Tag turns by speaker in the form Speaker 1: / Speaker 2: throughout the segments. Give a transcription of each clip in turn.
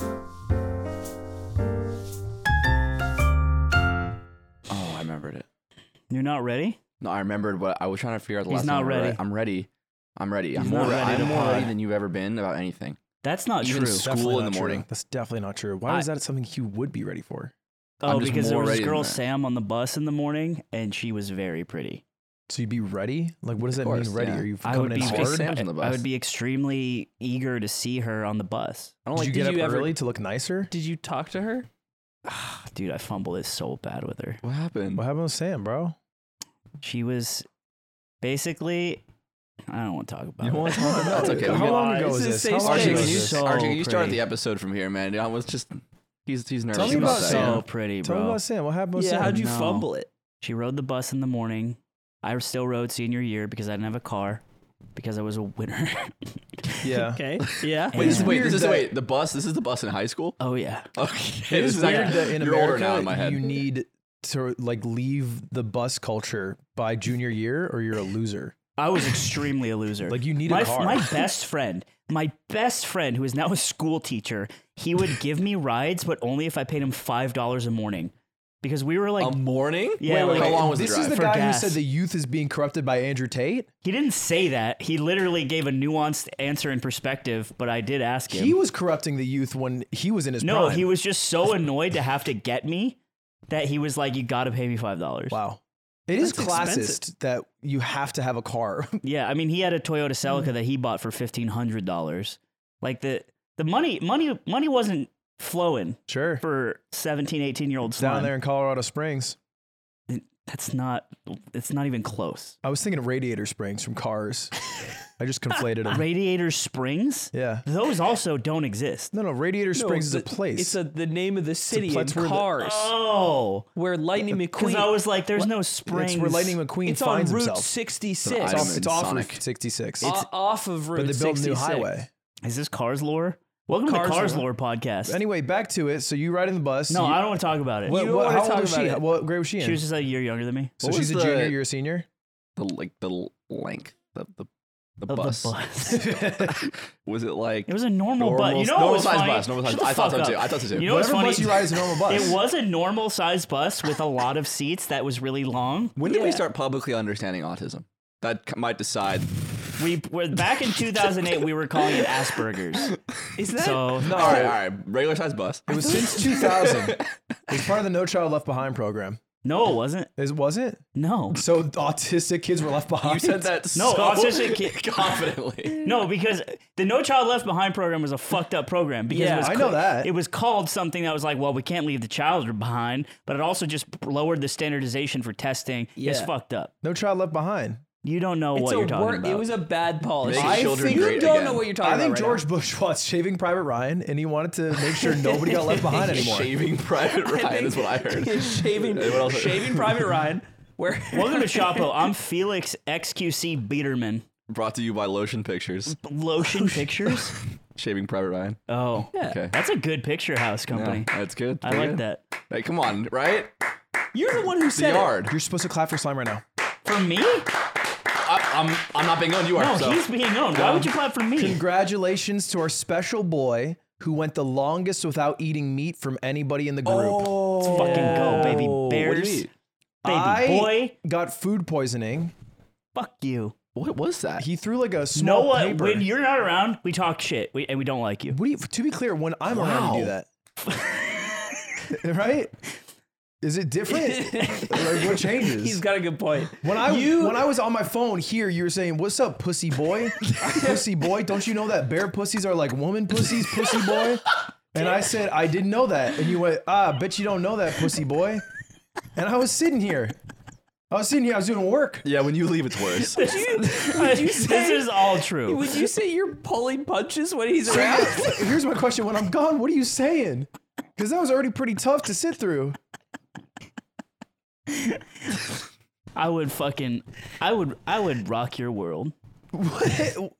Speaker 1: Oh, remembered it.
Speaker 2: You're not ready?
Speaker 1: No, I remembered what I was trying to figure out. The
Speaker 2: He's
Speaker 1: last
Speaker 2: not
Speaker 1: time I
Speaker 2: ready.
Speaker 1: read- I'm ready. I'm ready. I'm
Speaker 2: He's
Speaker 1: more,
Speaker 2: not ready to
Speaker 1: I'm more
Speaker 2: pod.
Speaker 1: ready than you've ever been about anything.
Speaker 2: That's not
Speaker 1: Even
Speaker 2: true.
Speaker 1: so-
Speaker 3: Definitely
Speaker 1: School in
Speaker 3: not
Speaker 1: the
Speaker 3: true.
Speaker 1: morning.
Speaker 3: That's definitely not true. Why
Speaker 2: I-
Speaker 3: is that something you would be ready for?
Speaker 2: Oh,
Speaker 1: I'm just
Speaker 2: because there
Speaker 1: more
Speaker 2: was this
Speaker 1: ready than
Speaker 2: girl
Speaker 1: that.
Speaker 2: Sam on the bus in the morning, and she was very pretty.
Speaker 3: So you'd be ready? Like, what does
Speaker 1: Of
Speaker 3: that
Speaker 1: course,
Speaker 3: mean? Ready?
Speaker 1: yeah.
Speaker 3: Are you
Speaker 2: I
Speaker 3: coming
Speaker 2: would
Speaker 3: in
Speaker 2: be
Speaker 1: It's
Speaker 3: hard?
Speaker 1: just- Sam's on the
Speaker 2: I
Speaker 1: bus.
Speaker 2: would be extremely eager to see her on the bus.
Speaker 1: I don't
Speaker 3: Did
Speaker 1: like.
Speaker 3: you get
Speaker 1: did
Speaker 3: up
Speaker 1: ever-
Speaker 3: early to look nicer?
Speaker 4: Did you talk to her?
Speaker 2: Dude, I fumbled it so bad with her.
Speaker 1: What happened?
Speaker 3: What happened with Sam, bro?
Speaker 2: She was basically. I don't want to talk about
Speaker 3: You
Speaker 2: it.
Speaker 3: don't want to talk about
Speaker 1: That's
Speaker 3: it.
Speaker 1: okay, we
Speaker 3: How
Speaker 1: got-
Speaker 3: long ago
Speaker 4: This
Speaker 3: was
Speaker 4: is
Speaker 3: this?
Speaker 4: safe
Speaker 3: How long
Speaker 1: RJ,
Speaker 2: She
Speaker 1: can
Speaker 3: ago
Speaker 1: you,
Speaker 2: was
Speaker 3: was
Speaker 2: you-
Speaker 3: this?
Speaker 2: so
Speaker 1: RJ, can you start
Speaker 2: pretty.
Speaker 1: the episode from here, man? I was just he's he's nervous.
Speaker 3: Tell me
Speaker 2: she
Speaker 3: about
Speaker 2: was
Speaker 3: Sam.
Speaker 2: so pretty,
Speaker 3: Tell
Speaker 2: bro.
Speaker 3: me about Sam. What happened with
Speaker 4: yeah,
Speaker 3: Sam?
Speaker 4: Oh, how'd you
Speaker 2: No.
Speaker 4: fumble it?
Speaker 2: She rode the bus in the morning. I still rode senior year because I didn't have a car because I was a winner.
Speaker 3: yeah.
Speaker 4: Okay. Yeah.
Speaker 1: Wait, this is, wait, this
Speaker 2: And-
Speaker 3: Weird
Speaker 1: is
Speaker 3: that-
Speaker 1: wait. The bus. This is the bus in high school.
Speaker 2: oh yeah.
Speaker 1: Okay,
Speaker 3: It
Speaker 1: this
Speaker 3: is
Speaker 1: is
Speaker 3: weird
Speaker 1: actually-
Speaker 3: that in
Speaker 1: you're
Speaker 3: America
Speaker 1: older now in my head.
Speaker 3: you need to like leave the bus culture by junior year, or you're a loser.
Speaker 2: I was extremely a loser.
Speaker 3: Like you need
Speaker 2: my,
Speaker 3: a car.
Speaker 2: my best friend, my best friend who is now a school teacher, he would give me rides, but only if I paid him five dollars a morning. Because we were like
Speaker 3: Um,
Speaker 1: a morning.
Speaker 2: Yeah,
Speaker 1: Wait, wait,
Speaker 2: like-
Speaker 1: how long was
Speaker 3: this
Speaker 1: the drive?
Speaker 3: is the
Speaker 2: For
Speaker 3: guy
Speaker 2: gas.
Speaker 3: who said the youth is being corrupted by Andrew Tate.
Speaker 2: he didn't say that. He literally gave a nuanced answer and perspective, but I did ask him.
Speaker 3: He was corrupting the youth when he was in his
Speaker 2: no,
Speaker 3: prime.
Speaker 2: he was just so annoyed to have to get me that he was like, You gotta pay me five dollars.
Speaker 3: Wow. It is
Speaker 4: That's
Speaker 3: classist
Speaker 4: expensive.
Speaker 3: that you have to have a car.
Speaker 2: Yeah, I mean, he had a Toyota Celica that he bought for fifteen hundred dollars. Like the the money money money wasn't flowing
Speaker 3: sure.
Speaker 2: for 17, 18 year olds
Speaker 3: Down there in Colorado Springs.
Speaker 2: That's not. It's not even close.
Speaker 3: I was thinking of Radiator Springs from Cars. I just conflated them.
Speaker 2: Radiator Springs.
Speaker 3: yeah.
Speaker 2: Those also don't exist.
Speaker 3: No, no, Radiator
Speaker 4: No,
Speaker 3: Springs is
Speaker 4: the-
Speaker 3: a place.
Speaker 4: It's a, the name of the city. It's
Speaker 3: place where the-
Speaker 4: cars.
Speaker 2: Oh,
Speaker 4: where Lightning
Speaker 2: because
Speaker 4: McQueen.
Speaker 2: I was like, there's no springs.
Speaker 3: it's where Lightning McQueen
Speaker 4: it's on Route
Speaker 3: finds himself.
Speaker 1: It's
Speaker 3: It's
Speaker 4: 66.
Speaker 1: Item
Speaker 3: off,
Speaker 1: in
Speaker 3: it's off
Speaker 1: Sonic.
Speaker 3: Route 66.
Speaker 4: O- off of Route
Speaker 3: but they built a
Speaker 4: 66.
Speaker 3: new highway.
Speaker 2: Is this Cars lore? Welcome to
Speaker 4: Cars
Speaker 2: the Cars Lore
Speaker 4: lore.
Speaker 2: podcast.
Speaker 3: Anyway, back to it. So you ride in the bus.
Speaker 2: no,
Speaker 3: you,
Speaker 2: I don't want to talk about it.
Speaker 3: What,
Speaker 4: You don't
Speaker 3: what-
Speaker 4: wanna
Speaker 3: how
Speaker 4: talk
Speaker 3: old was
Speaker 4: about
Speaker 3: she?
Speaker 4: it.
Speaker 3: What grade was she in?
Speaker 2: she was just a year younger than me.
Speaker 3: so
Speaker 1: What
Speaker 3: she's a
Speaker 1: was
Speaker 3: junior,
Speaker 1: the-
Speaker 3: you're a senior?
Speaker 1: the like the length of the the
Speaker 2: Of
Speaker 1: bus.
Speaker 2: The bus. it
Speaker 1: was it like
Speaker 2: was a normal, bus.
Speaker 1: normal,
Speaker 2: You know
Speaker 1: normal
Speaker 2: what was
Speaker 1: size
Speaker 2: funny?
Speaker 1: bus? Normal size.
Speaker 2: Shut the
Speaker 1: I thought
Speaker 2: fuck
Speaker 1: so too.
Speaker 2: up.
Speaker 1: I thought so too.
Speaker 2: You know what's
Speaker 3: Whatever
Speaker 2: funny?
Speaker 3: bus you ride is a normal bus.
Speaker 2: It was a normal size bus with a lot of seats that was really long.
Speaker 1: when did we
Speaker 4: Yeah.
Speaker 1: start publicly understanding autism? That c- might decide.
Speaker 2: We were back in 2008. we were calling it Asperger's.
Speaker 4: Is that?
Speaker 2: So
Speaker 1: all right, all right. Regular size bus.
Speaker 3: It was since 2000. It was part of the No Child Left Behind program.
Speaker 2: no, it wasn't.
Speaker 3: Is was it?
Speaker 2: No.
Speaker 3: So autistic kids were left behind.
Speaker 1: You said that
Speaker 2: No,
Speaker 1: so
Speaker 2: autistic kid-
Speaker 1: confidently.
Speaker 2: No, because the No Child Left Behind program was a fucked up program. Because
Speaker 4: Yeah,
Speaker 2: it was
Speaker 3: I
Speaker 2: ca-
Speaker 3: know that.
Speaker 2: It was called something that was like, well, we can't leave the child behind, but it also just lowered the standardization for testing. It's
Speaker 4: Yeah.
Speaker 2: fucked up.
Speaker 3: No Child Left Behind.
Speaker 2: You don't know
Speaker 4: it's
Speaker 2: what
Speaker 4: a
Speaker 2: you're talking
Speaker 4: wor-
Speaker 2: about.
Speaker 4: It was a bad policy.
Speaker 1: Making
Speaker 3: I
Speaker 1: children
Speaker 3: think-
Speaker 1: great
Speaker 4: you don't
Speaker 1: again.
Speaker 4: know what Oh, you're talking
Speaker 3: I
Speaker 4: about.
Speaker 3: think
Speaker 4: right
Speaker 3: George
Speaker 4: now.
Speaker 3: Bush watched Shaving Private Ryan, and he wanted to make sure nobody got left behind anymore.
Speaker 1: Shaving Private Ryan is what I heard.
Speaker 4: shaving,
Speaker 1: What else?
Speaker 4: shaving Private Ryan. Where
Speaker 2: Welcome to Chapo. I'm Felix XQC Biederman.
Speaker 1: Brought to you by Lotion Pictures. Oh,
Speaker 2: Lotion Pictures?
Speaker 1: Shaving Private Ryan.
Speaker 2: Oh.
Speaker 1: Okay.
Speaker 2: That's a good picture house company.
Speaker 1: Yeah, that's good.
Speaker 2: I
Speaker 1: Very
Speaker 2: like
Speaker 1: good.
Speaker 2: that.
Speaker 1: Hey, come on, right?
Speaker 4: you're the one who
Speaker 1: The
Speaker 4: said it.
Speaker 1: yard.
Speaker 3: You're supposed to clap for slime right now.
Speaker 2: For me? No,
Speaker 1: I, am I'm not being on. You are. so.
Speaker 2: he's being known. Why would you clap for me?
Speaker 3: Congratulations to our special boy who went the longest without eating meat from anybody in the group.
Speaker 2: Let's fucking go, baby bears.
Speaker 1: What do you eat?
Speaker 2: Baby
Speaker 3: I
Speaker 2: boy.
Speaker 3: got food poisoning.
Speaker 2: Fuck you.
Speaker 1: What was that?
Speaker 3: He threw like a
Speaker 2: Know
Speaker 3: small
Speaker 2: what?
Speaker 3: paper.
Speaker 2: When you're not around, we talk shit we, and we don't like you.
Speaker 3: What do you, to be clear, when I'm around, you do that. right? Is it different? like what changes?
Speaker 4: He's got a good point.
Speaker 3: when I when I was on my phone here, you were saying, "What's up, pussy boy? pussy boy, don't you know that bear pussies are like woman pussies, pussy boy?" And I said, "I didn't know that." And you went, "Ah, bet you don't know that, pussy boy." And I was sitting here. I was sitting here. I was doing work.
Speaker 1: Yeah, when you leave, it's worse.
Speaker 2: this is all true.
Speaker 4: Would you say you're pulling punches when he's around?
Speaker 3: Here's my question: When I'm gone, what are you saying? Because that was already pretty tough to sit through.
Speaker 2: I would fucking, I would, I would rock your world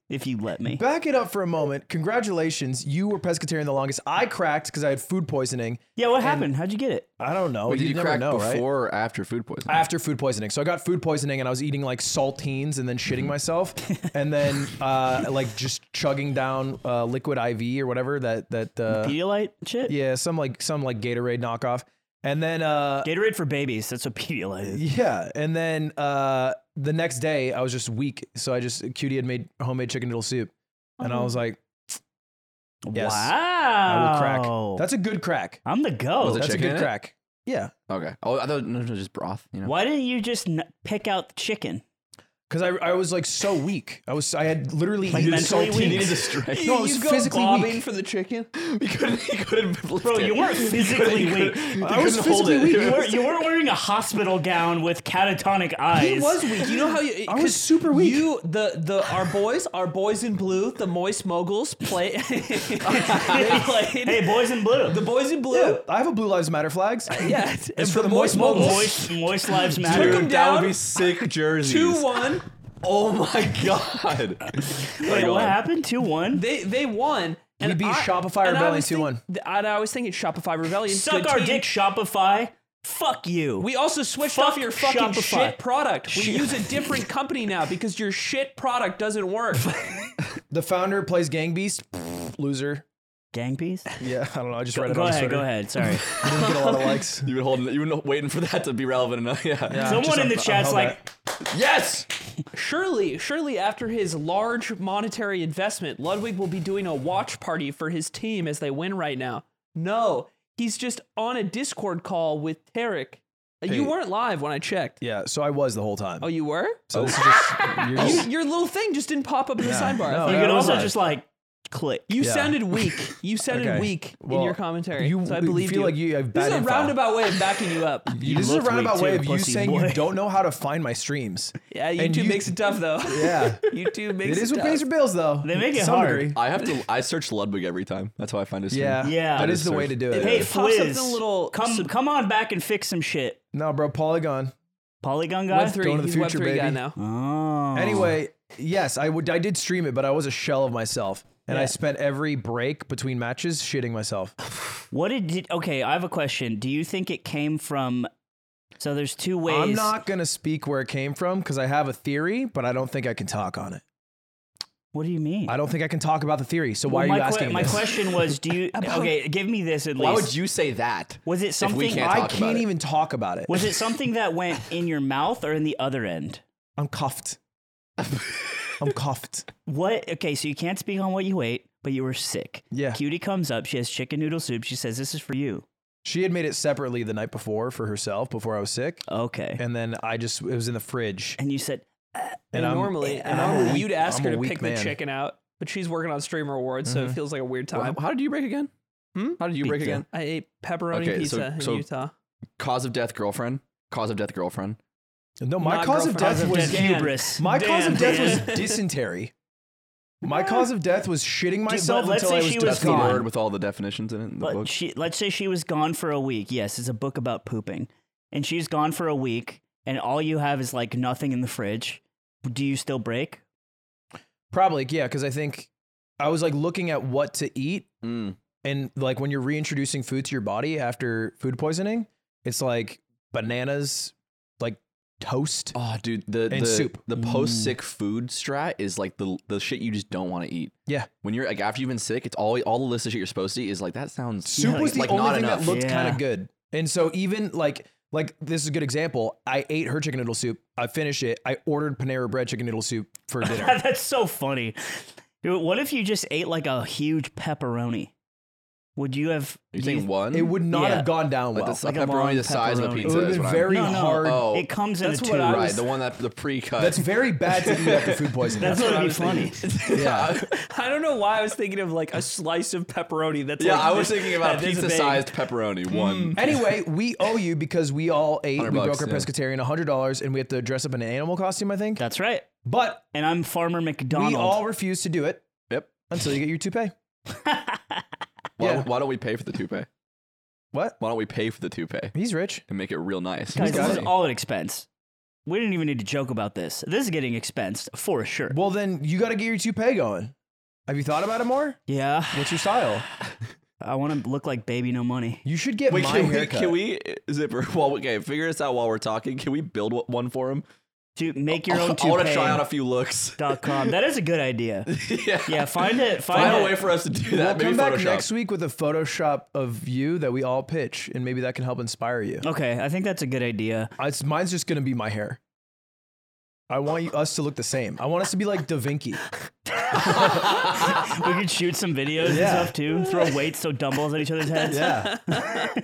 Speaker 2: if you let me.
Speaker 3: Back it up for a moment. Congratulations, you were pescatarian the longest. I cracked because I had food poisoning.
Speaker 2: Yeah, what happened? How'd you get it?
Speaker 1: Uh,
Speaker 3: I don't know.
Speaker 1: Wait, did you
Speaker 3: never
Speaker 1: crack
Speaker 3: know, right?
Speaker 1: before or after food poisoning?
Speaker 3: after food poisoning. So I got food poisoning and I was eating like saltines and then
Speaker 2: Mm-hmm.
Speaker 3: shitting myself and then uh, like just chugging down uh, liquid IV or whatever that that uh,
Speaker 2: Pedialyte shit?
Speaker 3: yeah some like some like Gatorade knockoff. And then uh
Speaker 2: Gatorade for babies. That's what Pedialyte is.
Speaker 3: yeah, and then uh the next day I was just weak, so I just Cutie had made homemade chicken noodle soup, and I
Speaker 2: Oh.
Speaker 3: was like, Yes. I will crack.
Speaker 2: Wow.
Speaker 3: That's a good crack.
Speaker 2: I'm the
Speaker 1: Was
Speaker 2: goat.
Speaker 1: it
Speaker 3: That's a
Speaker 1: chicken in
Speaker 3: good
Speaker 1: it?
Speaker 3: crack. Yeah,
Speaker 1: Okay. Oh, I thought no, no, just broth. You know.
Speaker 2: Why didn't you just n- pick out the chicken?
Speaker 3: because I, I was like so weak. I was I had literally
Speaker 2: Like
Speaker 3: eaten so
Speaker 2: mentally weak?
Speaker 3: much.
Speaker 1: Needed a strength.
Speaker 3: No, it was
Speaker 4: you go
Speaker 3: physically
Speaker 4: bobbing
Speaker 3: weak.
Speaker 4: for the chicken.
Speaker 1: he couldn't. He couldn't lift
Speaker 2: Bro,
Speaker 1: it.
Speaker 2: you weren't
Speaker 1: He
Speaker 2: physically
Speaker 1: couldn't- he
Speaker 2: weak.
Speaker 1: couldn't- he
Speaker 3: I was
Speaker 1: couldn't hold
Speaker 3: physically
Speaker 1: it.
Speaker 2: You weren't, you weren't wearing a hospital gown with catatonic eyes.
Speaker 4: He was weak. You know how you?
Speaker 3: I was
Speaker 4: 'cause
Speaker 3: super weak.
Speaker 4: You the the our boys, our boys in blue, the moist moguls play. they played
Speaker 2: Hey, boys in blue.
Speaker 4: the boys in blue.
Speaker 3: Yeah, I have a Blue Lives Matter flags.
Speaker 4: Yeah,
Speaker 3: It's for the moist moguls.
Speaker 2: Oh, moist, moist lives matter.
Speaker 4: Took 'em
Speaker 1: that
Speaker 4: down.
Speaker 1: would be sick jerseys.
Speaker 4: Two one.
Speaker 1: Oh my god.
Speaker 2: Wait, what happened? Two one.
Speaker 4: They they won. And
Speaker 3: beat
Speaker 4: I-
Speaker 3: Shopify
Speaker 4: and I
Speaker 3: Rebellion
Speaker 4: was think-
Speaker 3: 2-1.
Speaker 4: th- And I was thinking Shopify Rebellion.
Speaker 2: Suck
Speaker 4: good
Speaker 2: our
Speaker 4: team.
Speaker 2: dick, Shopify. Fuck you.
Speaker 4: We also switched
Speaker 2: Fuck
Speaker 4: off your fucking
Speaker 2: Shopify.
Speaker 4: shit product. We use a different company now because your shit product doesn't work.
Speaker 3: The founder plays Gang Beast. Pfft, Loser.
Speaker 2: Gang piece.
Speaker 3: Yeah, I don't know. I just read it
Speaker 2: Go
Speaker 3: on
Speaker 2: ahead.
Speaker 3: Twitter.
Speaker 2: Go ahead. Sorry.
Speaker 3: Didn't get a lot of likes.
Speaker 1: You were holding. You were waiting for that to be relevant enough. Yeah.
Speaker 2: Someone
Speaker 3: just
Speaker 2: in the
Speaker 3: un-
Speaker 2: chat's
Speaker 3: unheld
Speaker 2: like,
Speaker 1: Yes.
Speaker 4: Surely, surely after his large monetary investment, Ludwig will be doing a watch party for his team as they win right now. No, he's just on a Discord call with Tarek. Uh, You
Speaker 3: Hey.
Speaker 4: weren't live when I checked.
Speaker 3: Yeah, so I was the whole time.
Speaker 4: Oh, you were?
Speaker 3: so this is just you're
Speaker 4: You,
Speaker 3: just-
Speaker 4: your little thing just didn't pop up in the sidebar.
Speaker 3: no,
Speaker 2: you
Speaker 3: I
Speaker 2: could
Speaker 3: was
Speaker 2: also
Speaker 3: live.
Speaker 2: just like click.
Speaker 4: You
Speaker 3: Yeah.
Speaker 4: sounded weak. You sounded
Speaker 3: Okay.
Speaker 4: weak in
Speaker 3: Well,
Speaker 4: your commentary.
Speaker 3: you
Speaker 4: so I believe
Speaker 3: feel
Speaker 4: you.
Speaker 3: like you have
Speaker 4: this
Speaker 3: bad
Speaker 4: is a
Speaker 3: info.
Speaker 4: roundabout way of backing you up.
Speaker 2: You
Speaker 3: this is a
Speaker 2: looked weak
Speaker 3: roundabout
Speaker 2: too,
Speaker 3: way of you
Speaker 2: pussy
Speaker 3: saying
Speaker 2: boy.
Speaker 3: you don't know how to find my streams.
Speaker 4: Yeah,
Speaker 3: And
Speaker 4: YouTube
Speaker 3: you-
Speaker 4: makes it tough though.
Speaker 3: Yeah.
Speaker 4: YouTube makes
Speaker 3: it
Speaker 4: it,
Speaker 3: is what
Speaker 4: tough.
Speaker 3: pays your bills though.
Speaker 2: They make
Speaker 3: To
Speaker 2: it
Speaker 3: some
Speaker 2: hard.
Speaker 3: degree.
Speaker 1: I have to. I search Ludwig every time. That's how I find his. stream.
Speaker 3: Yeah.
Speaker 2: Yeah.
Speaker 3: That is the way to do it.
Speaker 2: Hey,
Speaker 4: It pops up in
Speaker 2: Fliz,
Speaker 4: a little-
Speaker 2: come
Speaker 4: some-
Speaker 2: come on back and fix some shit.
Speaker 3: No, bro, Polygon.
Speaker 2: Polygon guy.
Speaker 4: Web three,
Speaker 3: Going to the
Speaker 4: he's Web
Speaker 3: future,
Speaker 4: three guy
Speaker 3: baby.
Speaker 4: now.
Speaker 2: Oh.
Speaker 3: Anyway, yes, I would I did stream it, but I was a shell of myself. And I
Speaker 2: Yeah.
Speaker 3: spent every break between matches shitting myself.
Speaker 2: what did, did? Okay, I have a question. Do you think it came from? So there's two ways.
Speaker 3: I'm not gonna speak where it came from because I have a theory, but I don't think I can talk on it.
Speaker 2: What do you mean?
Speaker 3: I don't think I can talk about the theory. So
Speaker 2: Well,
Speaker 3: why are you
Speaker 2: my que-
Speaker 3: asking me
Speaker 2: My
Speaker 3: this?
Speaker 2: question was, do you? okay, give me this at least.
Speaker 1: Why would you say that?
Speaker 2: Was it
Speaker 1: we
Speaker 2: something?
Speaker 1: can't
Speaker 3: I
Speaker 1: talk about
Speaker 3: can't
Speaker 1: it.
Speaker 3: even talk about it.
Speaker 2: was it something that went in your mouth or in the other end?
Speaker 3: I'm cuffed. I'm cuffed.
Speaker 2: What? Okay, so you can't speak on what you ate, but you were sick.
Speaker 3: Yeah.
Speaker 2: Cutie comes up. She has chicken noodle soup. She says, "This is for you."
Speaker 3: She had made it separately the night before for herself before I was sick,
Speaker 2: Okay.
Speaker 3: and then I just it was in the fridge.
Speaker 2: And you said,
Speaker 3: And I'm-
Speaker 4: normally,
Speaker 3: I'm a
Speaker 4: normally
Speaker 3: weak-
Speaker 4: you'd ask
Speaker 3: I'm
Speaker 4: her
Speaker 3: a
Speaker 4: to
Speaker 3: weak
Speaker 4: pick the
Speaker 3: man. Mm-hmm.
Speaker 4: chicken out, but she's working on stream rewards, so it feels like a weird time.
Speaker 1: Well, how did you break again?
Speaker 4: Hmm?
Speaker 1: How did you break
Speaker 2: Pizza.
Speaker 1: again?
Speaker 4: I ate pepperoni
Speaker 1: Okay, so-
Speaker 4: pizza in
Speaker 1: so-
Speaker 4: Utah.
Speaker 1: Cause of death, girlfriend. Cause of death, girlfriend.
Speaker 3: No, my
Speaker 4: Not
Speaker 3: cause of
Speaker 4: girlfriend.
Speaker 3: death
Speaker 4: Cause
Speaker 3: was
Speaker 4: of death. Dan.
Speaker 2: hubris.
Speaker 3: my cause
Speaker 2: Dan,
Speaker 3: of death
Speaker 2: Dan.
Speaker 3: was
Speaker 2: Dude,
Speaker 3: dysentery. My cause of death was shitting
Speaker 2: but
Speaker 3: myself
Speaker 2: let's
Speaker 3: until
Speaker 2: say
Speaker 3: I was,
Speaker 2: she was
Speaker 1: That's the
Speaker 3: defeated.
Speaker 2: gone.
Speaker 1: word with all the definitions in it in the book.
Speaker 2: But she, let's say she was gone for a week. Yes, it's a book about pooping, and she's gone for a week, and all you have is like nothing in the fridge. Do you still break?
Speaker 3: Probably, yeah, because I think I was like looking at what to eat,
Speaker 1: Mm.
Speaker 3: and like when you're reintroducing food to your body after food poisoning, it's like bananas, like toast.
Speaker 1: Oh, dude, the
Speaker 3: And
Speaker 1: the,
Speaker 3: soup.
Speaker 1: the post sick food strat is like the the shit you just don't want to eat.
Speaker 3: Yeah.
Speaker 1: When you're like after you've been sick, it's all all the list of shit you're supposed to eat is like that sounds
Speaker 3: Soup
Speaker 2: Yeah,
Speaker 3: was the
Speaker 1: like,
Speaker 3: only
Speaker 1: not
Speaker 3: thing that
Speaker 1: enough.
Speaker 3: looked
Speaker 2: Yeah.
Speaker 3: kind of good. And so even like like this is a good example. I ate her chicken noodle soup. I finished it. I ordered Panera Bread chicken noodle soup for dinner.
Speaker 2: That's so funny. Dude, what if you just ate like a huge pepperoni? Would you have?
Speaker 1: You
Speaker 2: do
Speaker 1: think one?
Speaker 3: it would not
Speaker 2: Yeah.
Speaker 3: have gone down
Speaker 1: like
Speaker 3: well.
Speaker 1: the,
Speaker 2: Like
Speaker 1: a
Speaker 2: a long
Speaker 1: pepperoni the size of a
Speaker 2: pepperoni.
Speaker 1: pizza.
Speaker 3: it would
Speaker 1: is
Speaker 3: have been
Speaker 1: what I'm-
Speaker 3: very
Speaker 2: No, no.
Speaker 3: hard.
Speaker 1: Oh.
Speaker 2: It comes in
Speaker 4: That's
Speaker 2: a
Speaker 4: what
Speaker 2: tube.
Speaker 4: I
Speaker 1: right,
Speaker 4: was-
Speaker 1: the one that the pre cut.
Speaker 3: That's very bad to eat after food poisoning.
Speaker 2: That's
Speaker 4: what
Speaker 2: what
Speaker 4: I
Speaker 2: would be
Speaker 4: was thinking.
Speaker 2: funny.
Speaker 1: yeah.
Speaker 4: I don't know why I was thinking of like a slice of pepperoni. That's
Speaker 1: Yeah,
Speaker 4: like
Speaker 1: I was
Speaker 4: this-
Speaker 1: thinking about
Speaker 4: that this
Speaker 1: pizza
Speaker 4: big.
Speaker 1: sized pepperoni.
Speaker 3: Mm.
Speaker 1: One.
Speaker 3: Anyway, we owe you because we all ate. We
Speaker 1: 100
Speaker 3: broke
Speaker 1: bucks,
Speaker 3: our
Speaker 1: yeah.
Speaker 3: pescatarian hundred dollars, and we have to dress up in an animal costume. I think,
Speaker 2: That's right.
Speaker 3: but
Speaker 2: And I'm Farmer McDonald.
Speaker 3: we all refused to do it
Speaker 1: Yep.
Speaker 3: until you get your toupee.
Speaker 1: Why,
Speaker 3: Yeah.
Speaker 1: why don't we pay for the toupee?
Speaker 3: What?
Speaker 1: Why don't we pay for the toupee
Speaker 3: He's rich.
Speaker 1: and make it real nice?
Speaker 2: Guys,
Speaker 1: It's
Speaker 2: this is
Speaker 1: funny.
Speaker 2: all at expense. We didn't even need to joke about this. This is getting expensed for sure.
Speaker 3: Well, then you got to get your toupee going. Have you thought about it more?
Speaker 2: Yeah,
Speaker 3: What's your style?
Speaker 2: I want to look like baby no money.
Speaker 3: You should get
Speaker 1: Wait,
Speaker 3: my
Speaker 1: can we,
Speaker 3: haircut.
Speaker 1: can we zipper? Well, okay, figure this out while we're talking. Can we build one for him?
Speaker 2: to make your own
Speaker 5: I want to try out
Speaker 2: toupee
Speaker 5: a few looks.
Speaker 2: dot com. That is a good idea.
Speaker 5: yeah.
Speaker 2: Yeah, find it. Find,
Speaker 5: Find
Speaker 2: it.
Speaker 5: a way for us to do
Speaker 3: We'll
Speaker 5: that.
Speaker 3: come
Speaker 5: Maybe
Speaker 3: back
Speaker 5: Photoshop.
Speaker 3: next week with a Photoshop of you that we all pitch, and maybe that can help inspire you.
Speaker 2: okay, I think that's a good idea.
Speaker 3: It's, mine's just gonna be my hair. I want you, us to look the same. I want us to be like Da Vinci.
Speaker 2: We could shoot some videos and
Speaker 3: Yeah.
Speaker 2: stuff too. Throw weights, so dumbbells at each other's heads.
Speaker 3: Yeah,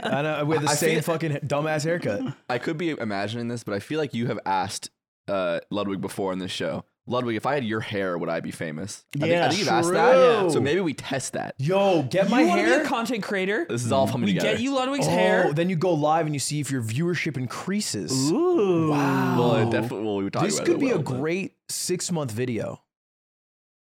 Speaker 3: I know. We have the
Speaker 1: I
Speaker 3: same
Speaker 1: feel-
Speaker 3: fucking dumbass haircut.
Speaker 1: I could be imagining this, but I feel like you have asked uh, Ludwig before in this show. Ludwig, if I had your hair, would I be famous? I think,
Speaker 2: Yeah,
Speaker 1: I think you've asked that.
Speaker 3: true.
Speaker 1: So maybe we test that.
Speaker 3: Yo, get my
Speaker 4: you want to
Speaker 3: hair.
Speaker 4: be a content creator?
Speaker 1: This is all coming together.
Speaker 4: Get you Ludwig's
Speaker 3: oh,
Speaker 4: hair.
Speaker 3: then you go live and you see if your viewership increases.
Speaker 2: Ooh.
Speaker 1: Well, it definitely. Well, we were talking
Speaker 3: Oh. This
Speaker 1: about
Speaker 3: could
Speaker 1: it
Speaker 3: be a
Speaker 1: well, but-
Speaker 3: great six month video.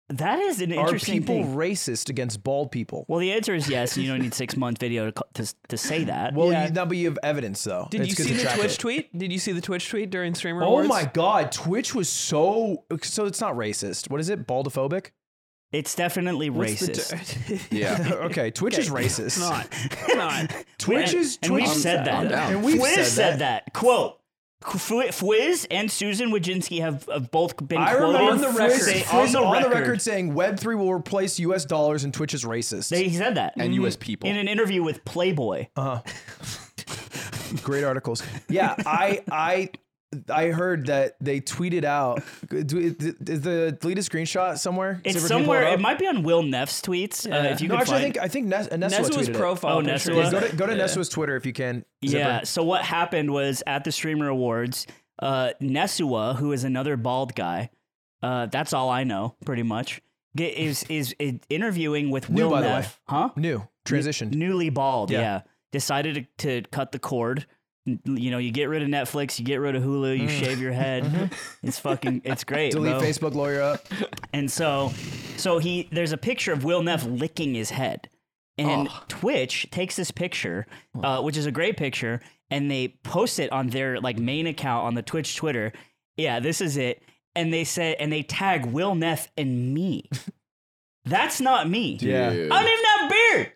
Speaker 2: That is an
Speaker 3: Are
Speaker 2: interesting
Speaker 3: people
Speaker 2: thing.
Speaker 3: racist against bald people?
Speaker 2: Well, the answer is yes. You don't need six month video to, co- to, to say that.
Speaker 3: Well,
Speaker 4: Yeah.
Speaker 3: you, now, but you have evidence though.
Speaker 4: Did
Speaker 3: It's
Speaker 4: you
Speaker 3: good
Speaker 4: see
Speaker 3: to
Speaker 4: the
Speaker 3: track
Speaker 4: Twitch
Speaker 3: it.
Speaker 4: tweet? Did you see the Twitch tweet during streamer
Speaker 3: Oh
Speaker 4: awards?
Speaker 3: my god, Twitch was so so. It's not racist. What is it? Baldophobic?
Speaker 2: it's definitely
Speaker 4: What's the
Speaker 2: racist.
Speaker 4: di-
Speaker 1: Yeah.
Speaker 3: okay, Twitch is racist.
Speaker 4: It's not. It's not.
Speaker 3: Twitch
Speaker 2: and,
Speaker 3: is
Speaker 2: and
Speaker 3: Twitch.
Speaker 2: we've
Speaker 1: I'm-
Speaker 2: said
Speaker 1: I'm
Speaker 2: that.
Speaker 1: down.
Speaker 3: And we've
Speaker 2: Fwiz
Speaker 3: said
Speaker 2: said that. Quote. Fwi- Fwiz and Susan Wojcinski have, have both been
Speaker 3: I
Speaker 2: quoted
Speaker 3: remember
Speaker 4: on the
Speaker 3: Fwiz-
Speaker 4: record.
Speaker 2: saying-
Speaker 3: Fwiz on, the, record. saying Web three will replace U.S. dollars and Twitch is racist.
Speaker 2: They, he said that
Speaker 1: And U.S. people.
Speaker 2: in an interview with Playboy.
Speaker 3: Uh, Uh-huh. Great articles. Yeah, I I I heard that they tweeted out. Do, is the deleted screenshot somewhere? Is
Speaker 2: It's
Speaker 3: it- can you pull
Speaker 2: somewhere. It,
Speaker 3: up?
Speaker 2: might be on Will Neff's tweets. Uh, if you
Speaker 3: No,
Speaker 2: can
Speaker 3: actually, I
Speaker 2: find.
Speaker 3: think I think Nes- Nessua
Speaker 4: Nessua's
Speaker 3: tweeted it.
Speaker 4: profile.
Speaker 2: Oh,
Speaker 4: picture.
Speaker 2: Nessua.
Speaker 4: is-
Speaker 3: Go to, go to Nessua's Twitter if you can. Zipper.
Speaker 2: Yeah. So what happened was at the Streamer Awards, uh, Nessua, who is another bald guy, uh, that's all I know pretty much, ge- is is, is interviewing with Will
Speaker 3: by the
Speaker 2: Neff, huh?
Speaker 3: New transitioned.
Speaker 2: Newly bald, yeah.
Speaker 3: Yeah.
Speaker 2: Decided to, to cut the cord. N- You know, you get rid of Netflix, you get rid of Hulu, you shave your head. It's fucking, it's great.
Speaker 3: Mm. Mm-hmm. Delete
Speaker 2: bro.
Speaker 3: Facebook lawyer up.
Speaker 2: And so, so he there's a picture of Will Neff licking his head, and Twitch takes this picture, uh, which is a great picture, and they post it on their like main account on the Twitch Twitter. Yeah, this is it. And they said, and they tag Will Neff and me. That's not me.
Speaker 3: Yeah.
Speaker 1: Dude,
Speaker 2: I don't even have a beard.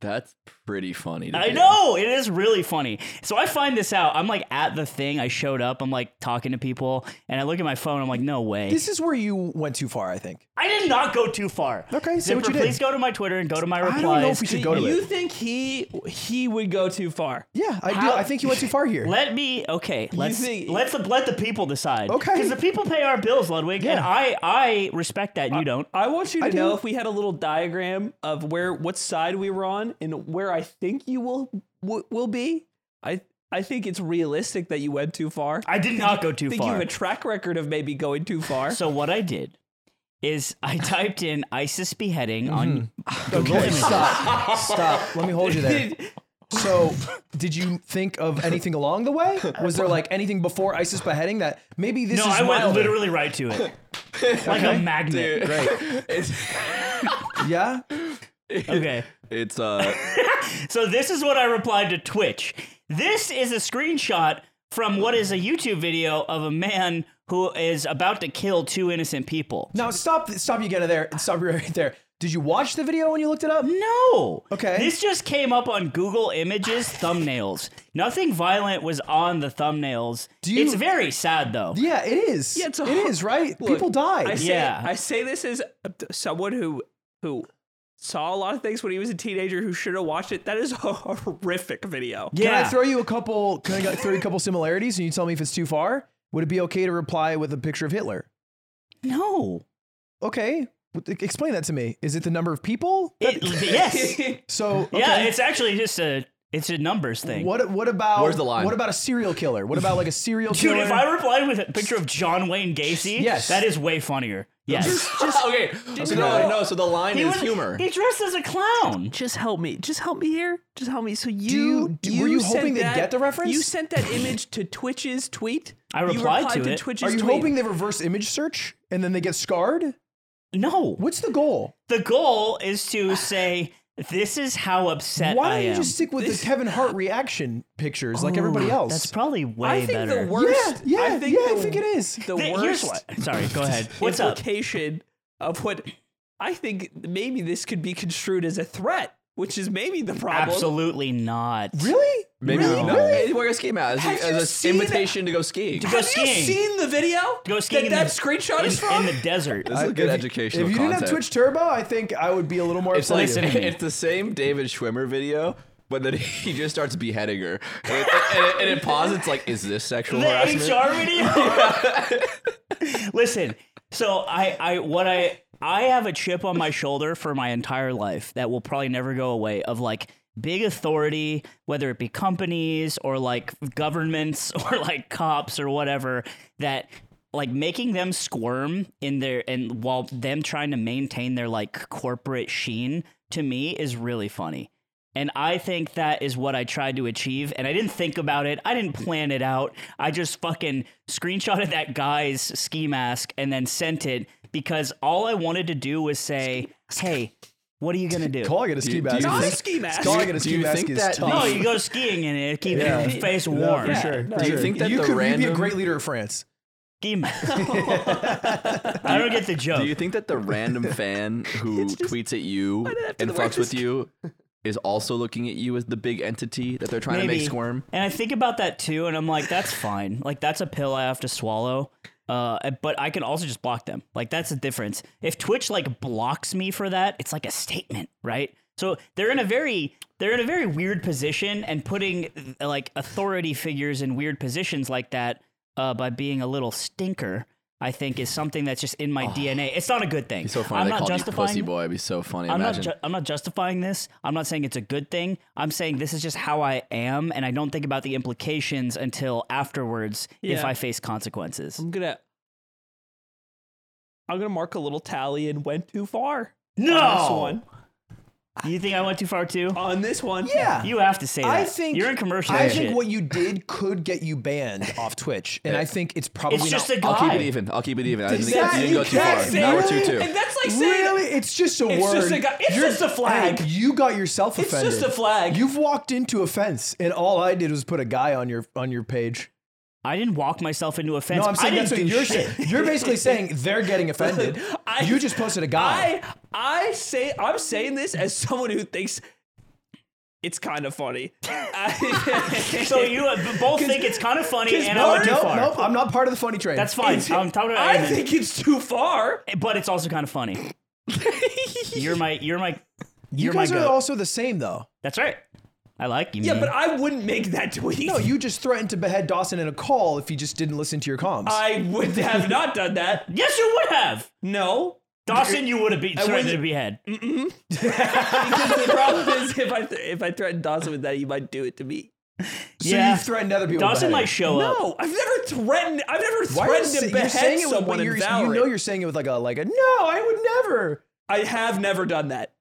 Speaker 1: that's pretty funny. to
Speaker 2: I
Speaker 1: do.
Speaker 2: know it is really funny. So I find this out. I'm like at the thing. I showed up. I'm like talking to people, and I look at my phone. I'm like, no way.
Speaker 3: This is where you went too far, I think.
Speaker 2: I did not go too far.
Speaker 3: Okay, say what
Speaker 2: Zipper,
Speaker 3: you did.
Speaker 2: Please go to my Twitter and go to my
Speaker 3: I
Speaker 2: replies.
Speaker 3: don't know if we should go to
Speaker 4: you
Speaker 3: it.
Speaker 4: think he he would go too far?
Speaker 3: Yeah, I do.
Speaker 2: How-
Speaker 3: I think you went too far here.
Speaker 2: Let me. Okay, let's
Speaker 4: think-
Speaker 2: let's let the people decide.
Speaker 3: Okay.
Speaker 2: because the people pay our bills, Ludwig, and I I respect that. and You don't.
Speaker 4: I want you to
Speaker 3: I do.
Speaker 4: know if we had a little diagram of where what side we were on and where I think you will w- will be. I I think it's realistic that you went too far. I
Speaker 2: I did not go too
Speaker 4: think you
Speaker 2: far.
Speaker 4: have a track record of maybe going too far.
Speaker 2: so what I did is I typed in ISIS beheading on
Speaker 3: Mm-hmm.
Speaker 2: Google
Speaker 3: Okay,
Speaker 2: Images.
Speaker 3: stop. Stop. Let me hold you there. So, did you think of anything along the way? Was there like anything before ISIS beheading that maybe this
Speaker 2: No,
Speaker 3: is
Speaker 2: I went
Speaker 3: milder?
Speaker 2: literally right to it, like a magnet.
Speaker 1: It's,
Speaker 3: Yeah.
Speaker 2: Okay.
Speaker 1: it's uh.
Speaker 2: So this is what I replied to Twitch. This is a screenshot from what is a YouTube video of a man who is about to kill two innocent people.
Speaker 3: Now stop. Stop you getting there. and Stop you right there. Did you watch the video when you looked it up?
Speaker 2: No.
Speaker 3: Okay.
Speaker 2: This just came up on Google Images thumbnails. Nothing violent was on the thumbnails.
Speaker 3: you-
Speaker 2: it's very sad though.
Speaker 3: Yeah, it is.
Speaker 4: Yeah, it's a
Speaker 3: it
Speaker 4: hor-
Speaker 3: is right.
Speaker 4: Look,
Speaker 3: People
Speaker 4: I
Speaker 3: died.
Speaker 4: say,
Speaker 2: Yeah.
Speaker 4: I say this as someone who who saw a lot of things when he was a teenager who should have watched it. That is a horrific video.
Speaker 2: yeah.
Speaker 3: Can I throw you a couple? Can I throw you a couple similarities and you tell me if it's too far? Would it be okay to reply with a picture of Hitler?
Speaker 2: no.
Speaker 3: Okay, w- explain that to me. Is it the number of people?
Speaker 2: It, yes.
Speaker 3: So okay.
Speaker 2: Yeah, it's actually just a it's a numbers thing.
Speaker 3: What what about
Speaker 1: Where's the line?
Speaker 3: What about a serial killer? What about like a serial
Speaker 2: Dude,
Speaker 3: killer?
Speaker 2: if I replied with a picture of John Wayne Gacy,
Speaker 3: Yes.
Speaker 2: that is way funnier. Yes.
Speaker 1: okay. So
Speaker 4: know.
Speaker 1: no, no. So the line
Speaker 2: He
Speaker 1: is
Speaker 2: was-
Speaker 1: humor.
Speaker 2: He dressed as a clown.
Speaker 4: Just help me. Just help me here. Just help me. So you,
Speaker 3: you- do- were you
Speaker 4: sent
Speaker 3: hoping they'd
Speaker 4: that-
Speaker 3: get the reference?
Speaker 4: You sent that image to Twitch's tweet.
Speaker 2: I
Speaker 4: You
Speaker 2: replied to it.
Speaker 4: Twitch's
Speaker 3: Are you
Speaker 4: tweet.
Speaker 3: hoping they reverse image search and then they get scarred?
Speaker 2: No.
Speaker 3: What's the goal?
Speaker 2: The goal is to say, this is how upset
Speaker 3: Why
Speaker 2: I
Speaker 3: don't you
Speaker 2: am.
Speaker 3: just stick with the Kevin Hart reaction pictures like everybody
Speaker 1: Oh,
Speaker 3: else?
Speaker 2: That's probably way
Speaker 4: I think
Speaker 2: better.
Speaker 4: the
Speaker 3: yeah,
Speaker 4: worst.
Speaker 3: yeah,
Speaker 4: I think
Speaker 3: yeah.
Speaker 4: the,
Speaker 3: I think it is.
Speaker 4: The
Speaker 2: Th- here's
Speaker 4: worst
Speaker 2: what. Sorry, go ahead. What's up?
Speaker 4: implication of what I think maybe this could be construed as a threat, which is maybe the problem.
Speaker 2: Absolutely not.
Speaker 3: Really?
Speaker 1: Maybe
Speaker 4: Really?
Speaker 1: no.
Speaker 4: Really?
Speaker 1: Where I ski mat as,
Speaker 4: Have
Speaker 1: a-
Speaker 4: you
Speaker 1: as an
Speaker 4: seen-
Speaker 1: invitation to go skiing.
Speaker 2: go
Speaker 4: Have
Speaker 2: skiing.
Speaker 4: you seen the video?
Speaker 2: Go skiing
Speaker 4: That,
Speaker 2: in
Speaker 4: that
Speaker 2: the-
Speaker 4: screenshot is
Speaker 2: in, in
Speaker 4: from.
Speaker 2: the desert.
Speaker 1: This is
Speaker 3: I-
Speaker 1: good
Speaker 3: if you-
Speaker 1: educational
Speaker 3: If you
Speaker 1: content.
Speaker 3: didn't have Twitch Turbo, I think I would be a little more
Speaker 1: it's like
Speaker 3: excited.
Speaker 2: Listen to me.
Speaker 1: it's the same David Schwimmer video, but then he just starts beheading her, and it, and it, and it posits like, is this sexual harassment?
Speaker 2: The HR video. Listen, so I, I, what I, I have a chip on my shoulder for my entire life that will probably never go away. Of like big authority, whether it be companies or like governments or like cops or whatever, that like making them squirm in their and while them trying to maintain their like corporate sheen to me is really funny. And I think that is what I tried to achieve. And I didn't think about it. I didn't plan it out. I just fucking screenshotted that guy's ski mask and then sent it because all I wanted to do was say, hey, what are you going to do?
Speaker 3: Calling it a ski
Speaker 1: you-
Speaker 3: mask.
Speaker 1: do you
Speaker 4: Not a
Speaker 1: think-
Speaker 4: ski mask.
Speaker 1: Do you-
Speaker 3: Calling it a
Speaker 1: do
Speaker 3: ski
Speaker 1: you
Speaker 3: mask
Speaker 1: think
Speaker 3: is
Speaker 1: that
Speaker 3: tough.
Speaker 2: No, Oh, you go skiing in it, keep
Speaker 3: Yeah.
Speaker 2: your face
Speaker 3: No,
Speaker 2: warm.
Speaker 3: for
Speaker 4: Yeah.
Speaker 3: sure.
Speaker 4: No,
Speaker 3: for
Speaker 1: Do you
Speaker 3: sure.
Speaker 1: think that
Speaker 3: you
Speaker 1: the
Speaker 3: could be a
Speaker 1: random-
Speaker 3: great leader of France?
Speaker 2: Ski mask. I don't get the joke.
Speaker 1: Do you think that the random fan who tweets at you
Speaker 4: have to
Speaker 1: and
Speaker 4: the word
Speaker 1: fucks with
Speaker 4: just-
Speaker 1: you is also looking at you as the big entity that they're trying to make squirm?
Speaker 2: And I think about that too, and I'm like, that's fine. Like that's a pill I have to swallow. Uh, but I can also just block them. Like that's the difference. If Twitch like blocks me for that, it's like a statement, right? So they're in a very they're in a very weird position, and putting uh, like authority figures in weird positions like that uh, by being a little stinker, I think is something that's just in my DNA. It's not a good thing.
Speaker 1: Oh. It's so funny
Speaker 2: I'm
Speaker 1: they
Speaker 2: not
Speaker 1: called you
Speaker 2: justifying.
Speaker 1: pussy boy. It'd be so funny.
Speaker 2: I'm not.
Speaker 1: Imagine.
Speaker 2: Ju- I'm not justifying this. I'm not saying it's a good thing. I'm saying this is just how I am, and I don't think about the implications until afterwards if
Speaker 4: Yeah.
Speaker 2: I face consequences.
Speaker 4: I'm gonna. I'm gonna mark a little tally and went too far. On this
Speaker 2: No!
Speaker 4: one.
Speaker 2: You think I went too far too?
Speaker 4: On this one.
Speaker 3: Yeah.
Speaker 2: You have to say that.
Speaker 3: I think
Speaker 2: you're in commercial.
Speaker 3: I
Speaker 2: and
Speaker 3: think
Speaker 2: shit.
Speaker 3: what you did could get you banned off Twitch, and I think it's probably
Speaker 2: it's just
Speaker 3: not.
Speaker 2: a
Speaker 1: I'll keep it
Speaker 2: guy.
Speaker 1: even. I'll keep it even. I didn't,
Speaker 3: Exactly.
Speaker 1: you didn't go too far.
Speaker 3: Exactly.
Speaker 1: Now we're two
Speaker 3: Really?
Speaker 1: two.
Speaker 4: And that's like saying.
Speaker 3: really. It's just a
Speaker 4: It's
Speaker 3: word.
Speaker 4: just a guy- it's just a flag.
Speaker 3: Hey, you got yourself
Speaker 4: It's
Speaker 3: offended.
Speaker 4: just a flag.
Speaker 3: You've walked into a fence, and all I did was put a guy on your on your page.
Speaker 2: I didn't walk myself into offense.
Speaker 3: No, I'm saying
Speaker 2: I didn't
Speaker 3: that's what
Speaker 2: do
Speaker 3: you're
Speaker 2: shit.
Speaker 3: saying. You're basically saying they're getting offended.
Speaker 4: I-
Speaker 3: you just posted a guy.
Speaker 4: I I say I'm saying this as someone who thinks it's kind of funny. I-
Speaker 2: So you uh, b- both think it's kind of funny,
Speaker 4: 'cause
Speaker 2: and
Speaker 4: no,
Speaker 2: I went too
Speaker 3: Oh, nope,
Speaker 2: far.
Speaker 3: nope. I'm not part of the funny train.
Speaker 2: That's fine. I'm talking about
Speaker 4: I
Speaker 2: everything.
Speaker 4: think it's too far.
Speaker 2: but it's also kind of funny. you're my. You're my.
Speaker 3: you
Speaker 2: You're my
Speaker 3: guys are
Speaker 2: goat.
Speaker 3: also the same though.
Speaker 2: That's right. I like you.
Speaker 4: Yeah,
Speaker 2: man.
Speaker 4: but I wouldn't make that tweet.
Speaker 3: No, you just threatened to behead Dawson in a call if he just didn't listen to your comms.
Speaker 4: I would have not done that.
Speaker 2: yes, you would have.
Speaker 4: No.
Speaker 2: Dawson, you would have been threatened
Speaker 4: wouldn't-
Speaker 2: to behead.
Speaker 4: Mm, Because the problem is if I if I threatened Dawson with that, he might do it to me.
Speaker 3: so
Speaker 2: yeah.
Speaker 3: you've threatened other people. to
Speaker 2: Dawson
Speaker 3: behead
Speaker 2: might
Speaker 3: him.
Speaker 2: show up.
Speaker 4: No, I've never threatened. I've never
Speaker 3: uh, Why are you
Speaker 4: threatened
Speaker 3: say-
Speaker 4: to
Speaker 3: you're
Speaker 4: behead
Speaker 3: saying it with-
Speaker 4: someone
Speaker 3: when
Speaker 4: in
Speaker 3: you're,
Speaker 4: Valorant.
Speaker 3: You know you're saying it with like a like a no, I would never.
Speaker 4: I have never done that.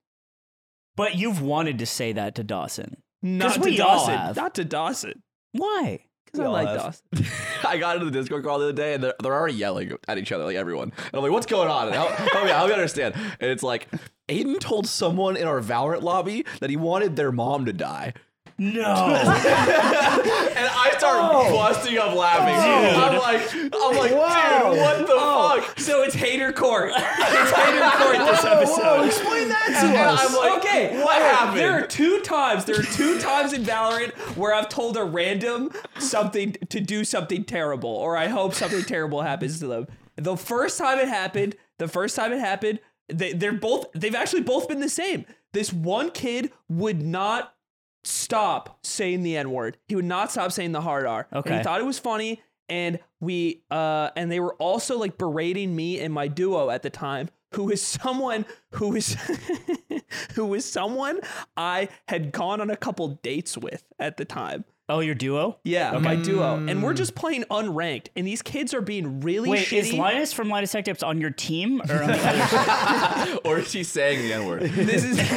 Speaker 2: But you've wanted to say that to Dawson.
Speaker 4: Not
Speaker 2: 'Cause
Speaker 4: to
Speaker 2: we all
Speaker 4: Dawson.
Speaker 2: have.
Speaker 4: Not to Dawson.
Speaker 2: Why?
Speaker 4: Because I
Speaker 3: all
Speaker 4: like
Speaker 3: have.
Speaker 4: Dawson.
Speaker 1: I got into the Discord call the other day, and they're, they're already yelling at each other, like everyone. And I'm like, "What's going on?" And help, help me, help me understand. And it's like, Aiden told someone in our Valorant lobby that he wanted their mom to die,
Speaker 2: No.
Speaker 1: and I start busting up laughing. I'm like, I'm like,
Speaker 3: Wow.
Speaker 1: dude, what the
Speaker 2: Oh.
Speaker 1: fuck?
Speaker 4: So it's hater court. It's hater court this episode.
Speaker 3: Oh. Whoa, explain that to
Speaker 1: And
Speaker 3: us.
Speaker 1: I'm like,
Speaker 4: okay,
Speaker 1: what
Speaker 4: alright,
Speaker 1: happened?
Speaker 4: There are two times. There are two times in Valorant where I've told a random something to do something terrible, or I hope something terrible happens to them. The first time it happened, the first time it happened, they, they're both. They've actually both been the same. This one kid would not stop saying the N word. He would not stop saying the hard R. And
Speaker 2: Okay.
Speaker 4: he thought it was funny. And we uh and they were also like berating me and my duo at the time, who is someone who is who is someone I had gone on a couple dates with at the time.
Speaker 2: oh, your duo?
Speaker 4: Yeah, my duo. And we're just playing unranked, and these kids are being really
Speaker 2: Mm. Wait,
Speaker 4: shitty.
Speaker 2: is Linus from Linus Tech Tips on your team or on the other
Speaker 1: Or is he saying the N word?
Speaker 4: this is
Speaker 2: Or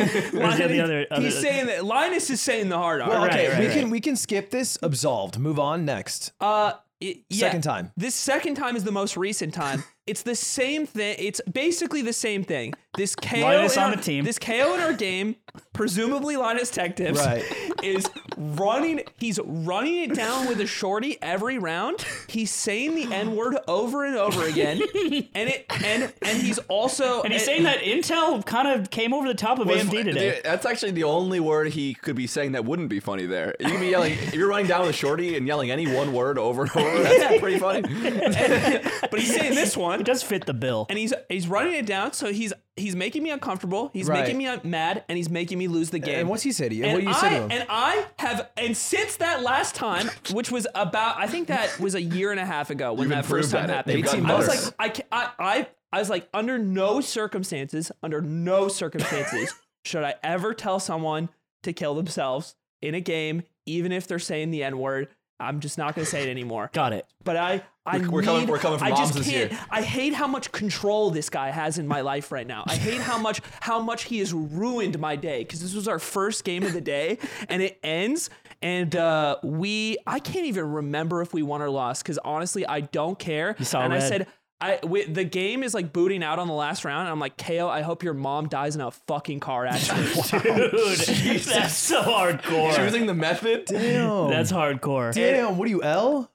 Speaker 2: is that the other- other-
Speaker 4: He's saying that Linus is saying the hard R.
Speaker 3: Well, okay,
Speaker 2: right,
Speaker 3: we
Speaker 2: right.
Speaker 3: can we can skip this. Absolved. Move on next.
Speaker 4: Uh, it, yeah.
Speaker 3: Second time.
Speaker 4: This second time is the most recent time, It's the same thing. It's basically the same thing. This KO
Speaker 2: Linus
Speaker 4: in
Speaker 2: on
Speaker 4: our,
Speaker 2: the team.
Speaker 4: This KO in our game, presumably Linus Tech Tips,
Speaker 3: Right.
Speaker 4: is running. He's running it down with a shorty every round. He's saying the N word over and over again, and it and and he's also
Speaker 2: And he's saying that Intel kind of came over the top of
Speaker 1: Was-
Speaker 2: AMD today.
Speaker 1: the- That's actually the only word he could be saying that wouldn't be funny there. You can be yelling, if you're running down with a shorty and yelling any one word over and over, that's pretty funny.
Speaker 4: but he's saying this one.
Speaker 2: It does fit the bill.
Speaker 4: and he's he's running it down. So he's he's making me uncomfortable. He's
Speaker 3: Right.
Speaker 4: making me un- mad, and he's making me lose the game.
Speaker 3: And what's he say to you?
Speaker 4: And
Speaker 3: what do you
Speaker 4: I,
Speaker 3: say to him?
Speaker 4: And I have, and since that last time, which was about, I think that was a year and a half ago
Speaker 1: You've
Speaker 4: when that
Speaker 1: improved
Speaker 4: first time
Speaker 1: at it.
Speaker 4: happened.
Speaker 1: You've gotten
Speaker 4: I was
Speaker 1: better.
Speaker 4: like, I, ca- I, I, I was like, under no circumstances, under no circumstances should I ever tell someone to kill themselves in a game, even if they're saying the N word. I'm just not going to say it anymore
Speaker 2: Got it.
Speaker 4: but I, I
Speaker 1: We're
Speaker 4: need,
Speaker 1: coming- we're coming from
Speaker 4: I just
Speaker 1: moms this
Speaker 4: can't.
Speaker 1: year.
Speaker 4: I hate how much control this guy has in my life right now. I hate how much how much he has ruined my day because this was our first game of the day and it ends and uh, we I can't even remember if we won or lost because honestly I don't care.
Speaker 2: saw
Speaker 4: and I
Speaker 2: red.
Speaker 4: said. I, wi- the game is like booting out on the last round, and I'm like, KO, I hope your mom dies in a fucking car accident.
Speaker 2: Dude, that's so hardcore.
Speaker 1: Choosing the method?
Speaker 3: Damn.
Speaker 2: That's hardcore.
Speaker 3: Damn, what are you, L?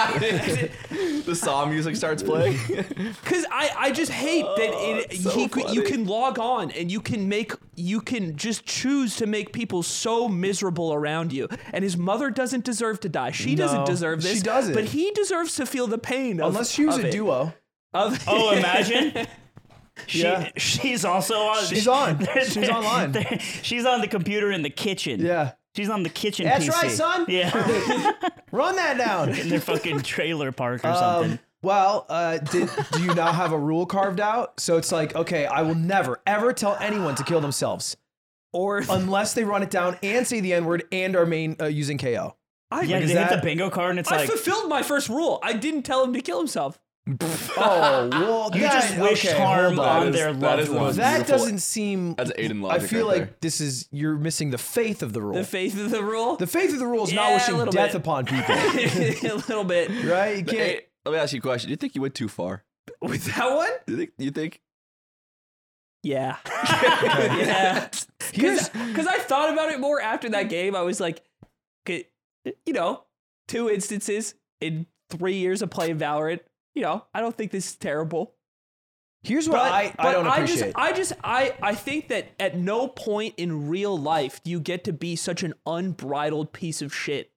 Speaker 1: the saw music starts playing.
Speaker 4: Cause I, I just hate that it,
Speaker 1: Oh, so
Speaker 4: he could, you
Speaker 1: funny.
Speaker 4: can log on and you can make you can just choose to make people so miserable around you. And his mother doesn't deserve to die. She doesn't
Speaker 3: No,
Speaker 4: deserve
Speaker 3: she
Speaker 4: this.
Speaker 3: doesn't.
Speaker 4: But he deserves to feel the pain. Of,
Speaker 3: Unless she was
Speaker 4: of
Speaker 3: a
Speaker 4: it.
Speaker 3: duo.
Speaker 4: Of-
Speaker 2: Oh, imagine. She,
Speaker 3: Yeah.
Speaker 2: She's also on.
Speaker 3: She's on. She's online.
Speaker 2: She's on the computer in the kitchen.
Speaker 3: Yeah.
Speaker 2: She's on the kitchen.
Speaker 3: That's
Speaker 2: PC.
Speaker 3: right, son.
Speaker 2: Yeah.
Speaker 3: Run that down.
Speaker 2: in their fucking trailer park or something.
Speaker 3: Um, well, uh, did, do you now have a rule carved out? So it's like, okay, I will never, ever tell anyone to kill themselves
Speaker 4: or
Speaker 3: unless they run it down and say the N word and are main uh, using KO.
Speaker 4: I,
Speaker 2: Yeah,
Speaker 3: is
Speaker 2: they hit the
Speaker 3: that-
Speaker 2: bingo card and it's
Speaker 4: I
Speaker 2: like
Speaker 4: fulfilled my first rule. I didn't tell him to kill himself.
Speaker 3: Oh, well,
Speaker 2: you
Speaker 3: that,
Speaker 2: just wish
Speaker 3: okay,
Speaker 2: harm
Speaker 3: hold on.
Speaker 2: on
Speaker 1: is-
Speaker 2: their
Speaker 1: that
Speaker 2: loved
Speaker 1: is the
Speaker 2: ones.
Speaker 1: most-
Speaker 3: That
Speaker 1: Beautiful.
Speaker 3: doesn't seem.
Speaker 1: That's Aiden
Speaker 3: I
Speaker 1: logic
Speaker 3: feel
Speaker 1: right
Speaker 3: like
Speaker 1: there.
Speaker 3: this is you're missing the faith of the rule.
Speaker 4: The faith of the rule.
Speaker 3: Oh. The faith of the rule is not
Speaker 4: Yeah, a
Speaker 3: wishing
Speaker 4: little
Speaker 3: death
Speaker 4: bit.
Speaker 3: upon people,
Speaker 4: a little bit
Speaker 3: right? You can't.
Speaker 1: Hey, let me ask you a question. Do you think you went too far?
Speaker 4: with that one.
Speaker 1: Do you think? You think
Speaker 4: Yeah. yeah.
Speaker 3: Here's-
Speaker 4: Because I thought about it more after that game. I was like, 'kay, you know, two instances in three years of playing Valorant. You know, I don't think this is terrible.
Speaker 3: Here's what I, I
Speaker 4: but
Speaker 3: don't appreciate.
Speaker 4: just, I just, I, I think that at no point in real life do you get to be such an unbridled piece of shit.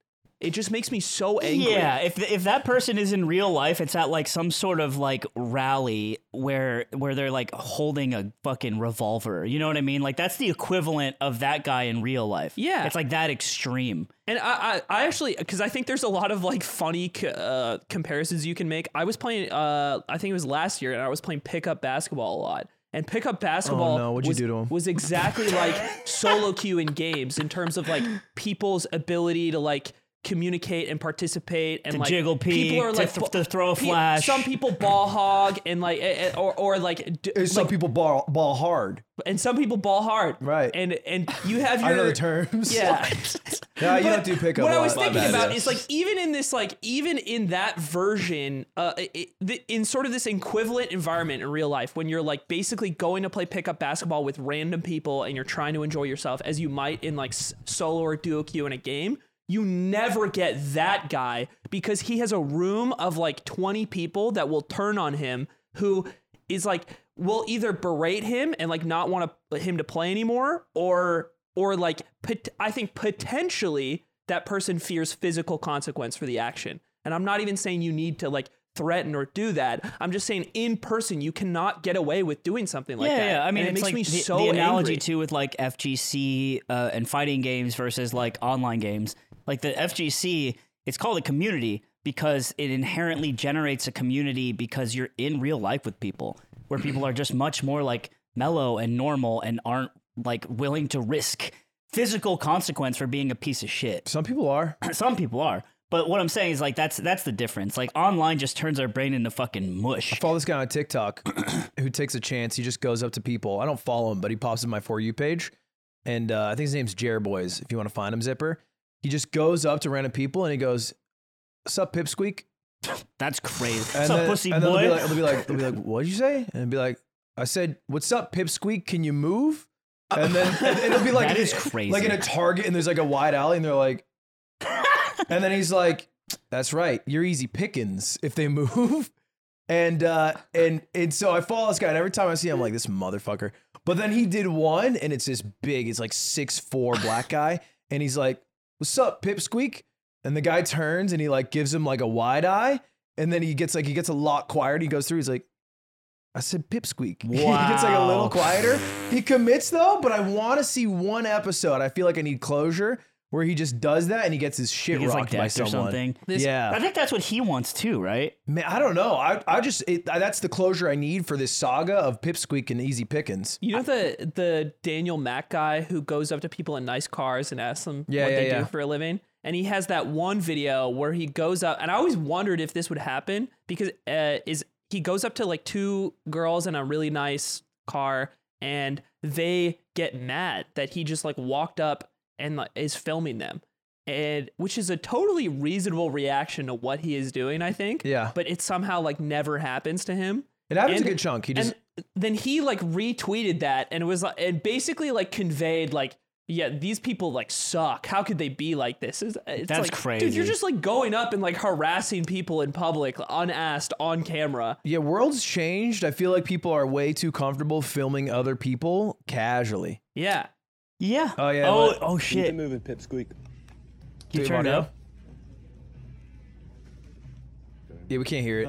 Speaker 4: It just makes me so angry.
Speaker 2: Yeah, if if that person is in real life, it's at like some sort of like rally where where they're like holding a fucking revolver. You know what I mean? Like that's the equivalent of that guy in real life.
Speaker 4: Yeah.
Speaker 2: it's like that extreme.
Speaker 4: And I, I, I actually, because I think there's a lot of like funny c- uh, comparisons you can make. I was playing, uh, I think it was last year, and I was playing pickup basketball a lot. And pickup basketball
Speaker 3: Oh, no, what'd you
Speaker 4: was,
Speaker 3: do to him?
Speaker 4: was exactly like solo queue in games in terms of like people's ability to like communicate and participate and
Speaker 2: To
Speaker 4: like
Speaker 2: jiggle pee,
Speaker 4: people are
Speaker 2: to
Speaker 4: like
Speaker 2: th-
Speaker 4: bu-
Speaker 2: to throw a
Speaker 4: pe-
Speaker 2: flash.
Speaker 4: Some people ball hog and like eh, eh, or or like, d-
Speaker 3: There's some
Speaker 4: like-
Speaker 3: people ball ball hard.
Speaker 4: and some people ball hard
Speaker 3: Right.
Speaker 4: and and you have your
Speaker 3: I know the terms.
Speaker 4: yeah.
Speaker 3: Nah, you
Speaker 4: But
Speaker 3: don't do pickup.
Speaker 4: What I
Speaker 3: line.
Speaker 4: was thinking
Speaker 1: bad.
Speaker 4: about
Speaker 1: Yeah.
Speaker 4: is like even in this like even in that version, uh, i- i- the- in sort of this equivalent environment in real life, when you're like basically going to play pickup basketball with random people and you're trying to enjoy yourself as you might in like s- solo or duo queue in a game. You never get that guy because he has a room of like 20 people that will turn on him who is like will either berate him and like not want to, him to play anymore or or like pot- I think potentially that person fears physical consequence for the action. And I'm not even saying you need to like threaten or do that. I'm just saying in person you cannot get away with doing something like
Speaker 2: yeah,
Speaker 4: that.
Speaker 2: yeah. I mean,
Speaker 4: and it
Speaker 2: it's
Speaker 4: makes
Speaker 2: like
Speaker 4: me
Speaker 2: the,
Speaker 4: so
Speaker 2: the analogy
Speaker 4: angry.
Speaker 2: too with like FGC uh, and fighting games versus like online games. Like the FGC, it's called a community because it inherently generates a community because you're in real life with people where people are just much more like mellow and normal and aren't like willing to risk physical consequence for being a piece of shit.
Speaker 3: Some people are.
Speaker 2: Some people are. But what I'm saying is like that's that's the difference. Like online just turns our brain into fucking mush.
Speaker 3: Follow this guy on TikTok who takes a chance. He just goes up to people. I don't follow him, but he pops in my For You page. And uh, I think his name's Jer Boys, if you want to find him, Zipper. He just goes up to random people and he goes, Sup, Pipsqueak?
Speaker 2: That's crazy.
Speaker 3: And
Speaker 2: What's up,
Speaker 3: then-
Speaker 2: pussy
Speaker 3: and then
Speaker 2: boy?
Speaker 3: They'll be, like, they'll be like, they'll be like, what'd you say? And be like, I said, what's up, Pipsqueak? Can you move? And then and it'll be like,
Speaker 2: Uh, That is crazy.
Speaker 3: like in a Target, and there's like a wide alley, and they're like, and then he's like, that's right, you're easy pickings if they move. And uh, and and so I follow this guy, and every time I see him, I'm like, this motherfucker. But then he did one, and it's this big, it's like six four black guy, and he's like, what's up, Pipsqueak? And the guy turns and he like gives him like a wide eye, and then he gets like he gets a lot quieter. He goes through. He's like, I said pipsqueak. he gets like a little
Speaker 2: Wow.
Speaker 3: quieter. He commits though, but I want to see one episode. I feel like I need closure where he just does that and he gets his shit
Speaker 2: He gets, like,
Speaker 3: rocked by
Speaker 2: decked or
Speaker 3: someone.
Speaker 2: something.
Speaker 4: This-
Speaker 2: I
Speaker 3: yeah,
Speaker 2: think that's what he wants too, right?
Speaker 3: man. I don't know. I I just it, that's the closure I need for this saga of pipsqueak and easy pickings.
Speaker 4: You know the the Daniel Mack guy who goes up to people in nice cars and asks them
Speaker 3: Yeah,
Speaker 4: what
Speaker 3: yeah,
Speaker 4: they
Speaker 3: yeah.
Speaker 4: do for a living, and he has that one video where he goes up, and I always wondered if this would happen because uh, is he goes up to like two girls in a really nice car, and they get mad that he just like walked up and like, is filming them, and which is a totally reasonable reaction to what he is doing, I think.
Speaker 3: Yeah.
Speaker 4: but it somehow like never happens to him
Speaker 3: It happens
Speaker 4: And-
Speaker 3: a good chunk. He just
Speaker 4: and then he like retweeted that and was like and basically like conveyed like yeah these people like suck how could they be like this it's, it's
Speaker 2: That's
Speaker 4: like, dude
Speaker 2: crazy.
Speaker 4: you're just like going up and like harassing people in public unasked on camera
Speaker 3: Yeah, world's changed. I feel like people are way too comfortable filming other people casually.
Speaker 4: yeah
Speaker 2: Yeah.
Speaker 3: Oh, yeah,
Speaker 2: Oh,
Speaker 3: but-
Speaker 2: oh
Speaker 5: Keep it
Speaker 2: shit.
Speaker 5: moving, Pipsqueak.
Speaker 2: Can you
Speaker 3: Dude,
Speaker 2: turn it
Speaker 3: audio.
Speaker 2: up?
Speaker 3: Yeah, we can't hear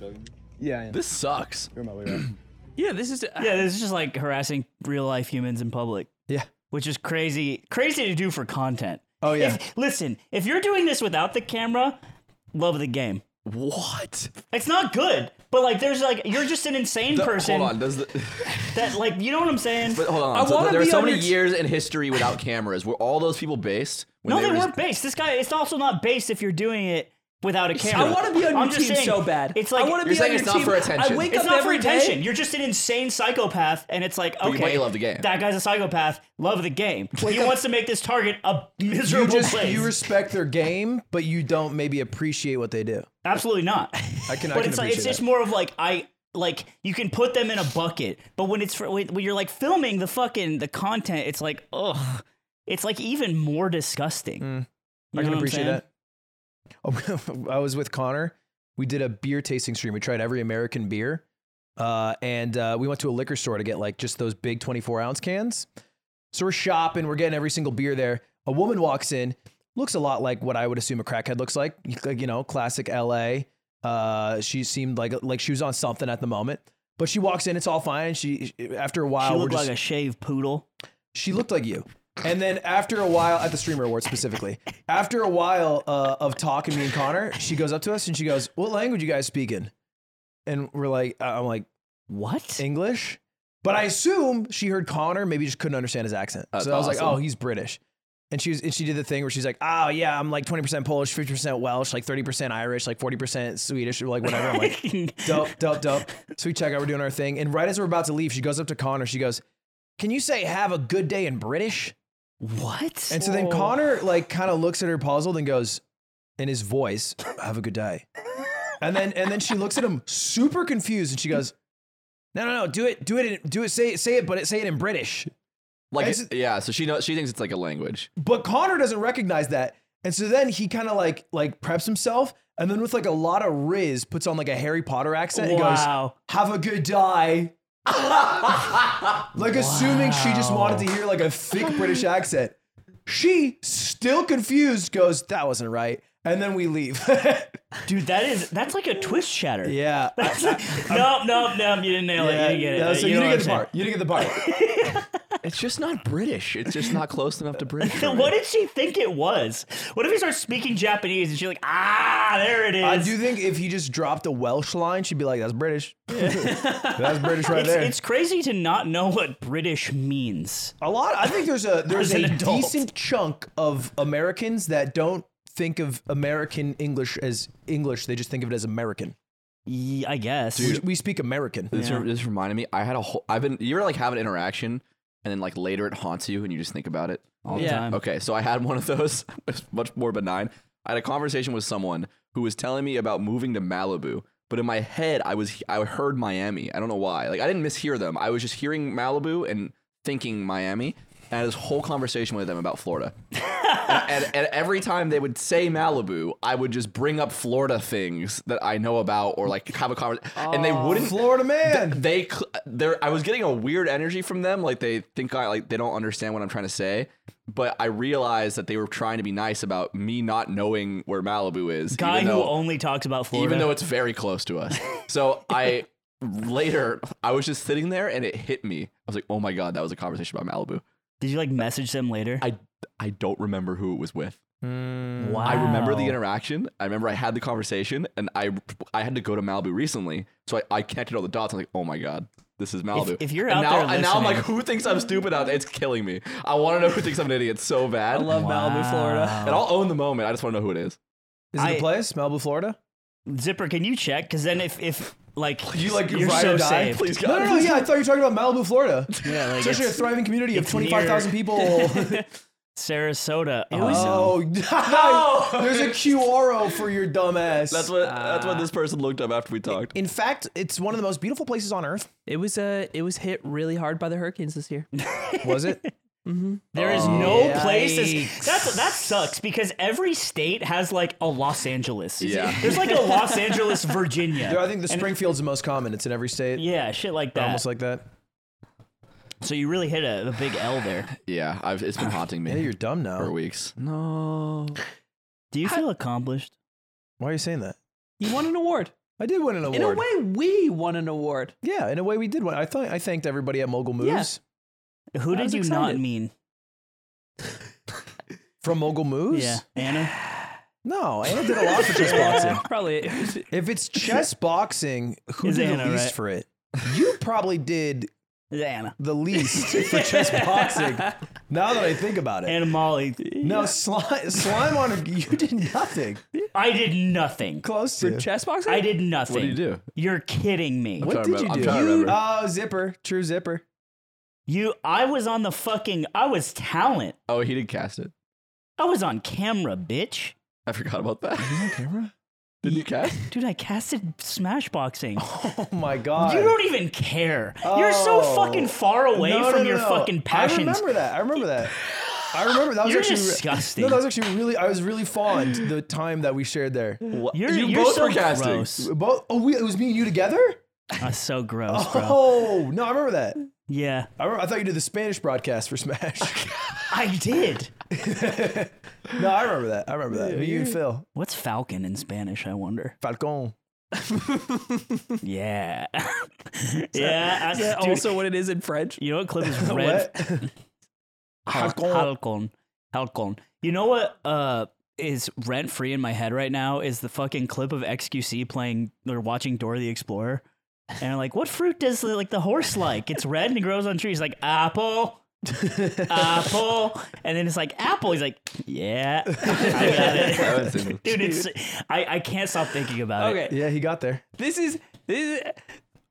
Speaker 3: it.
Speaker 5: Yeah, I am.
Speaker 1: This sucks.
Speaker 5: You're my way around.
Speaker 4: yeah this is
Speaker 2: Yeah, this is uh, just like harassing real life humans in public,
Speaker 3: Yeah.
Speaker 2: which is crazy, crazy to do for content.
Speaker 3: Oh yeah.
Speaker 2: If, listen, if you're doing this without the camera, love the game.
Speaker 1: What?
Speaker 2: It's not good, but like, there's like, you're just an insane
Speaker 1: The-
Speaker 2: person
Speaker 1: Hold on. Does the
Speaker 2: that, like, you know what I'm saying?
Speaker 1: but oh, hold on?
Speaker 4: I
Speaker 1: so
Speaker 4: wanna
Speaker 1: there are
Speaker 4: be
Speaker 1: so
Speaker 4: on
Speaker 1: many
Speaker 4: your-
Speaker 1: years in history without cameras. Were all those people based? when
Speaker 2: no, they,
Speaker 1: were just-
Speaker 2: weren't based. This guy, it's also not based if you're doing it without a camera.
Speaker 4: I want to be on your
Speaker 2: I'm just
Speaker 4: team
Speaker 2: saying,
Speaker 4: so bad.
Speaker 2: It's like
Speaker 4: I want to
Speaker 1: You're
Speaker 4: be
Speaker 1: saying
Speaker 4: on your
Speaker 1: it's not
Speaker 4: team.
Speaker 1: for attention.
Speaker 4: I wake
Speaker 2: It's
Speaker 4: up
Speaker 2: not for
Speaker 4: every day-
Speaker 2: attention. You're just an insane psychopath, and it's like,
Speaker 1: you
Speaker 2: okay,
Speaker 1: might love the game.
Speaker 2: That guy's a psychopath. Love the game. he wants to make this target a
Speaker 3: You
Speaker 2: miserable
Speaker 3: just
Speaker 2: place.
Speaker 3: you respect their game, but you don't maybe appreciate what they do.
Speaker 2: Absolutely not.
Speaker 3: I can.
Speaker 2: but it's
Speaker 3: I can
Speaker 2: like, it's
Speaker 3: appreciate
Speaker 2: just
Speaker 3: that.
Speaker 2: more of like I like you can put them in a bucket, but when it's for, when when you're like filming the fucking the content, it's like ugh, it's like even more disgusting. You
Speaker 3: Mm. I
Speaker 2: know
Speaker 3: can
Speaker 2: what I'm
Speaker 3: appreciate
Speaker 2: saying?
Speaker 3: that. Oh, I was with Connor. We did a beer tasting stream. We tried every American beer, uh, and uh, we went to a liquor store to get like just those big twenty-four ounce cans. So we're shopping. We're getting every single beer there. A woman walks in, looks a lot like what I would assume a crackhead looks like. Like you know, classic LA. Uh, she seemed like like she was on something at the moment. But she walks in, it's all fine. And she after a while,
Speaker 2: She
Speaker 3: Uh, we're
Speaker 2: looked
Speaker 3: just,
Speaker 2: like a shaved poodle.
Speaker 3: she looked like you. And then after a while, at the streamer awards specifically, after a while uh, of talking, me and Connor, she goes up to us and she goes, "What language you guys speaking?" And we're like, I- "I'm like
Speaker 2: What?
Speaker 3: English," but I assume she heard Connor, maybe just couldn't understand his accent.
Speaker 1: That's
Speaker 3: so I was like,
Speaker 1: awesome.
Speaker 3: "Oh, he's British." And she was, and she did the thing where she's like, "Oh yeah, I'm like 20% Polish, 50% Welsh, like 30% Irish, like 40% Swedish, or like whatever." I'm like, dope, dope, dope. So we check out, we're doing our thing. And right as we're about to leave, she goes up to Connor. She goes, Can you say have a good day in British?
Speaker 2: what? Oh,
Speaker 3: And so then Connor like kind of looks at her puzzled and goes, in his voice, have a good day. And then and then she looks at him super confused and she goes, No, no, no, do it, do it, in- do it, say it, say it, but it, say it in British.
Speaker 1: Like
Speaker 3: It's-
Speaker 1: yeah, so she knows she thinks it's like a language.
Speaker 3: But Connor doesn't recognize that. And so then he kind of like like preps himself and then with like a lot of riz puts on like a Harry Potter accent and goes,
Speaker 2: wow.
Speaker 3: have a good day. like assuming she just wanted to hear like a thick British accent. She still confused goes, that wasn't right. And then we leave.
Speaker 2: Dude, that is that's like a twist shatter.
Speaker 3: yeah. I-
Speaker 2: nope, nope, nope. You didn't nail
Speaker 3: yeah,
Speaker 2: it. You didn't get
Speaker 3: yeah,
Speaker 2: it.
Speaker 3: so
Speaker 2: you
Speaker 3: you
Speaker 2: know
Speaker 3: didn't
Speaker 2: what
Speaker 3: get the
Speaker 2: I'm
Speaker 3: part. You didn't get the part.
Speaker 1: It's just not British. It's just not close enough to British. for
Speaker 2: saying.
Speaker 1: me.
Speaker 2: What did she think it was? What if he starts speaking Japanese and she's like, ah, there it is.
Speaker 3: I do think if he just dropped a Welsh line, she'd be like, that's British. that's British right
Speaker 2: it's,
Speaker 3: there.
Speaker 2: it's crazy to not know what British means.
Speaker 3: a lot. I think there's a there's
Speaker 2: As an
Speaker 3: a
Speaker 2: adult.
Speaker 3: decent chunk of Americans that don't think of American English as English. They just think of it as American.
Speaker 2: Ye- I guess.
Speaker 3: We- we speak American.
Speaker 1: This, re- this reminded me. I had a whole. I've been. You ever like have an interaction, and then like later it haunts you, and you just think about it.
Speaker 2: All the
Speaker 4: Yeah.
Speaker 2: time.
Speaker 1: Okay, so I had one of those. It's much more benign. I had a conversation with someone who was telling me about moving to Malibu. But in my head, I was I heard Miami. I don't know why. Like I didn't mishear them. I was just hearing Malibu and thinking Miami. And I had this whole conversation with them about Florida. and, and every time they would say Malibu, I would just bring up Florida things that I know about or like have a conversation. And they wouldn't
Speaker 3: Florida man.
Speaker 1: they cl- there i was getting a weird energy from them like they think i like they don't understand what i'm trying to say but i realized that they were trying to be nice about me not knowing where malibu is
Speaker 2: Guy
Speaker 1: even
Speaker 2: who
Speaker 1: though,
Speaker 2: only talks about Florida.
Speaker 1: even though it's very close to us so i later i was just sitting there and it hit me i was like oh my god that was a conversation about malibu
Speaker 2: Did you like message them later?
Speaker 1: i i don't remember who it was with
Speaker 2: wow.
Speaker 1: I remember the interaction. I remember I had the conversation, and I I had to go to Malibu recently, so I, I connected all the dots. I'm like, oh my god, this is Malibu.
Speaker 2: if you're
Speaker 1: and
Speaker 2: out
Speaker 1: now,
Speaker 2: there
Speaker 1: and now I'm like,
Speaker 2: listening-
Speaker 1: who thinks I'm stupid out there? It's killing me. I want to know who thinks I'm an idiot so bad.
Speaker 4: I love Malibu, Florida.
Speaker 1: and I'll own the moment. I just want to know who it is.
Speaker 3: Is it a
Speaker 2: I-
Speaker 3: place? Malibu, Florida?
Speaker 2: Zipper, can you check? Because then if if like
Speaker 1: You like
Speaker 2: you're
Speaker 1: ride
Speaker 2: so
Speaker 1: or die?
Speaker 2: saved.
Speaker 1: Please
Speaker 3: No,
Speaker 1: God.
Speaker 3: no, no. Yeah, I thought you were talking about Malibu, Florida.
Speaker 2: Yeah, like
Speaker 3: It's actually a
Speaker 2: it's
Speaker 3: thriving community of
Speaker 2: it's near-
Speaker 3: 25,000 people.
Speaker 2: Sarasota.
Speaker 3: oh, no. There's a QRO for your dumbass.
Speaker 1: That's what that's
Speaker 2: Uh,
Speaker 1: what this person looked up after we talked.
Speaker 3: In fact, it's one of the most beautiful places on earth.
Speaker 4: It was uh, it was hit really hard by the hurricanes this year.
Speaker 3: Was it?
Speaker 2: There
Speaker 1: Oh,
Speaker 2: is no
Speaker 3: Yikes.
Speaker 2: place. That's, that's that sucks because every state has like a Los Angeles.
Speaker 1: Yeah.
Speaker 2: there's like a Los Angeles, Virginia.
Speaker 3: I think the Springfield's the most common. It's in every state.
Speaker 2: yeah, shit like that.
Speaker 3: Almost like that.
Speaker 2: so you really hit a, a big L there.
Speaker 1: Yeah, I've, it's been haunting
Speaker 3: Hey, you're
Speaker 1: me
Speaker 3: dumb
Speaker 1: for
Speaker 3: now.
Speaker 1: weeks.
Speaker 2: Oh.
Speaker 4: No,
Speaker 2: Do you feel accomplished?
Speaker 3: Why are you saying that?
Speaker 4: you won an award.
Speaker 3: I did win an award.
Speaker 4: In a way, we won an award.
Speaker 3: Yeah, in a way we did win. I thought I thanked everybody at Mogul Moves.
Speaker 2: Who did
Speaker 4: was
Speaker 2: you not
Speaker 4: excited.
Speaker 2: mean?
Speaker 3: From Mogul Moves?
Speaker 2: Yeah, Anna.
Speaker 3: No, Anna did a lot for chess boxing.
Speaker 4: Probably.
Speaker 3: If it's chess boxing, who
Speaker 2: It's
Speaker 3: did
Speaker 2: Anna,
Speaker 3: the least
Speaker 2: right?
Speaker 3: for it? You probably did
Speaker 2: It's Anna.
Speaker 3: the least for chess boxing. Now that I think about it.
Speaker 2: Anna Molly.
Speaker 3: no, slime, slime on her, you did nothing.
Speaker 2: I did nothing.
Speaker 3: Close to.
Speaker 4: Chess boxing?
Speaker 2: I did nothing.
Speaker 1: What do you do?
Speaker 2: You're kidding me.
Speaker 1: trying
Speaker 3: what
Speaker 1: to
Speaker 3: did you
Speaker 1: remember- I'm
Speaker 3: do?
Speaker 1: trying to
Speaker 3: You-
Speaker 1: remember.
Speaker 3: oh, zipper, true zipper.
Speaker 2: You, I was on the fucking, I was talent.
Speaker 1: Oh, he did cast it.
Speaker 2: I was on camera, bitch.
Speaker 1: I forgot about that. Did you cast?
Speaker 2: Dude, I casted Smashboxing.
Speaker 3: Oh my god.
Speaker 2: You don't even care. You're so
Speaker 3: Oh.
Speaker 2: fucking far away
Speaker 3: No, no,
Speaker 2: from
Speaker 3: no,
Speaker 2: your
Speaker 3: no.
Speaker 2: fucking
Speaker 3: I
Speaker 2: passions.
Speaker 3: remember that. I remember that. I remember that was
Speaker 2: You're
Speaker 3: actually re-
Speaker 2: disgusting.
Speaker 3: No, that was actually really. I was really fond the time that we shared there.
Speaker 1: What?
Speaker 2: You're,
Speaker 1: you
Speaker 2: you
Speaker 1: both
Speaker 2: so
Speaker 1: were casting.
Speaker 2: gross.
Speaker 3: Both. Oh, we, it was me and you together.
Speaker 2: That's so gross, bro.
Speaker 3: Oh no, I remember that.
Speaker 2: Yeah,
Speaker 3: I, remember, I thought you did the Spanish broadcast for Smash.
Speaker 2: I did.
Speaker 3: no, I remember that. I remember that. Me, you and Phil
Speaker 2: What's falcon in Spanish? I wonder.
Speaker 3: Falcon.
Speaker 2: Yeah, yeah. I,
Speaker 4: Is that
Speaker 2: dude,
Speaker 4: also what it is in French.
Speaker 2: you know what clip is red?
Speaker 3: What? Falcon.
Speaker 2: Halcon. Halcon. You know what uh is rent free in my head right now is the fucking clip of XQC playing or watching Dora the Explorer. And I'm like, what fruit does the, like the horse like? It's red and it grows on trees. Like apple, apple, and then it's like apple. He's like, yeah, I
Speaker 1: I
Speaker 2: got
Speaker 1: haven't seen
Speaker 2: it, dude. It's I, I can't stop thinking about it.
Speaker 4: Okay.
Speaker 3: Yeah, he got there.
Speaker 4: This is this is-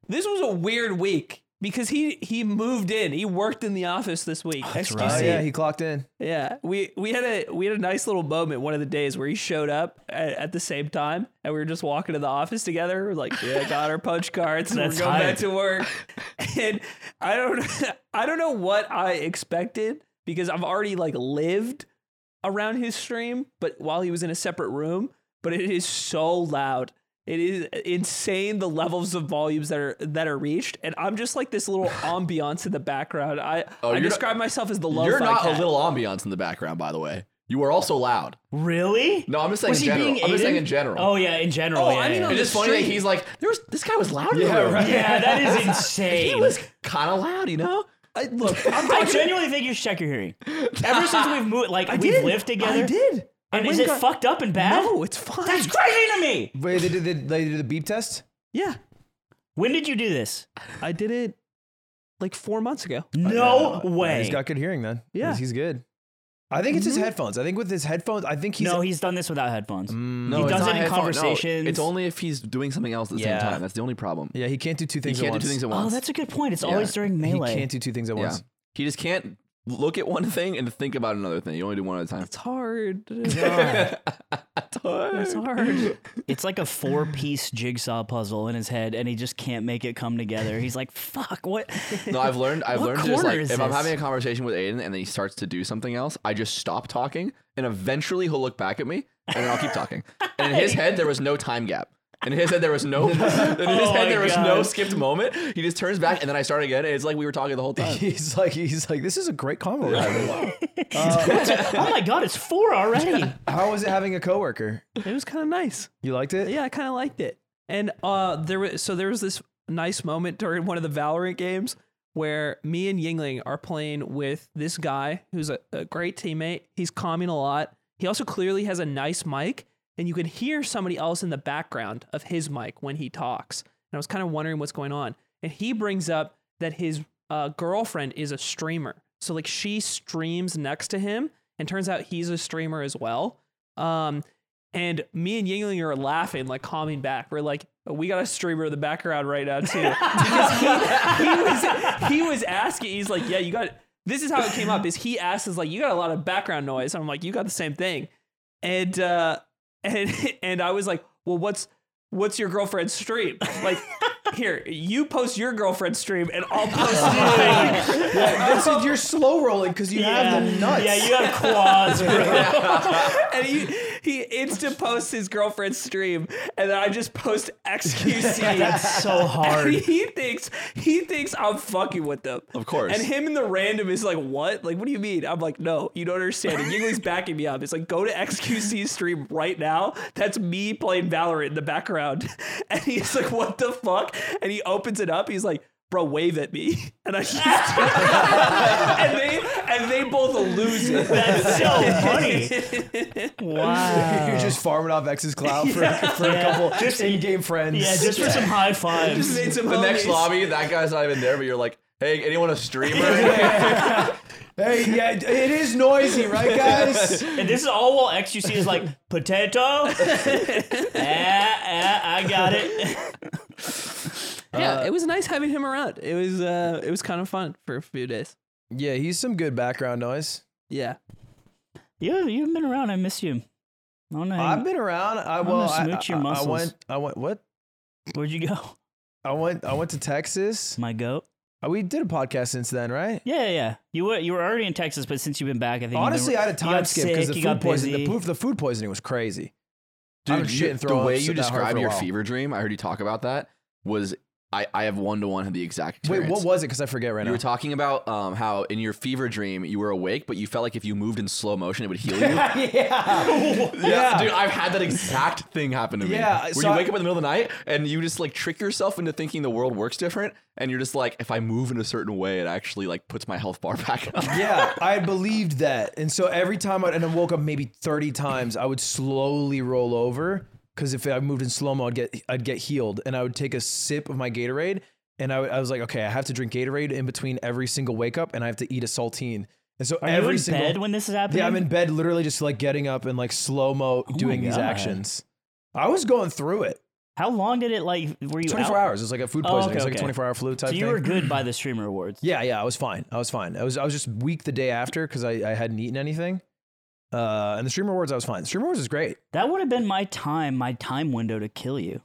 Speaker 4: this was a weird week because he he moved in. He worked in the office this week.
Speaker 2: that's
Speaker 3: Oh
Speaker 2: I
Speaker 4: XQC.
Speaker 2: see. right.
Speaker 3: yeah, he clocked in.
Speaker 4: Yeah, we we had a we had a nice little moment one of the days where he showed up at, at the same time, and we were just walking to the office together. We're like, yeah, got our punch cards, and we're
Speaker 2: That's
Speaker 4: going
Speaker 2: hype.
Speaker 4: back to work. And I don't I don't know what I expected because I've already like lived around his stream, but while he was in a separate room, but it is so loud. It is insane the levels of volumes that are that are reached, and I'm just like this little ambiance in the background. I
Speaker 1: Oh,
Speaker 4: I
Speaker 1: you're not-
Speaker 4: describe myself as the lo-fi
Speaker 1: You're not
Speaker 4: cat.
Speaker 1: a little ambiance in the background, by the way. You are also loud.
Speaker 2: Really?
Speaker 1: No, I'm just saying
Speaker 2: Was
Speaker 1: in
Speaker 2: he
Speaker 1: general.
Speaker 2: being
Speaker 1: I'm just saying
Speaker 2: Aiden?
Speaker 1: in general.
Speaker 2: Oh yeah, in general.
Speaker 4: Oh,
Speaker 2: yeah,
Speaker 4: I mean,
Speaker 2: yeah.
Speaker 4: on
Speaker 1: It's just
Speaker 4: the
Speaker 1: funny that
Speaker 4: street.
Speaker 1: he's like, there was this guy was loud. in the
Speaker 3: Yeah,
Speaker 1: room.
Speaker 3: right.
Speaker 2: yeah, that is insane.
Speaker 1: He was kind of loud, you know.
Speaker 4: I, look, I'm
Speaker 2: I
Speaker 4: talking-
Speaker 2: genuinely think you should check your hearing. Ever since we've moved, like we've
Speaker 4: did.
Speaker 2: lived together,
Speaker 4: I did. I
Speaker 2: And is
Speaker 4: went
Speaker 2: it
Speaker 4: got-
Speaker 2: fucked up and bad?
Speaker 4: No, it's fine.
Speaker 2: That's crazy to me.
Speaker 3: Wait, they did, the they did the beep test.
Speaker 4: yeah,
Speaker 2: When did you do this?
Speaker 4: I did it like four months ago.
Speaker 2: No way.
Speaker 3: He's got good hearing then.
Speaker 4: Yeah.
Speaker 3: He's- he's good. I think it's his headphones. I think with his headphones, I think he's
Speaker 2: no, he's done this without headphones.
Speaker 1: No,
Speaker 2: He
Speaker 1: it's
Speaker 2: does
Speaker 1: not
Speaker 2: it in
Speaker 1: his fault. No,
Speaker 2: conversations.
Speaker 1: it's only if he's doing something else at the
Speaker 3: Yeah.
Speaker 1: same time. That's the only problem.
Speaker 3: Yeah, he can't do two
Speaker 1: He
Speaker 3: things
Speaker 1: can't
Speaker 3: at
Speaker 1: do
Speaker 3: once. Oh,
Speaker 1: two things at
Speaker 2: oh,
Speaker 1: once.
Speaker 2: that's a good point. It's always during
Speaker 3: He
Speaker 2: melee.
Speaker 3: can't do two things at
Speaker 1: yeah.
Speaker 3: once.
Speaker 1: He just can't look at one thing and think about another thing. You only do one at a time.
Speaker 4: It's hard.
Speaker 1: It's hard.
Speaker 4: It's hard.
Speaker 2: It's like a four piece jigsaw puzzle in his head, and he just can't make it come together. He's like, fuck, what?
Speaker 1: No, I've learned. I've
Speaker 2: What
Speaker 1: learned to just
Speaker 2: corner
Speaker 1: like if
Speaker 2: is
Speaker 1: I'm
Speaker 2: this?
Speaker 1: having a conversation with Aiden and then he starts to do something else, I just stop talking and eventually he'll look back at me and then I'll keep talking. And in his head, there was no time gap. In his head, there was no. In his
Speaker 2: my
Speaker 1: head, there was no
Speaker 2: God.
Speaker 1: skipped moment. He just turns back and then I start again. And it's like we were talking the whole time.
Speaker 3: He's like, he's like, this is a great combo. we're having."
Speaker 2: oh my god, it's four already.
Speaker 3: How was it having a coworker?
Speaker 4: It was kind of nice.
Speaker 3: You liked it?
Speaker 4: Yeah, I kind of liked it. And uh, there was so there was this nice moment during one of the Valorant games where me and Yingling are playing with this guy who's a, a great teammate. He's calming a lot. He also clearly has a nice mic, and you can hear somebody else in the background of his mic when he talks. And I was kind of wondering what's going on. And he brings up that his uh, girlfriend is a streamer. So like she streams next to him, and turns out he's a streamer as well. Um, and me and Yingling are laughing, like calming back. We're like, "Oh, we got a streamer in the background right now too. because he, he was he was asking, he's like, Yeah, you got this is how it came up, is he asked us like, you got a lot of background noise. And I'm like, you got the same thing. And uh and and I was like, Well, what's what's your girlfriend's stream? Like Here, you post your girlfriend's stream, and I'll post your thing.
Speaker 3: Yeah, this is, you're slow rolling because you have the nuts.
Speaker 2: Yeah, you have claws, bro.
Speaker 4: and he he insta posts his girlfriend's stream, and then I just post XQC.
Speaker 2: That's so hard.
Speaker 4: he thinks he thinks I'm fucking with them.
Speaker 1: Of course.
Speaker 4: And him in the random is like, what? Like, what do you mean? I'm like, no, you don't understand. And Yingling's backing me up. It's like, go to XQC stream right now. That's me playing Valorant in the background. And he's like, what the fuck? And he opens it up. He's like, bro, wave at me. And I just and they and they both lose it.
Speaker 2: That's so funny. Wow.
Speaker 1: Oh.
Speaker 3: You're just farming off X's cloud for, for a couple in-game friends.
Speaker 2: Yeah, just for some high fives.
Speaker 4: Made some
Speaker 1: the next
Speaker 4: homies.
Speaker 1: lobby, that guy's not even there, but you're like, hey, anyone a streamer?
Speaker 3: hey, yeah, it it is noisy, right, guys?
Speaker 2: And this is all while XQC is like, potato? ah, ah, I got it.
Speaker 4: Yeah,
Speaker 1: Uh,
Speaker 4: it was nice having him around. It was uh, it was kind of fun for a few days.
Speaker 3: yeah, he's some good background noise.
Speaker 4: Yeah,
Speaker 2: Yeah, you haven't been around. I miss you. Oh, no.
Speaker 3: I've been around. I
Speaker 2: gonna
Speaker 3: well, I,
Speaker 2: smooch your
Speaker 3: I- I
Speaker 2: muscles.
Speaker 3: went. I went. What?
Speaker 2: Where'd you go?
Speaker 3: I went. I went to Texas.
Speaker 2: My goat.
Speaker 3: Uh, We did a podcast since then, right?
Speaker 2: Yeah, yeah, yeah. Mm. You were you were already in Texas, but since you've been back, I think
Speaker 3: Honestly,
Speaker 2: you've
Speaker 3: I
Speaker 2: been,
Speaker 3: had a
Speaker 2: you
Speaker 3: time
Speaker 2: got
Speaker 3: skip because
Speaker 2: sick,
Speaker 3: the
Speaker 2: you got
Speaker 3: food poisoning. The
Speaker 2: busy.
Speaker 3: food, the food poisoning was crazy. I
Speaker 1: Dude,
Speaker 3: was
Speaker 1: you-
Speaker 3: shitting
Speaker 1: the
Speaker 3: throw
Speaker 1: way
Speaker 3: ups
Speaker 1: you
Speaker 3: at that hurt
Speaker 1: describe
Speaker 3: for a
Speaker 1: your
Speaker 3: while.
Speaker 1: fever dream, I heard you talk about that, was I, I have one to one had the exact experience.
Speaker 3: Wait, what was it? Because I forget right
Speaker 1: You
Speaker 3: now.
Speaker 1: were talking about um, how in your fever dream you were awake, but you felt like if you moved in slow motion, it would heal you. yeah. dude, I've had that exact thing happen to me.
Speaker 3: Yeah,
Speaker 1: where
Speaker 3: so
Speaker 1: you
Speaker 3: I-
Speaker 1: wake up in the middle of the night and you just like trick yourself into thinking the world works different, and you're just like, if I move in a certain way, it actually like puts my health bar back up.
Speaker 3: yeah, I believed that. And so every time I and I woke up maybe 30 times, I would slowly roll over because if I moved in slow mo, I'd get I'd get healed. And I would take a sip of my Gatorade, and I, would, I was like, okay, I have to drink Gatorade in between every single wake up, and I have to eat a saltine. And so
Speaker 2: Are you
Speaker 3: every
Speaker 2: in
Speaker 3: single
Speaker 2: bed when this is happening?
Speaker 3: yeah, I'm in bed, literally just like getting up and like slow mo doing these
Speaker 2: Oh God.
Speaker 3: actions. I was going through it.
Speaker 2: How long did it like? Were you
Speaker 3: 24
Speaker 2: out?
Speaker 3: hours. It was like a food
Speaker 2: Oh,
Speaker 3: poisoning.
Speaker 2: okay,
Speaker 3: it was like
Speaker 2: okay.
Speaker 3: a 24 hour flu type
Speaker 2: So you
Speaker 3: thing.
Speaker 2: were good by the streamer awards.
Speaker 3: Yeah, yeah, I was fine. I was fine. I was I was just weak the day after because I, I hadn't eaten anything. Uh, and the stream rewards, I was fine. Stream rewards is great.
Speaker 2: That would have been my time, my time window to kill you.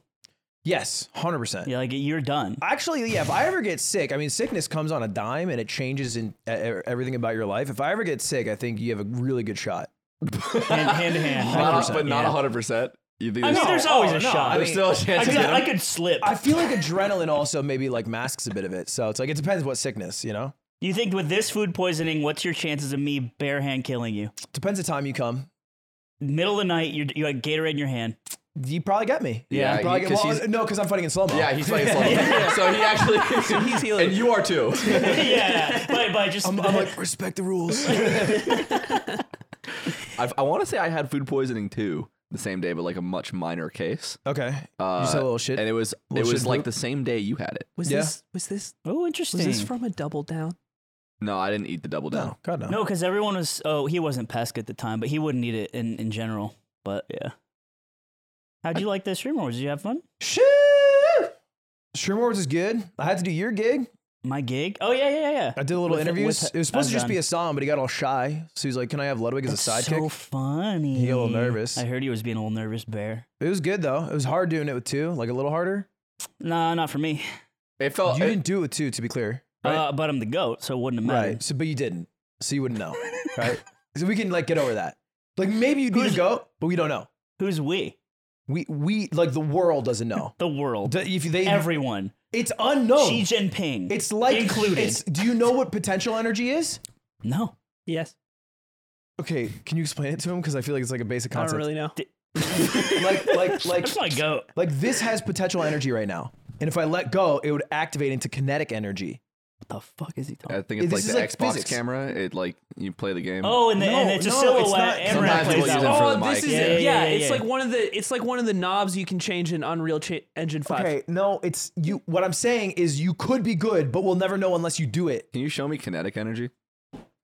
Speaker 3: Yes, hundred percent.
Speaker 2: Yeah, like you're done.
Speaker 3: Actually, yeah. If I ever get sick, I mean, sickness comes on a dime, and it changes in e- e- everything about your life. If I ever get sick, I think you have a really good shot.
Speaker 2: hand, hand to hand.
Speaker 1: Not a- but not
Speaker 2: yeah.
Speaker 1: hundred percent. You think
Speaker 2: I mean,
Speaker 1: there's-
Speaker 2: there's always a
Speaker 3: no,
Speaker 2: shot.
Speaker 3: I
Speaker 1: there's
Speaker 3: mean,
Speaker 1: still a
Speaker 2: I,
Speaker 1: chance.
Speaker 2: could,
Speaker 1: you get
Speaker 2: I
Speaker 1: 'em.
Speaker 2: could slip.
Speaker 3: I feel like adrenaline also maybe like masks a bit of it. So it's like it depends what sickness, you know.
Speaker 2: you think with this food poisoning, what's your chances of me bare hand killing you?
Speaker 3: Depends the time you come.
Speaker 2: Middle of the night, you're, you got Gatorade in your hand.
Speaker 3: You probably get me.
Speaker 1: Yeah,
Speaker 3: You probably
Speaker 1: he-
Speaker 3: get,
Speaker 1: 'cause
Speaker 3: well,
Speaker 1: he's-
Speaker 3: no, because I'm fighting in slow mo.
Speaker 1: Yeah, he's playing slow. So he actually,
Speaker 4: he's healing.
Speaker 1: and you are too.
Speaker 2: yeah, but, but just
Speaker 3: I'm, I'm like respect the rules.
Speaker 1: I've, I want to say I had food poisoning too the same day, but like a much minor case.
Speaker 3: okay,
Speaker 1: Uh,
Speaker 3: you just had a little shit.
Speaker 1: and it was it
Speaker 3: Little
Speaker 1: was
Speaker 3: shit
Speaker 1: like
Speaker 3: poop?
Speaker 1: the same day you had it.
Speaker 4: was
Speaker 3: Yeah.
Speaker 4: this was this
Speaker 2: oh, interesting.
Speaker 4: was this from a double down?
Speaker 1: No, I didn't eat the double down.
Speaker 3: no, God no.
Speaker 2: no, because everyone was. Oh, he wasn't pesky at the time, but he wouldn't eat it in, in general. But yeah. How'd you like the streamer? Did you have fun?
Speaker 3: Shoo! Stream Awards is good. I had to do your gig.
Speaker 2: My gig? Oh yeah, yeah, yeah.
Speaker 3: I did a little
Speaker 2: With-
Speaker 3: interviews.
Speaker 2: with-
Speaker 3: it was supposed to
Speaker 2: I've
Speaker 3: just be
Speaker 2: done.
Speaker 3: a song, but he got all shy. So he's like, "Can I have Ludwig as a sidekick?"
Speaker 2: So funny.
Speaker 3: He a little nervous.
Speaker 2: I heard he was being a little nervous, Bear.
Speaker 3: It was good though. It was hard doing it with two, like a little harder.
Speaker 2: Nah, not for me.
Speaker 1: It felt
Speaker 2: Oh,
Speaker 3: you
Speaker 1: it-
Speaker 3: didn't do it with two, to be clear, right?
Speaker 2: Uh, but I'm the goat, so it wouldn't have mattered.
Speaker 3: right. So, but you didn't. So you wouldn't know, right? so we can like get over that. Like maybe you'd be the goat, but we don't know.
Speaker 2: Who's we?
Speaker 3: We we like the world doesn't know.
Speaker 2: The world.
Speaker 3: D- If they,
Speaker 2: Everyone.
Speaker 3: it's unknown.
Speaker 2: Xi Jinping.
Speaker 3: it's like
Speaker 2: included.
Speaker 3: It's, do you know what potential energy is?
Speaker 2: no.
Speaker 4: Yes.
Speaker 3: Okay, can you explain it to him? Because I feel like it's like a basic
Speaker 4: I don't
Speaker 3: concept.
Speaker 4: really know.
Speaker 3: like like like
Speaker 2: That's my goat.
Speaker 3: like this has potential energy right now, and if I let go, it would activate into kinetic energy.
Speaker 2: What the fuck is he talking?
Speaker 1: I think it's
Speaker 3: This
Speaker 1: like
Speaker 3: is
Speaker 1: the
Speaker 3: like
Speaker 1: Xbox
Speaker 3: physics.
Speaker 1: camera. It like you play the game.
Speaker 2: Oh, and, the, and
Speaker 3: No,
Speaker 2: it's a
Speaker 3: no, it's
Speaker 2: silhouette.
Speaker 3: not-
Speaker 2: Amran
Speaker 1: Sometimes
Speaker 2: plays
Speaker 1: we'll
Speaker 2: that
Speaker 1: use it
Speaker 2: one.
Speaker 1: for the
Speaker 4: Oh,
Speaker 1: mic.
Speaker 4: this is
Speaker 2: Yeah,
Speaker 4: yeah,
Speaker 2: yeah, yeah,
Speaker 4: It's
Speaker 2: yeah.
Speaker 4: like one of the it's like one of the knobs you can change in Unreal Cha- Engine Five.
Speaker 3: Okay, no, it's you. What I'm saying is you could be good, but we'll never know unless you do it.
Speaker 1: Can you show me kinetic energy,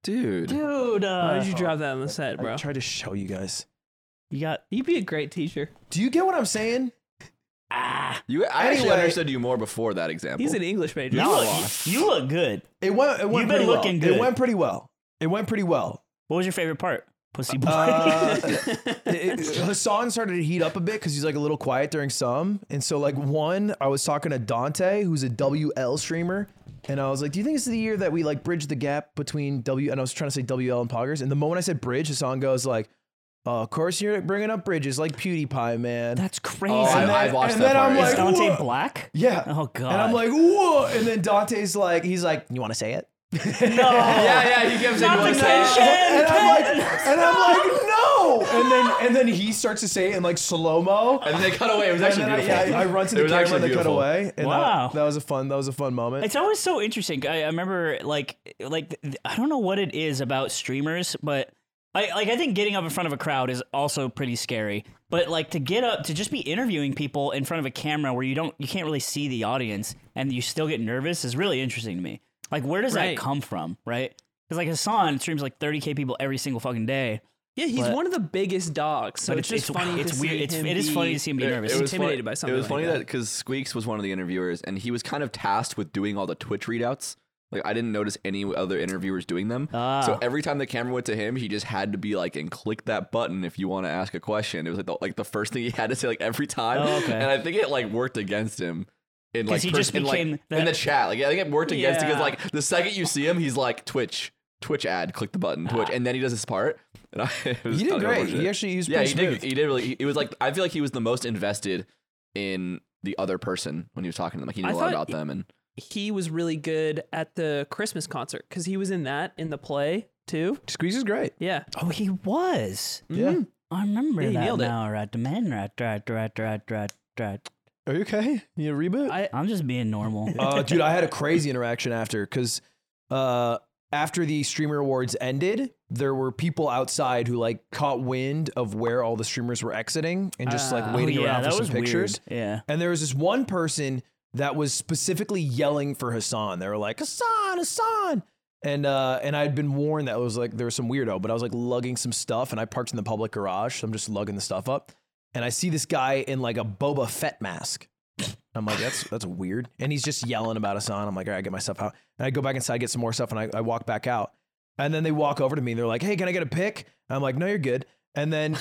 Speaker 1: dude?
Speaker 2: Dude,
Speaker 4: Why
Speaker 2: uh,
Speaker 4: did you drop that on the set, bro?
Speaker 3: I tried to show you guys.
Speaker 2: you got
Speaker 4: You'd be a great teacher.
Speaker 3: Do you get what I'm saying?
Speaker 2: ah.
Speaker 1: You, I actually
Speaker 3: Anyway.
Speaker 1: understood you more before that example.
Speaker 4: He's an English major.
Speaker 2: You look, you look good.
Speaker 3: It went. It went
Speaker 2: You've been
Speaker 3: pretty
Speaker 2: looking
Speaker 3: well.
Speaker 2: good.
Speaker 3: It went pretty well. It went pretty well.
Speaker 2: What was your favorite part? Pussy boy.
Speaker 3: Uh, it- it- Hassan started to heat up a bit because he's like a little quiet during some, and so like one, I was talking to Dante, who's a WL streamer, and I was like, "Do you think this is the year that we like bridge the gap between W?" And I was trying to say WL and Poggers, and the moment I said bridge, Hassan goes like, "Oh, of course you're bringing up bridges like PewDiePie, man."
Speaker 2: That's crazy.
Speaker 1: I-
Speaker 3: And then-
Speaker 1: I've watched
Speaker 3: and
Speaker 1: that
Speaker 3: then I'm
Speaker 1: part,
Speaker 2: is
Speaker 3: like,
Speaker 1: yeah.
Speaker 2: Dante
Speaker 3: "Whoa."
Speaker 2: Black?
Speaker 3: Yeah.
Speaker 2: Oh, God.
Speaker 3: And I'm like, whoa. And then Dante's like, he's like, you want to say it?
Speaker 1: yeah, yeah. He gives
Speaker 2: Not
Speaker 1: anyone
Speaker 2: the
Speaker 1: saying-
Speaker 2: mention.
Speaker 3: And I'm like, and I'm like, no. And then and then he starts to say it in like slow mo.
Speaker 1: And then they cut away. It was
Speaker 3: And
Speaker 1: actually
Speaker 3: then I,
Speaker 1: beautiful.
Speaker 3: yeah, I run to
Speaker 1: It
Speaker 3: the
Speaker 1: was
Speaker 3: camera
Speaker 1: actually
Speaker 3: and they cut
Speaker 1: beautiful.
Speaker 3: away. And
Speaker 2: Wow.
Speaker 3: that, that was a fun. That was a fun moment.
Speaker 2: It's always so interesting. I, I remember, like, like th- I don't know what it is about streamers, but I like I think getting up in front of a crowd is also pretty scary. But like to get up to just be interviewing people in front of a camera where you don't you can't really see the audience and you still get nervous is really interesting to me. Like, where does
Speaker 4: Right.
Speaker 2: that come from, right? Because like Hassan streams like 30k people every single fucking day.
Speaker 4: yeah, he's
Speaker 2: But-
Speaker 4: one of the biggest dogs, so
Speaker 2: But
Speaker 4: it's, just funny.
Speaker 2: It's
Speaker 4: to
Speaker 2: weird.
Speaker 4: See
Speaker 2: it's
Speaker 4: him
Speaker 2: it is
Speaker 4: be-
Speaker 2: funny to see him be
Speaker 1: It-
Speaker 2: nervous.
Speaker 1: it was
Speaker 4: intimidated
Speaker 1: funny-
Speaker 4: by something
Speaker 1: It was
Speaker 4: like
Speaker 1: funny
Speaker 4: that.
Speaker 1: that because Squeaks was one of the interviewers, and he was kind of tasked with doing all the Twitch readouts. Like I didn't notice any other interviewers doing them. So
Speaker 2: Ah.
Speaker 1: every time the camera went to him, he just had to be like and click that button if you want to ask a question. It was like the, like the first thing he had to say like every time,
Speaker 2: Oh, okay.
Speaker 1: and I think it like worked against him. In
Speaker 2: 'Cause
Speaker 1: like,
Speaker 2: he
Speaker 1: pers-
Speaker 2: just
Speaker 1: in, like,
Speaker 2: became
Speaker 1: in
Speaker 2: that-
Speaker 1: the chat, like I think it worked against him
Speaker 4: Yeah.
Speaker 1: because like the second you see him, he's like Twitch, Twitch ad, click the button, Twitch, and then he does his part. And I, it was
Speaker 3: he did
Speaker 1: fucking
Speaker 3: great.
Speaker 1: bullshit
Speaker 3: He actually used
Speaker 1: yeah,
Speaker 3: pretty
Speaker 1: he did.
Speaker 3: smooth.
Speaker 1: He did really. It was like I feel like he was the most invested in the other person when he was talking to them. Like he knew
Speaker 4: I
Speaker 1: a lot
Speaker 4: thought-
Speaker 1: about them, and
Speaker 4: he was really good at the Christmas concert because he was in that in the play too.
Speaker 3: Squeeze is great.
Speaker 4: Yeah,
Speaker 2: oh, he was.
Speaker 3: Yeah.
Speaker 2: I remember
Speaker 4: Yeah, you
Speaker 2: that
Speaker 4: nailed it.
Speaker 2: now. Right, the man. Right, right, right, right, right, right.
Speaker 3: Are you okay? Need a reboot?
Speaker 4: I
Speaker 2: I'm just being normal.
Speaker 3: uh, dude, I had a crazy interaction after because uh, after the streamer awards ended, there were people outside who like caught wind of where all the streamers were exiting and just like
Speaker 4: Ah.
Speaker 3: waiting around for
Speaker 2: Oh, that
Speaker 3: some
Speaker 2: was
Speaker 3: pictures.
Speaker 2: Weird. Yeah.
Speaker 3: And there was this one person that was specifically yelling for Hassan. They were like, Hassan, Hassan. And uh, and I'd been warned that it was like there was some weirdo, but I was like lugging some stuff and I parked in the public garage. So I'm just lugging the stuff up. And I see this guy in like a Boba Fett mask. I'm like, that's that's weird. And he's just yelling about Hassan. I'm like, all right, get my stuff out. And I go back inside, get some more stuff, and I, I walk back out. And then they walk over to me and they're like, hey, can I get a pic? I'm like, no, you're good. And then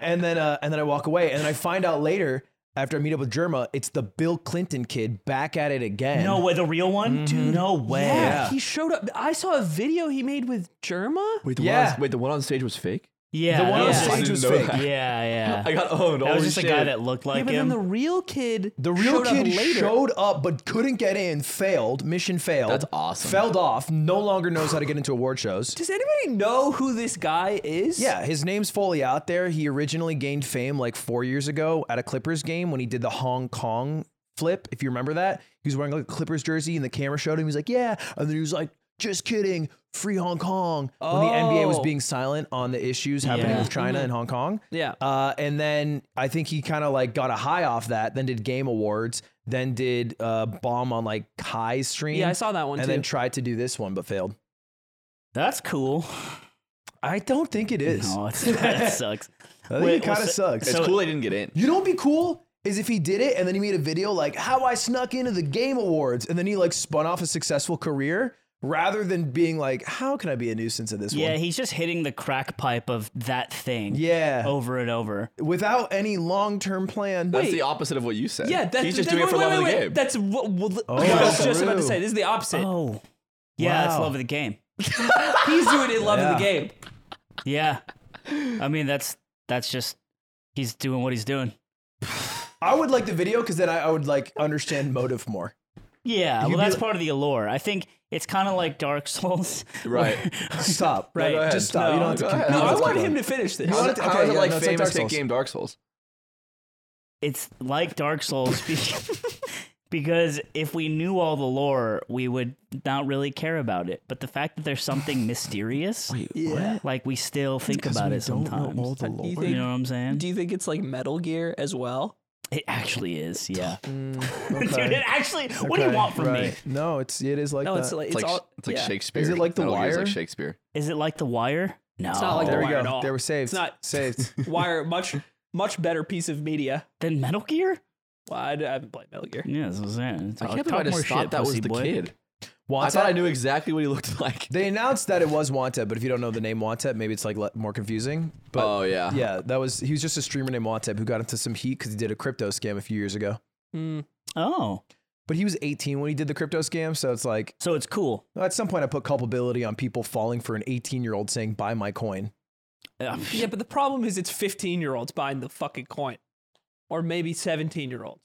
Speaker 3: and then uh, and then I walk away. And then I find out later after I meet up with Germa, it's the Bill Clinton kid back at it again.
Speaker 2: No way. The real one,
Speaker 3: Mm-hmm.
Speaker 2: dude. No way.
Speaker 4: yeah, he showed up. I saw a video he made with Germa.
Speaker 1: wait,
Speaker 3: the one on- Yeah.
Speaker 1: wait, the one on stage was fake.
Speaker 2: Yeah.
Speaker 3: the one on
Speaker 1: I
Speaker 2: yeah.
Speaker 3: stage
Speaker 1: didn't
Speaker 3: was
Speaker 1: know
Speaker 3: fake.
Speaker 1: that.
Speaker 2: Yeah, yeah.
Speaker 1: I got owned.
Speaker 2: that
Speaker 1: Holy
Speaker 2: was just
Speaker 1: shit.
Speaker 2: a guy that looked
Speaker 4: yeah,
Speaker 2: like
Speaker 4: but
Speaker 2: him.
Speaker 4: then the real kid.
Speaker 3: The real
Speaker 4: showed
Speaker 3: kid
Speaker 4: up later.
Speaker 3: showed up but couldn't get in, failed, mission failed.
Speaker 1: That's awesome.
Speaker 3: Failed off, no longer knows how to get into award shows.
Speaker 4: Does anybody know who this guy is?
Speaker 3: Yeah, his name's fully out there. He originally gained fame like four years ago at a Clippers game when he did the Hong Kong flip. If you remember that, he was wearing like a Clippers jersey and the camera showed him. He was like, "Yeah," and then he was like, "Just kidding, free Hong Kong." When the NBA was
Speaker 4: Oh. Mm-hmm.
Speaker 3: being silent on the issues happening
Speaker 2: Yeah.
Speaker 3: with China and Hong Kong.
Speaker 4: Yeah.
Speaker 3: Uh, and then I think he kind of like got a high off that. Then did Game Awards. Then did uh, bomb on like Kai's stream.
Speaker 4: Yeah, I saw that one
Speaker 3: And
Speaker 4: too.
Speaker 3: then tried to do this one but failed.
Speaker 2: That's cool.
Speaker 3: I don't think it is.
Speaker 2: No, it's, that sucks.
Speaker 3: I think
Speaker 2: Wait,
Speaker 3: it kind of
Speaker 2: well, so-
Speaker 3: sucks.
Speaker 1: It's
Speaker 2: so-
Speaker 1: cool they didn't get in.
Speaker 3: You know what'd be cool is if he did it and then he made a video like how I snuck into the game awards and then he like spun off a successful career rather than being like how can I be a nuisance at this
Speaker 2: Yeah,
Speaker 3: one
Speaker 2: he's just hitting the crack pipe of that thing.
Speaker 3: Yeah.
Speaker 2: Over and over.
Speaker 3: without any long term plan.
Speaker 4: Oh. Wait.
Speaker 1: That's the opposite of what you said.
Speaker 4: Yeah, that's
Speaker 1: he's just
Speaker 4: that-
Speaker 1: doing it
Speaker 4: wait,
Speaker 1: for
Speaker 4: wait,
Speaker 1: love of
Speaker 4: wait,
Speaker 1: the
Speaker 4: wait.
Speaker 1: game.
Speaker 4: That's what, what, what
Speaker 3: Oh,
Speaker 4: I was just about to
Speaker 3: true.
Speaker 4: say. This is the opposite.
Speaker 2: Oh. Yeah, that's
Speaker 3: Wow.
Speaker 2: love of the game.
Speaker 4: He's doing it in love of the
Speaker 3: Yeah.
Speaker 4: game.
Speaker 2: Yeah. I mean, that's that's just he's doing what he's doing.
Speaker 3: I would like the video because then I, I would like understand motive more.
Speaker 2: Yeah, well,
Speaker 3: be
Speaker 2: that's
Speaker 3: like-
Speaker 2: part of the allure. I think it's kind of like Dark Souls.
Speaker 1: right.
Speaker 3: Stop.
Speaker 4: Right.
Speaker 1: go ahead.
Speaker 3: Just stop. you
Speaker 4: No,
Speaker 3: don't have to.
Speaker 1: go
Speaker 3: keep-
Speaker 1: ahead.
Speaker 4: No,
Speaker 1: No,
Speaker 4: I
Speaker 1: that's
Speaker 4: want
Speaker 1: good.
Speaker 4: him to finish this.
Speaker 3: You
Speaker 1: How
Speaker 3: want
Speaker 1: is it,
Speaker 3: it-
Speaker 1: how
Speaker 3: okay,
Speaker 1: is it
Speaker 3: yeah,
Speaker 1: like
Speaker 3: no, it's like
Speaker 1: famous
Speaker 3: Dark
Speaker 1: hit
Speaker 3: Souls.
Speaker 1: game Dark Souls?
Speaker 2: It's like Dark Souls be- because if we knew all the lore, we would not really care about it. But the fact that there's something mysterious,
Speaker 3: Yeah.
Speaker 2: like we still think about it sometimes.
Speaker 4: Do you,
Speaker 2: you
Speaker 4: think,
Speaker 2: know what I'm saying?
Speaker 4: do you think it's like Metal Gear as well?
Speaker 2: It actually is,
Speaker 1: Mm,
Speaker 2: yeah. Dude,
Speaker 3: Okay.
Speaker 2: it actually. What do you
Speaker 3: Okay,
Speaker 2: want from me?
Speaker 3: right. No, it's it is like
Speaker 4: No,
Speaker 3: that.
Speaker 4: it's like
Speaker 1: It's, like
Speaker 4: all,
Speaker 1: it's like
Speaker 4: yeah.
Speaker 1: Shakespeare.
Speaker 3: Is it like The
Speaker 1: Metal Gear is
Speaker 3: Wire?
Speaker 1: like Shakespeare.
Speaker 2: Is it like The Wire? No.
Speaker 4: It's not like
Speaker 3: there
Speaker 4: The
Speaker 3: we
Speaker 4: Wire at
Speaker 3: go.
Speaker 4: all.
Speaker 3: There we saved.
Speaker 4: It's not-
Speaker 3: saved.
Speaker 4: Wire, much much better piece of media.
Speaker 2: Then Metal Gear?
Speaker 4: Well, I, I haven't played Metal Gear.
Speaker 2: Yeah, that's what I'm saying.
Speaker 1: I
Speaker 2: Talk-
Speaker 1: can't
Speaker 2: Oh, talk
Speaker 1: believe I
Speaker 2: more
Speaker 1: just
Speaker 2: shit,
Speaker 1: thought that was
Speaker 2: pussy
Speaker 1: the
Speaker 2: boy.
Speaker 1: kid. I
Speaker 3: Wanted.
Speaker 1: thought I knew exactly what he looked like.
Speaker 3: They announced that it was Wanted, but if you don't know the name Wanted, maybe it's like le- more confusing. But
Speaker 1: Oh yeah.
Speaker 3: yeah, that was he was just a streamer named Wanted who got into some heat because he did a crypto scam a few years ago.
Speaker 4: Hmm.
Speaker 2: Oh,
Speaker 3: But he was 18 when he did the crypto scam, so it's like
Speaker 2: so it's cool.
Speaker 3: at some point I put culpability on people falling for an 18 year old saying buy my coin.
Speaker 2: Uh,
Speaker 4: Yeah, but the problem is it's 15 year olds buying the fucking coin, or maybe 17 year olds.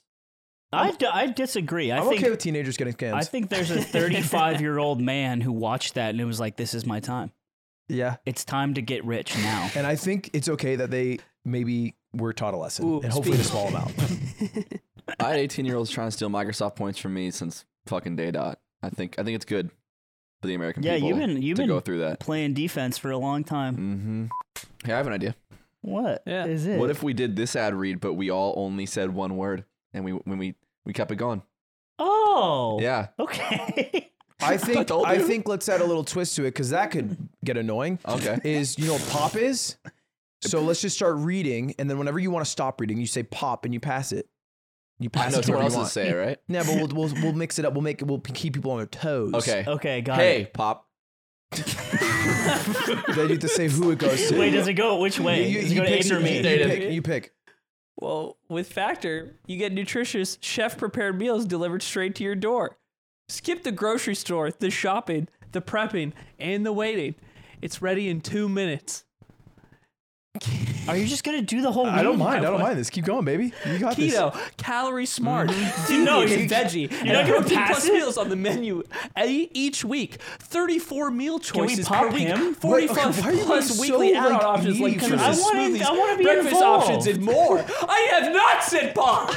Speaker 2: I, d- I disagree. I
Speaker 3: I'm
Speaker 2: think
Speaker 3: okay with teenagers getting scammed.
Speaker 2: I think there's a 35 year old man who watched that and it was like, "This is my time.
Speaker 3: yeah,
Speaker 2: It's time to get rich now."
Speaker 3: and I think it's okay that they maybe were taught a lesson
Speaker 4: Ooh,
Speaker 3: and hopefully a
Speaker 4: speak-
Speaker 3: small amount.
Speaker 1: I had 18 year olds trying to steal Microsoft points from me since fucking day dot. I think I think it's good for the American
Speaker 2: Yeah,
Speaker 1: people.
Speaker 2: you've been- you've
Speaker 1: to
Speaker 2: been-
Speaker 1: go through that.
Speaker 2: Playing defense for a long time.
Speaker 1: Mm-hmm. Hey, I have an idea.
Speaker 2: What
Speaker 4: Yeah.
Speaker 2: is it?
Speaker 1: What if we did this ad read, but we all only said one word, and we when we we kept it going.
Speaker 2: Oh,
Speaker 1: Yeah.
Speaker 2: Okay.
Speaker 3: I think
Speaker 1: told
Speaker 3: I
Speaker 1: you.
Speaker 3: think let's add a little twist to it because that could get annoying.
Speaker 1: Okay.
Speaker 3: Is you know what pop is? So let's just start reading, and then whenever you want to stop reading, you say pop and you pass it. You
Speaker 1: I
Speaker 3: pass
Speaker 1: know
Speaker 3: it to
Speaker 1: someone
Speaker 3: whoever
Speaker 1: else
Speaker 3: you
Speaker 1: to
Speaker 3: want.
Speaker 1: say it, right?
Speaker 3: Yeah, but we'll, we'll we'll mix it up. We'll make it. We'll keep people on their toes.
Speaker 1: Okay.
Speaker 2: okay. Got
Speaker 1: Hey,
Speaker 2: it.
Speaker 1: pop.
Speaker 3: Then you have to say who it goes to.
Speaker 2: Wait, does it go which
Speaker 3: you,
Speaker 2: way?
Speaker 3: you,
Speaker 2: does it
Speaker 3: you
Speaker 2: go to
Speaker 3: pick,
Speaker 2: Ace or
Speaker 3: you,
Speaker 2: me?
Speaker 3: you
Speaker 1: They did.
Speaker 3: pick. You pick.
Speaker 4: Well, with Factor, you get nutritious, chef prepared meals delivered straight to your door. Skip the grocery store, the shopping, the prepping, and the waiting. It's ready in two minutes.
Speaker 2: Are you just gonna do the whole?
Speaker 3: I don't
Speaker 2: reading?
Speaker 3: mind. I don't mind this. Keep going, baby. You got this.
Speaker 4: Keto, calorie smart,
Speaker 2: No,
Speaker 4: no,
Speaker 2: Mm-hmm. you-
Speaker 4: veggie.
Speaker 2: you're not
Speaker 4: and
Speaker 2: gonna
Speaker 4: 14
Speaker 2: pass
Speaker 4: plus
Speaker 2: it?
Speaker 4: meals on the menu e- each week. 34 meal
Speaker 2: we
Speaker 4: choices
Speaker 2: pop
Speaker 4: per week.
Speaker 2: him?
Speaker 4: 40
Speaker 3: Wait, okay,
Speaker 4: plus,
Speaker 3: why are you
Speaker 4: plus
Speaker 3: being
Speaker 4: weekly
Speaker 3: so,
Speaker 4: add-on
Speaker 3: like,
Speaker 4: options like
Speaker 3: mean for
Speaker 4: curds,
Speaker 3: this? I
Speaker 2: wanna-
Speaker 4: smoothies,
Speaker 2: I wanna be
Speaker 4: breakfast
Speaker 2: involved.
Speaker 4: options, and more. I have not said pop.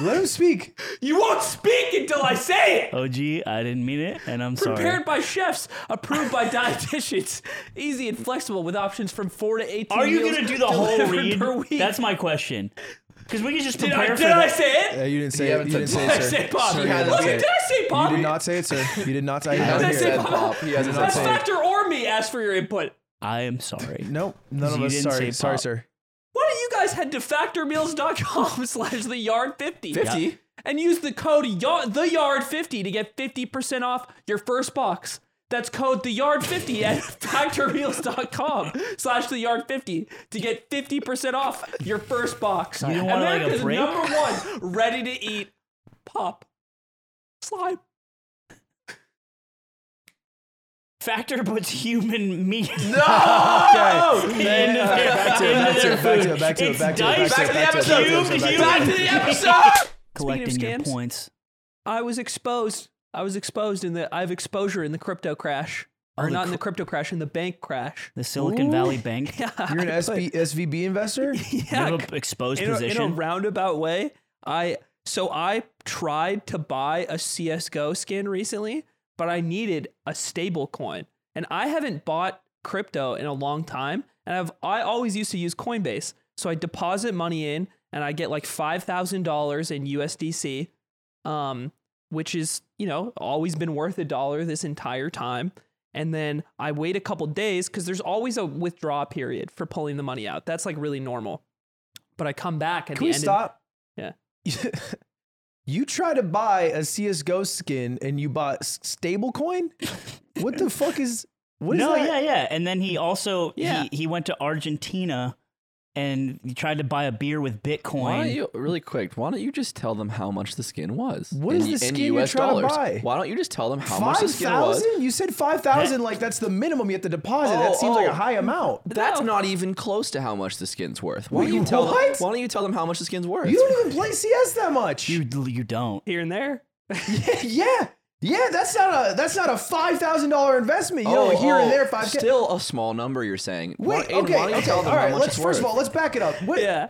Speaker 3: Let him speak.
Speaker 4: You won't speak until I say it.
Speaker 2: Oh, gee, I didn't mean it, and I'm sorry.
Speaker 4: Prepared by chefs, approved by dietitians, easy and flexible with options from four to eighteen.
Speaker 2: Are you
Speaker 4: meals
Speaker 2: gonna do the whole
Speaker 4: delivered
Speaker 2: read?
Speaker 4: Per week.
Speaker 2: That's my question. Because we could just
Speaker 4: did
Speaker 2: prepare
Speaker 4: I,
Speaker 2: for
Speaker 4: did
Speaker 2: that.
Speaker 4: I say
Speaker 3: Uh,
Speaker 4: it?
Speaker 3: you didn't say.
Speaker 1: You
Speaker 3: You,
Speaker 1: haven't
Speaker 3: didn't
Speaker 1: said
Speaker 3: say
Speaker 4: Did I
Speaker 3: it, sir.
Speaker 4: say pop?
Speaker 3: Sir,
Speaker 4: Look,
Speaker 3: you haven't said
Speaker 4: did
Speaker 3: it.
Speaker 4: I say pop?
Speaker 3: You did not say it, sir. You did not say. I
Speaker 1: hasn't
Speaker 3: don't
Speaker 4: Did I
Speaker 3: hear
Speaker 4: say
Speaker 3: it.
Speaker 1: said
Speaker 4: pop?
Speaker 1: pop. He hasn't
Speaker 4: That's
Speaker 1: said
Speaker 4: Factor or me asked for your input.
Speaker 2: I am sorry.
Speaker 3: Nope, none of
Speaker 2: You
Speaker 3: us.
Speaker 2: didn't say
Speaker 3: Sorry, sorry,
Speaker 2: pop.
Speaker 3: sir.
Speaker 4: Why don't you guys head to factormeals.com slash the yard 50
Speaker 1: 50? Yeah.
Speaker 4: and use the code yard, the yard 50 to get 50% off your first box. That's code the yard 50 at factormeals.com slash the yard 50 to get 50% off your first box.
Speaker 2: You don't want, like, a
Speaker 4: America's
Speaker 2: break?
Speaker 4: number one ready to eat pop slime.
Speaker 2: Factor puts human meat
Speaker 3: Okay.
Speaker 2: into their,
Speaker 3: Back to it, back
Speaker 2: into their
Speaker 3: to it, back to
Speaker 2: food.
Speaker 3: it, back to it,
Speaker 2: It's
Speaker 3: back to it,
Speaker 2: diced
Speaker 3: back to it, back to it,
Speaker 2: cubed human
Speaker 3: back to it, back to it, back to it.
Speaker 4: Back to the
Speaker 2: meat.
Speaker 4: episode!
Speaker 2: Collecting your
Speaker 4: scams.
Speaker 2: points.
Speaker 4: I was exposed. I was exposed in the. I have exposure in the crypto crash, or
Speaker 2: Oh, the
Speaker 4: not in
Speaker 2: cr-
Speaker 4: the crypto crash, in the bank crash.
Speaker 2: The Silicon Valley Bank.
Speaker 3: You're an SB, SVB investor?
Speaker 4: Yeah,
Speaker 2: You have a exposed
Speaker 4: in a, in a
Speaker 2: position.
Speaker 4: roundabout way. I so I tried to buy a CS:GO skin recently, but I needed a stable coin, and I haven't bought crypto in a long time. And I've I always used to use Coinbase, so I deposit money in, and I get like five thousand dollars in USDC, um, which is you know always been worth a dollar this entire time. And then I wait a couple days because there's always a withdrawal period for pulling the money out. That's like really normal. But I come back at
Speaker 3: Can we
Speaker 4: the end. of-
Speaker 3: stop? you try to buy a CSGO skin and you bought stablecoin? What the fuck is what is
Speaker 2: no,
Speaker 3: that?
Speaker 2: yeah, yeah. And then he also
Speaker 4: Yeah.
Speaker 2: he, he went to Argentina and he tried to buy a beer with
Speaker 1: Why
Speaker 2: Bitcoin.
Speaker 1: don't you really quick? Why don't you just tell them how much the skin was?
Speaker 3: What
Speaker 1: in,
Speaker 3: is the
Speaker 1: in
Speaker 3: skin you're
Speaker 1: US
Speaker 3: trying to
Speaker 1: dollars?
Speaker 3: buy?
Speaker 1: Why don't you just tell them how much the
Speaker 3: Five
Speaker 1: skin was?
Speaker 3: thousand? You said five thousand, like that's the minimum you have to deposit.
Speaker 1: Oh,
Speaker 3: that seems like
Speaker 1: oh.
Speaker 3: a high amount.
Speaker 1: That's not even close to how much the skin's worth. Why don't
Speaker 3: Wait,
Speaker 1: you tell them?
Speaker 3: what?
Speaker 1: Why don't you tell them how much the skin's worth?
Speaker 3: You don't even play CS that much.
Speaker 2: You you don't.
Speaker 4: here and there.
Speaker 3: yeah. Yeah, that's not a that's not a five thousand dollar investment. You
Speaker 1: oh,
Speaker 3: know, here and
Speaker 1: oh,
Speaker 3: there, five k.
Speaker 1: Still a small number. You're saying. Why-
Speaker 3: Wait,
Speaker 1: Aiden, why
Speaker 3: okay,
Speaker 1: don't you
Speaker 3: okay,
Speaker 1: tell
Speaker 3: all
Speaker 1: them how
Speaker 3: right.
Speaker 1: much
Speaker 3: Let's
Speaker 1: it's
Speaker 3: first of
Speaker 1: worth?
Speaker 3: all let's back it up. What,
Speaker 4: Yeah.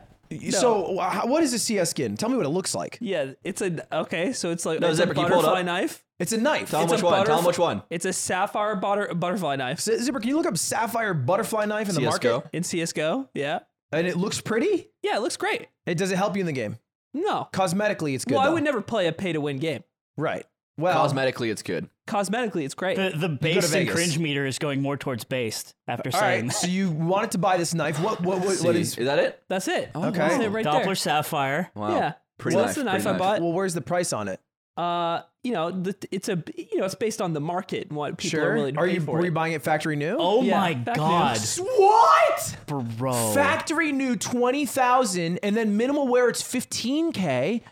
Speaker 3: So, wh- how- what is a CS skin? Tell me what it looks like.
Speaker 4: Yeah, it's a okay. So it's like
Speaker 1: No,
Speaker 4: it's a
Speaker 1: Zipper, can you pull it
Speaker 4: butterfly
Speaker 1: up?
Speaker 4: knife.
Speaker 3: It's a knife.
Speaker 1: Tell them
Speaker 4: It's a
Speaker 1: which one. Tell them
Speaker 4: butterfly-
Speaker 1: which one.
Speaker 4: It's a sapphire butter, butterfly knife
Speaker 3: Z- Zipper, can you look up sapphire butterfly knife in the
Speaker 1: CS:GO.
Speaker 3: market?
Speaker 4: in CS:GO. Yeah,
Speaker 3: And it looks pretty.
Speaker 4: yeah, it looks great.
Speaker 3: It does it help you in the game?
Speaker 4: No,
Speaker 3: Cosmetically, it's good.
Speaker 4: well, I
Speaker 3: though.
Speaker 4: would never play a pay-to-win game.
Speaker 3: Right. Well,
Speaker 1: Cosmetically, it's good.
Speaker 4: Cosmetically, it's great.
Speaker 2: The the based and
Speaker 3: Vegas.
Speaker 2: cringe meter is going more towards based after
Speaker 3: all
Speaker 2: saying
Speaker 3: right. So you wanted to buy this knife? What? What? What, what
Speaker 1: See,
Speaker 3: is?
Speaker 1: is that it?
Speaker 4: That's it.
Speaker 1: Oh,
Speaker 3: Okay.
Speaker 4: That's it right
Speaker 2: Doppler
Speaker 4: there.
Speaker 2: Sapphire.
Speaker 1: Wow.
Speaker 4: Yeah.
Speaker 1: Pretty
Speaker 4: well,
Speaker 1: nice.
Speaker 4: that's the knife
Speaker 1: pretty
Speaker 4: I
Speaker 1: nice.
Speaker 4: bought.
Speaker 3: Well, where's the price on it?
Speaker 4: Uh, you know, the, it's a you know, it's based on the market and what people are
Speaker 3: Sure.
Speaker 4: willing to
Speaker 3: Are
Speaker 4: pay
Speaker 3: you
Speaker 4: for
Speaker 3: were you
Speaker 4: it.
Speaker 3: buying it factory new?
Speaker 2: Oh
Speaker 4: Yeah,
Speaker 2: my
Speaker 4: back
Speaker 2: god,
Speaker 3: What?
Speaker 2: bro!
Speaker 3: Factory new twenty thousand, and then minimal wear it's fifteen k.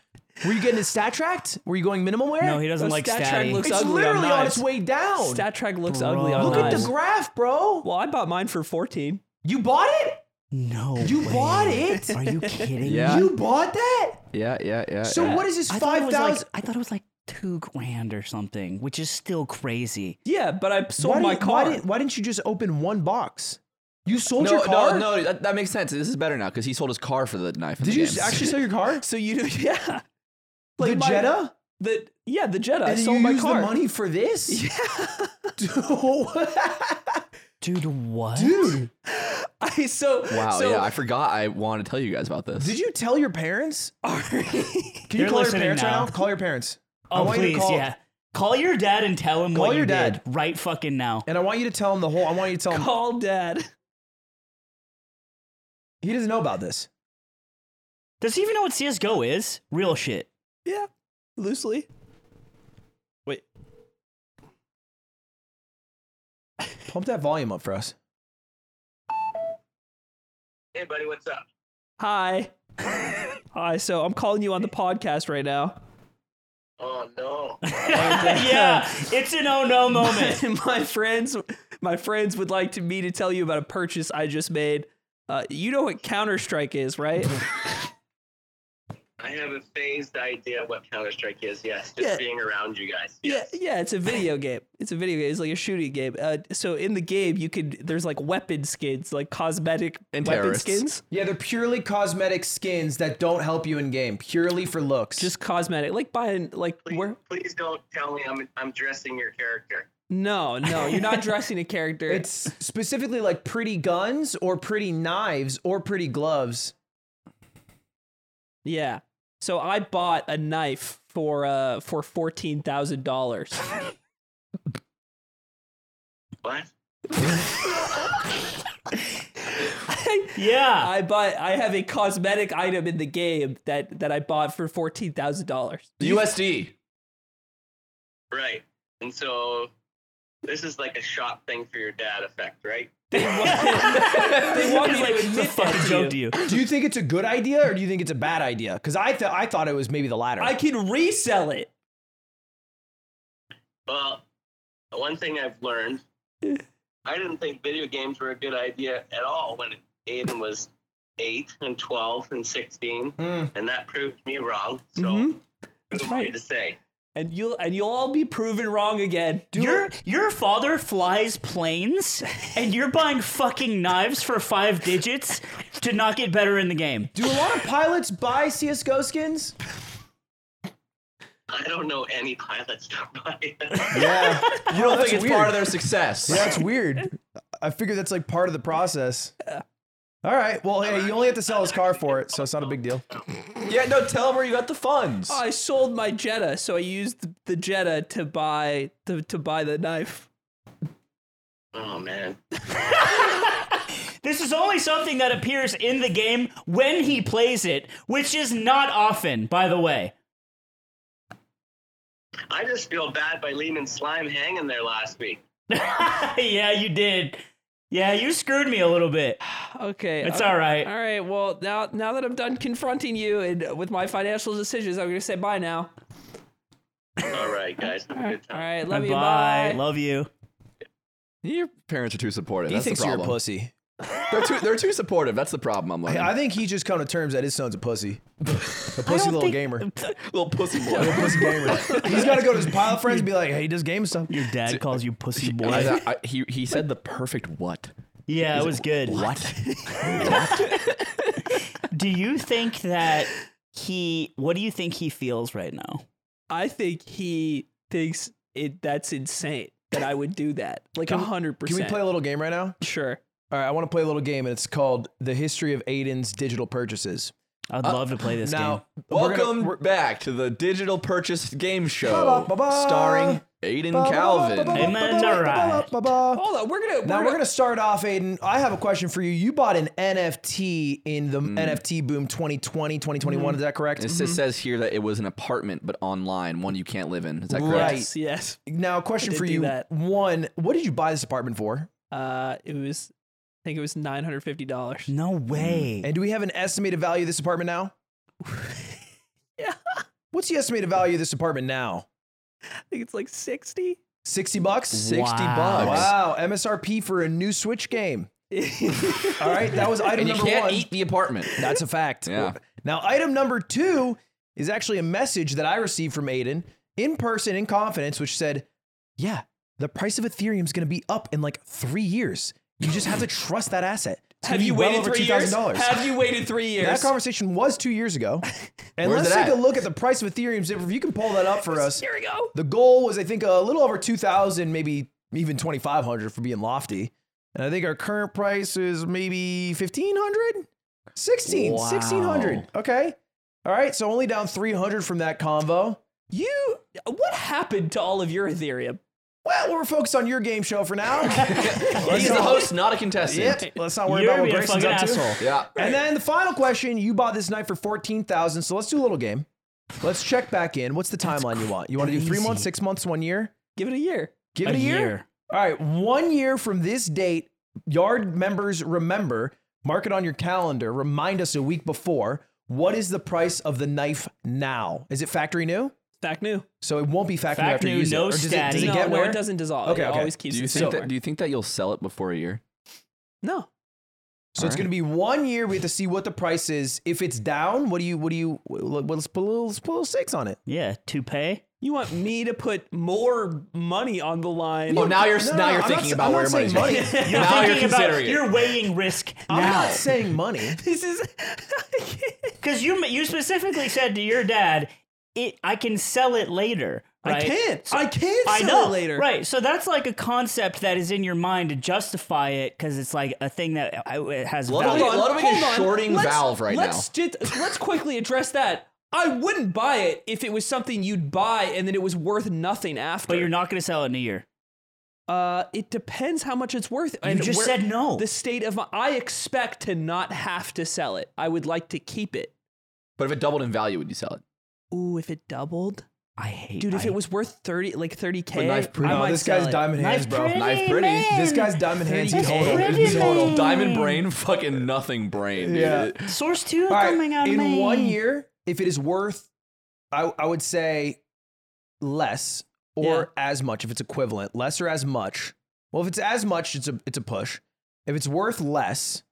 Speaker 3: Were you getting it stat tracked? Were you going minimal wear?
Speaker 2: no, he doesn't
Speaker 4: Those
Speaker 2: like
Speaker 4: stat track
Speaker 2: statty.
Speaker 4: looks
Speaker 3: It's
Speaker 4: ugly on
Speaker 3: literally on,
Speaker 4: knives.
Speaker 3: its way down.
Speaker 4: Stat track looks
Speaker 2: Bro.
Speaker 4: ugly on
Speaker 3: Look at
Speaker 4: knives.
Speaker 3: the graph, bro.
Speaker 4: well, I bought mine for fourteen.
Speaker 3: You bought it?
Speaker 2: no,
Speaker 3: You
Speaker 2: way.
Speaker 3: bought it?
Speaker 2: Are you kidding?
Speaker 1: Yeah.
Speaker 3: You bought that?
Speaker 1: Yeah, yeah, yeah.
Speaker 3: So
Speaker 1: yeah.
Speaker 3: what is this
Speaker 2: Uh, I thought it
Speaker 3: five
Speaker 2: was like
Speaker 3: thousand?
Speaker 2: I thought it was like two grand or something, which is still crazy.
Speaker 4: Yeah, but I sold my
Speaker 3: didn't, Why
Speaker 4: car.
Speaker 3: didn't, why didn't you just open one box? You sold
Speaker 1: No,
Speaker 3: your car.
Speaker 1: no, no. That, that makes sense. This is better now because he sold his car for the knife. in
Speaker 3: Did
Speaker 1: the
Speaker 3: you
Speaker 1: game.
Speaker 3: actually sell your car?
Speaker 4: So you, yeah,
Speaker 3: the
Speaker 4: my-
Speaker 3: Jetta?
Speaker 4: the yeah, the Jetta. I
Speaker 3: And
Speaker 4: sold
Speaker 3: you
Speaker 4: my
Speaker 3: used
Speaker 4: car.
Speaker 3: the money for this? Yeah.
Speaker 2: Dude, what?
Speaker 3: Dude,
Speaker 4: I so
Speaker 1: Wow.
Speaker 4: So,
Speaker 1: yeah, I forgot. I wanted to tell you guys about this.
Speaker 3: did you tell your parents? Can you
Speaker 2: They're
Speaker 3: call your
Speaker 2: listening
Speaker 3: parents
Speaker 2: now.
Speaker 3: right now? Call your parents. I
Speaker 2: Oh
Speaker 3: want you to
Speaker 2: please,
Speaker 3: call-
Speaker 2: yeah. Call your dad and tell him
Speaker 3: Call
Speaker 2: what
Speaker 3: your
Speaker 2: you
Speaker 3: dad.
Speaker 2: did right fucking now.
Speaker 3: And I want you to tell him the whole. I want you to tell him
Speaker 4: call dad.
Speaker 3: he doesn't know about this.
Speaker 2: Does he even know what CS:GO is? Real shit.
Speaker 4: Yeah, loosely. Wait,
Speaker 3: Pump that volume up for us.
Speaker 5: Hey, buddy, what's up?
Speaker 4: hi, hi. So I'm calling you on the podcast right now.
Speaker 5: Oh, no.
Speaker 2: yeah, it's an oh no moment.
Speaker 4: my friends, my friends would like to me to tell you about a purchase I just made. Uh, you know what Counter Strike is, right?
Speaker 5: I have a phased idea of what Counter Strike is. Yes, just
Speaker 4: Yeah.
Speaker 5: being around you guys.
Speaker 4: Yeah,
Speaker 5: Yes.
Speaker 4: yeah, it's a video game. It's a video game. It's like a shooting game. Uh, so in the game, you could there's like weapon skins, like cosmetic
Speaker 1: And
Speaker 4: weapon
Speaker 1: terrorists.
Speaker 4: skins,
Speaker 3: Yeah, they're purely cosmetic skins that don't help you in game, purely for looks.
Speaker 4: just cosmetic, like buying like
Speaker 5: Please,
Speaker 4: where.
Speaker 5: please don't tell me I'm I'm dressing your character.
Speaker 4: No, no, you're not dressing a character.
Speaker 3: It's specifically like pretty guns or pretty knives or pretty gloves.
Speaker 4: yeah. So I bought a knife for uh for fourteen thousand dollars.
Speaker 5: What?
Speaker 2: Yeah.
Speaker 4: I bought I have a cosmetic item in the game that that I bought for fourteen thousand dollars.
Speaker 1: USD?
Speaker 5: Right. And so this is like a shop thing for your dad effect, right?
Speaker 4: They want, they want me
Speaker 2: It's like,
Speaker 4: to
Speaker 2: it's a
Speaker 4: admit that
Speaker 2: fucking
Speaker 4: to
Speaker 2: joke
Speaker 4: you.
Speaker 2: to you.
Speaker 3: Do you think it's a good idea or do you think it's a bad idea? Because I thought I thought it was maybe the latter.
Speaker 4: I can resell it.
Speaker 5: Well, one thing I've learned, I didn't think video games were a good idea at all when Aiden was eight and twelve and sixteen,
Speaker 3: Mm.
Speaker 5: and that proved me wrong. So
Speaker 4: Mhm.
Speaker 5: who am I
Speaker 4: right.
Speaker 5: to say?
Speaker 4: and you'll and you'll all be proven wrong again.
Speaker 2: Your your father flies planes, and you're buying fucking knives for five digits to not get better in the game.
Speaker 3: Do a lot of pilots buy CS:GO skins?
Speaker 5: I don't know any pilots that buy it.
Speaker 3: Yeah,
Speaker 1: You don't
Speaker 3: that's
Speaker 1: think it's
Speaker 3: weird.
Speaker 1: part of their success?
Speaker 3: that's weird. I figure that's like part of the process. All right. Well, hey, you only have to sell his car for it, so it's not a big deal.
Speaker 1: Yeah. No, tell them where you got the funds.
Speaker 4: oh, I sold my Jetta, so I used the, the Jetta to buy to, to buy the knife.
Speaker 5: Oh man.
Speaker 2: This is only something that appears in the game when he plays it, which is not often, by the way.
Speaker 5: I just feel bad by leaving slime hanging there last week.
Speaker 2: yeah, you did. Yeah, you screwed me a little bit.
Speaker 4: Okay.
Speaker 2: It's
Speaker 4: okay.
Speaker 2: all right.
Speaker 4: All right. Well, now now that I'm done confronting you and with my financial decisions, I'm going to say bye now.
Speaker 5: All right, guys. Have a good
Speaker 4: All
Speaker 5: time.
Speaker 4: right. Love you.
Speaker 2: Bye.
Speaker 4: Bye.
Speaker 2: Love you.
Speaker 1: Your parents are too supportive.
Speaker 6: He
Speaker 1: That's the
Speaker 6: thinks you're a
Speaker 1: problem.
Speaker 6: pussy.
Speaker 1: They're too they're too supportive. That's the problem. I'm like
Speaker 3: I think he's just come to terms that his son's a pussy, a pussy little gamer.
Speaker 1: little pussy boy.
Speaker 3: Pussy gamer. He's got to go to his pilot friends and be like, "Hey, he does game stuff."
Speaker 2: Your dad calls you pussy boy.
Speaker 1: I- I- he he said the perfect what.
Speaker 2: yeah, it was good. What? do you think that he? What do you think he feels right now?
Speaker 4: I think he thinks it that's insane that I would do that. Like a hundred
Speaker 3: Can
Speaker 4: percent.
Speaker 3: we play a little game right now?
Speaker 4: Sure.
Speaker 3: All right, I want to play a little game, and it's called "The History of Aiden's Digital Purchases."
Speaker 2: I'd love to play this game.
Speaker 3: Now, we're gonna-
Speaker 1: Welcome
Speaker 3: we're-
Speaker 1: back to the digital purchase game show
Speaker 3: Ba-ba-ba-ba.
Speaker 1: starring Aiden Calvin.
Speaker 2: Am I right?
Speaker 3: Ba-ba-ba-ba-ba-ba-ba-ba.
Speaker 4: Hold on. We're gonna. We're
Speaker 3: Now we're
Speaker 4: gonna,
Speaker 3: gonna start off, Aiden. I have a question for you. You bought an NFT in
Speaker 1: Hmm.
Speaker 3: the NFT boom 2020, 2021.
Speaker 4: Hmm.
Speaker 3: Is that correct?
Speaker 1: It just says here that it was an apartment, but online, one you can't live in. Is that correct?
Speaker 3: Right.
Speaker 4: Yes. Yes.
Speaker 3: Now, a question
Speaker 4: did
Speaker 3: for
Speaker 4: do
Speaker 3: you.
Speaker 4: that.
Speaker 3: One, what did you buy this apartment for?
Speaker 4: Uh, it was. I think it was nine hundred fifty dollars.
Speaker 2: No way.
Speaker 3: And do we have an estimated value of this apartment now?
Speaker 4: Yeah.
Speaker 3: What's the estimated value of this apartment now?
Speaker 4: I think it's like sixty.
Speaker 3: 60 bucks?
Speaker 1: Sixty
Speaker 2: Wow.
Speaker 1: bucks.
Speaker 3: Wow, MSRP for a new Switch game. All right, that was item
Speaker 1: And you
Speaker 3: number
Speaker 1: can't
Speaker 3: one.
Speaker 1: eat the apartment.
Speaker 3: That's a fact.
Speaker 1: Yeah.
Speaker 3: Now, item number two is actually a message that I received from Aiden in person in confidence, which said, Yeah, the price of Ethereum is going to be up in like three years. You just have to trust that asset. It's gonna
Speaker 4: Have
Speaker 3: be
Speaker 4: you
Speaker 3: well
Speaker 4: waited
Speaker 3: over
Speaker 4: three years?
Speaker 3: $2,000.
Speaker 4: Have you waited three years?
Speaker 3: That conversation was two years ago. And
Speaker 1: Where's it
Speaker 3: let's take
Speaker 1: at?
Speaker 3: a look at the price of Ethereum. Zipper, If you can pull that up for us.
Speaker 4: Here we go.
Speaker 3: The goal was, I think, a little over 2,000, maybe even 2,500 for being lofty. And I think our current price is maybe 1,500? 16, 1,600. Okay. All right. So only down 300 from that convo.
Speaker 4: You. What happened to all of your Ethereum?
Speaker 3: Well, we're focused on your game show for now.
Speaker 1: He's the host, not a contestant.
Speaker 3: yep. Let's not worry
Speaker 2: You're
Speaker 3: about what
Speaker 2: being a
Speaker 3: Grayson's
Speaker 2: fucking
Speaker 3: up to.
Speaker 2: asshole.
Speaker 1: Yeah.
Speaker 3: And then the final question you bought this night for 14,000. So let's do a little game. Let's check back in. What's the timeline you want? You want to do three
Speaker 2: crazy.
Speaker 3: months, six months, one year?
Speaker 4: Give it a year.
Speaker 3: Give it a, year. All right. One year from this date, yard members remember, mark it on your calendar, remind us a week before. What is the price of the knife now? Is it factory new?
Speaker 4: Back new.
Speaker 3: So it won't be factory
Speaker 2: Fact
Speaker 3: after you
Speaker 2: new,
Speaker 3: use it.
Speaker 2: no
Speaker 3: Or does it,
Speaker 2: stat.
Speaker 3: does it
Speaker 4: no,
Speaker 3: get
Speaker 4: no,
Speaker 3: where?
Speaker 4: it doesn't dissolve.
Speaker 3: Okay,
Speaker 4: it
Speaker 3: okay.
Speaker 4: always keeps
Speaker 1: Do you
Speaker 4: it
Speaker 1: think
Speaker 4: somewhere.
Speaker 1: that? Do you think that you'll sell it before a year?
Speaker 4: no.
Speaker 3: So it's going to be one year. We have to see what the price is. If it's down, what do you? What do you? Well, let's put a little, let's put a little stakes on it.
Speaker 2: Yeah, toupee.
Speaker 4: You want me to put more money on the line?
Speaker 1: Oh, now you're
Speaker 3: No,
Speaker 1: now
Speaker 3: no,
Speaker 1: you're
Speaker 3: I'm not
Speaker 1: thinking
Speaker 3: sa-
Speaker 1: about
Speaker 3: I'm
Speaker 1: where
Speaker 3: not
Speaker 1: your money's
Speaker 3: saying
Speaker 1: going.
Speaker 3: money.
Speaker 2: You're
Speaker 1: Now you're
Speaker 2: thinking about-
Speaker 1: considering it.
Speaker 2: You're weighing risk
Speaker 3: I'm
Speaker 2: now.
Speaker 3: not saying money.
Speaker 4: this is.
Speaker 2: Because you you specifically said to your dad, "It I can sell it later."
Speaker 4: I
Speaker 2: right?
Speaker 4: can't.
Speaker 2: So-
Speaker 4: I can sell
Speaker 2: I know.
Speaker 4: it later.
Speaker 2: Right. So that's like a concept that is in your mind to justify it because it's like a thing that I- it has
Speaker 1: Let
Speaker 2: value.
Speaker 1: alone- Ludwig is shorting
Speaker 4: let's,
Speaker 1: Valve right
Speaker 4: let's now. let's quickly address that. I wouldn't buy it if it was something you'd buy and then it was worth nothing after.
Speaker 2: But you're not going to sell it in a year.
Speaker 4: Uh, it depends how much it's worth.
Speaker 2: You
Speaker 4: and
Speaker 2: just
Speaker 4: where-
Speaker 2: said no.
Speaker 4: The state of my. I expect to not have to sell it. I would like to keep it.
Speaker 1: But if it doubled in value, would you sell it?
Speaker 4: Ooh, if it doubled,
Speaker 2: I hate.
Speaker 4: dude. If
Speaker 2: I-
Speaker 4: it was worth thirty, like thirty k,
Speaker 1: But knife pretty-
Speaker 4: I
Speaker 3: No,
Speaker 4: might
Speaker 3: Oh, this
Speaker 4: sell
Speaker 3: guy's
Speaker 4: it.
Speaker 3: diamond hands, bro.
Speaker 1: Knife pretty.
Speaker 3: This guy's diamond hands
Speaker 2: That's
Speaker 3: total.
Speaker 2: pretty
Speaker 3: in total.
Speaker 2: man.
Speaker 1: Diamond brain, fucking nothing brain, dude.
Speaker 3: Yeah.
Speaker 2: source two
Speaker 3: All right,
Speaker 2: coming out
Speaker 3: in
Speaker 2: May.
Speaker 3: one year, if it is worth, I, I would say less or
Speaker 4: Yeah.
Speaker 3: as much if it's equivalent, less or as much. Well, if it's as much, it's a it's a push. If it's worth less,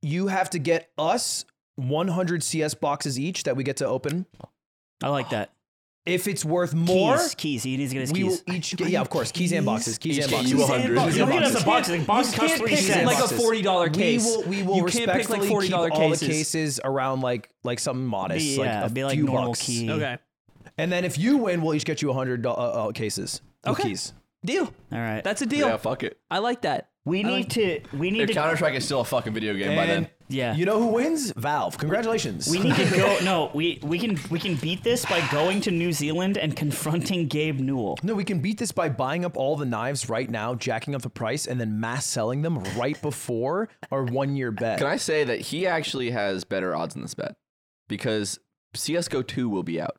Speaker 3: you have to get us 100 CS boxes each that we get to open.
Speaker 2: I like that.
Speaker 3: If it's worth more,
Speaker 2: keys, keys. He needs to get his
Speaker 3: we will
Speaker 2: keys.
Speaker 3: each get yeah, of course, keys and boxes, keys
Speaker 1: Each
Speaker 3: and
Speaker 1: get
Speaker 3: boxes.
Speaker 1: you
Speaker 4: Keys and
Speaker 1: 100.
Speaker 4: boxes.
Speaker 3: You
Speaker 2: Don't get us
Speaker 3: boxes.
Speaker 2: a box. The box
Speaker 4: You
Speaker 2: costs
Speaker 4: can't
Speaker 2: three
Speaker 4: pick
Speaker 3: Keys and
Speaker 2: cents.
Speaker 4: like
Speaker 3: boxes.
Speaker 4: a forty dollar case.
Speaker 3: We will, we will
Speaker 4: you can't pick
Speaker 3: respectfully
Speaker 4: like forty
Speaker 3: keep
Speaker 4: dollar
Speaker 3: all
Speaker 4: cases.
Speaker 3: the cases around like like something modest,
Speaker 2: Be- yeah,
Speaker 3: like a
Speaker 2: be like
Speaker 3: few
Speaker 2: normal
Speaker 3: bucks.
Speaker 2: key.
Speaker 4: Okay,
Speaker 3: And then if you win, we'll each get you 100 do- uh, uh, cases. with
Speaker 4: Okay.
Speaker 3: Keys.
Speaker 4: deal.
Speaker 2: All right.
Speaker 4: That's a deal.
Speaker 1: Yeah, fuck it.
Speaker 4: I like that.
Speaker 2: We need to. We need to.
Speaker 1: Counter Strike is still a fucking video game by
Speaker 3: And
Speaker 1: then.
Speaker 2: Yeah.
Speaker 3: You know who wins? Valve. Congratulations.
Speaker 2: we need to go. No, we, we can we can beat this by going to New Zealand and confronting Gabe Newell.
Speaker 3: no, we can beat this by buying up all the knives right now, jacking up the price, and then mass selling them right before our one year bet.
Speaker 1: Can I say that he actually has better odds in this bet because CS:GO 2 will be out,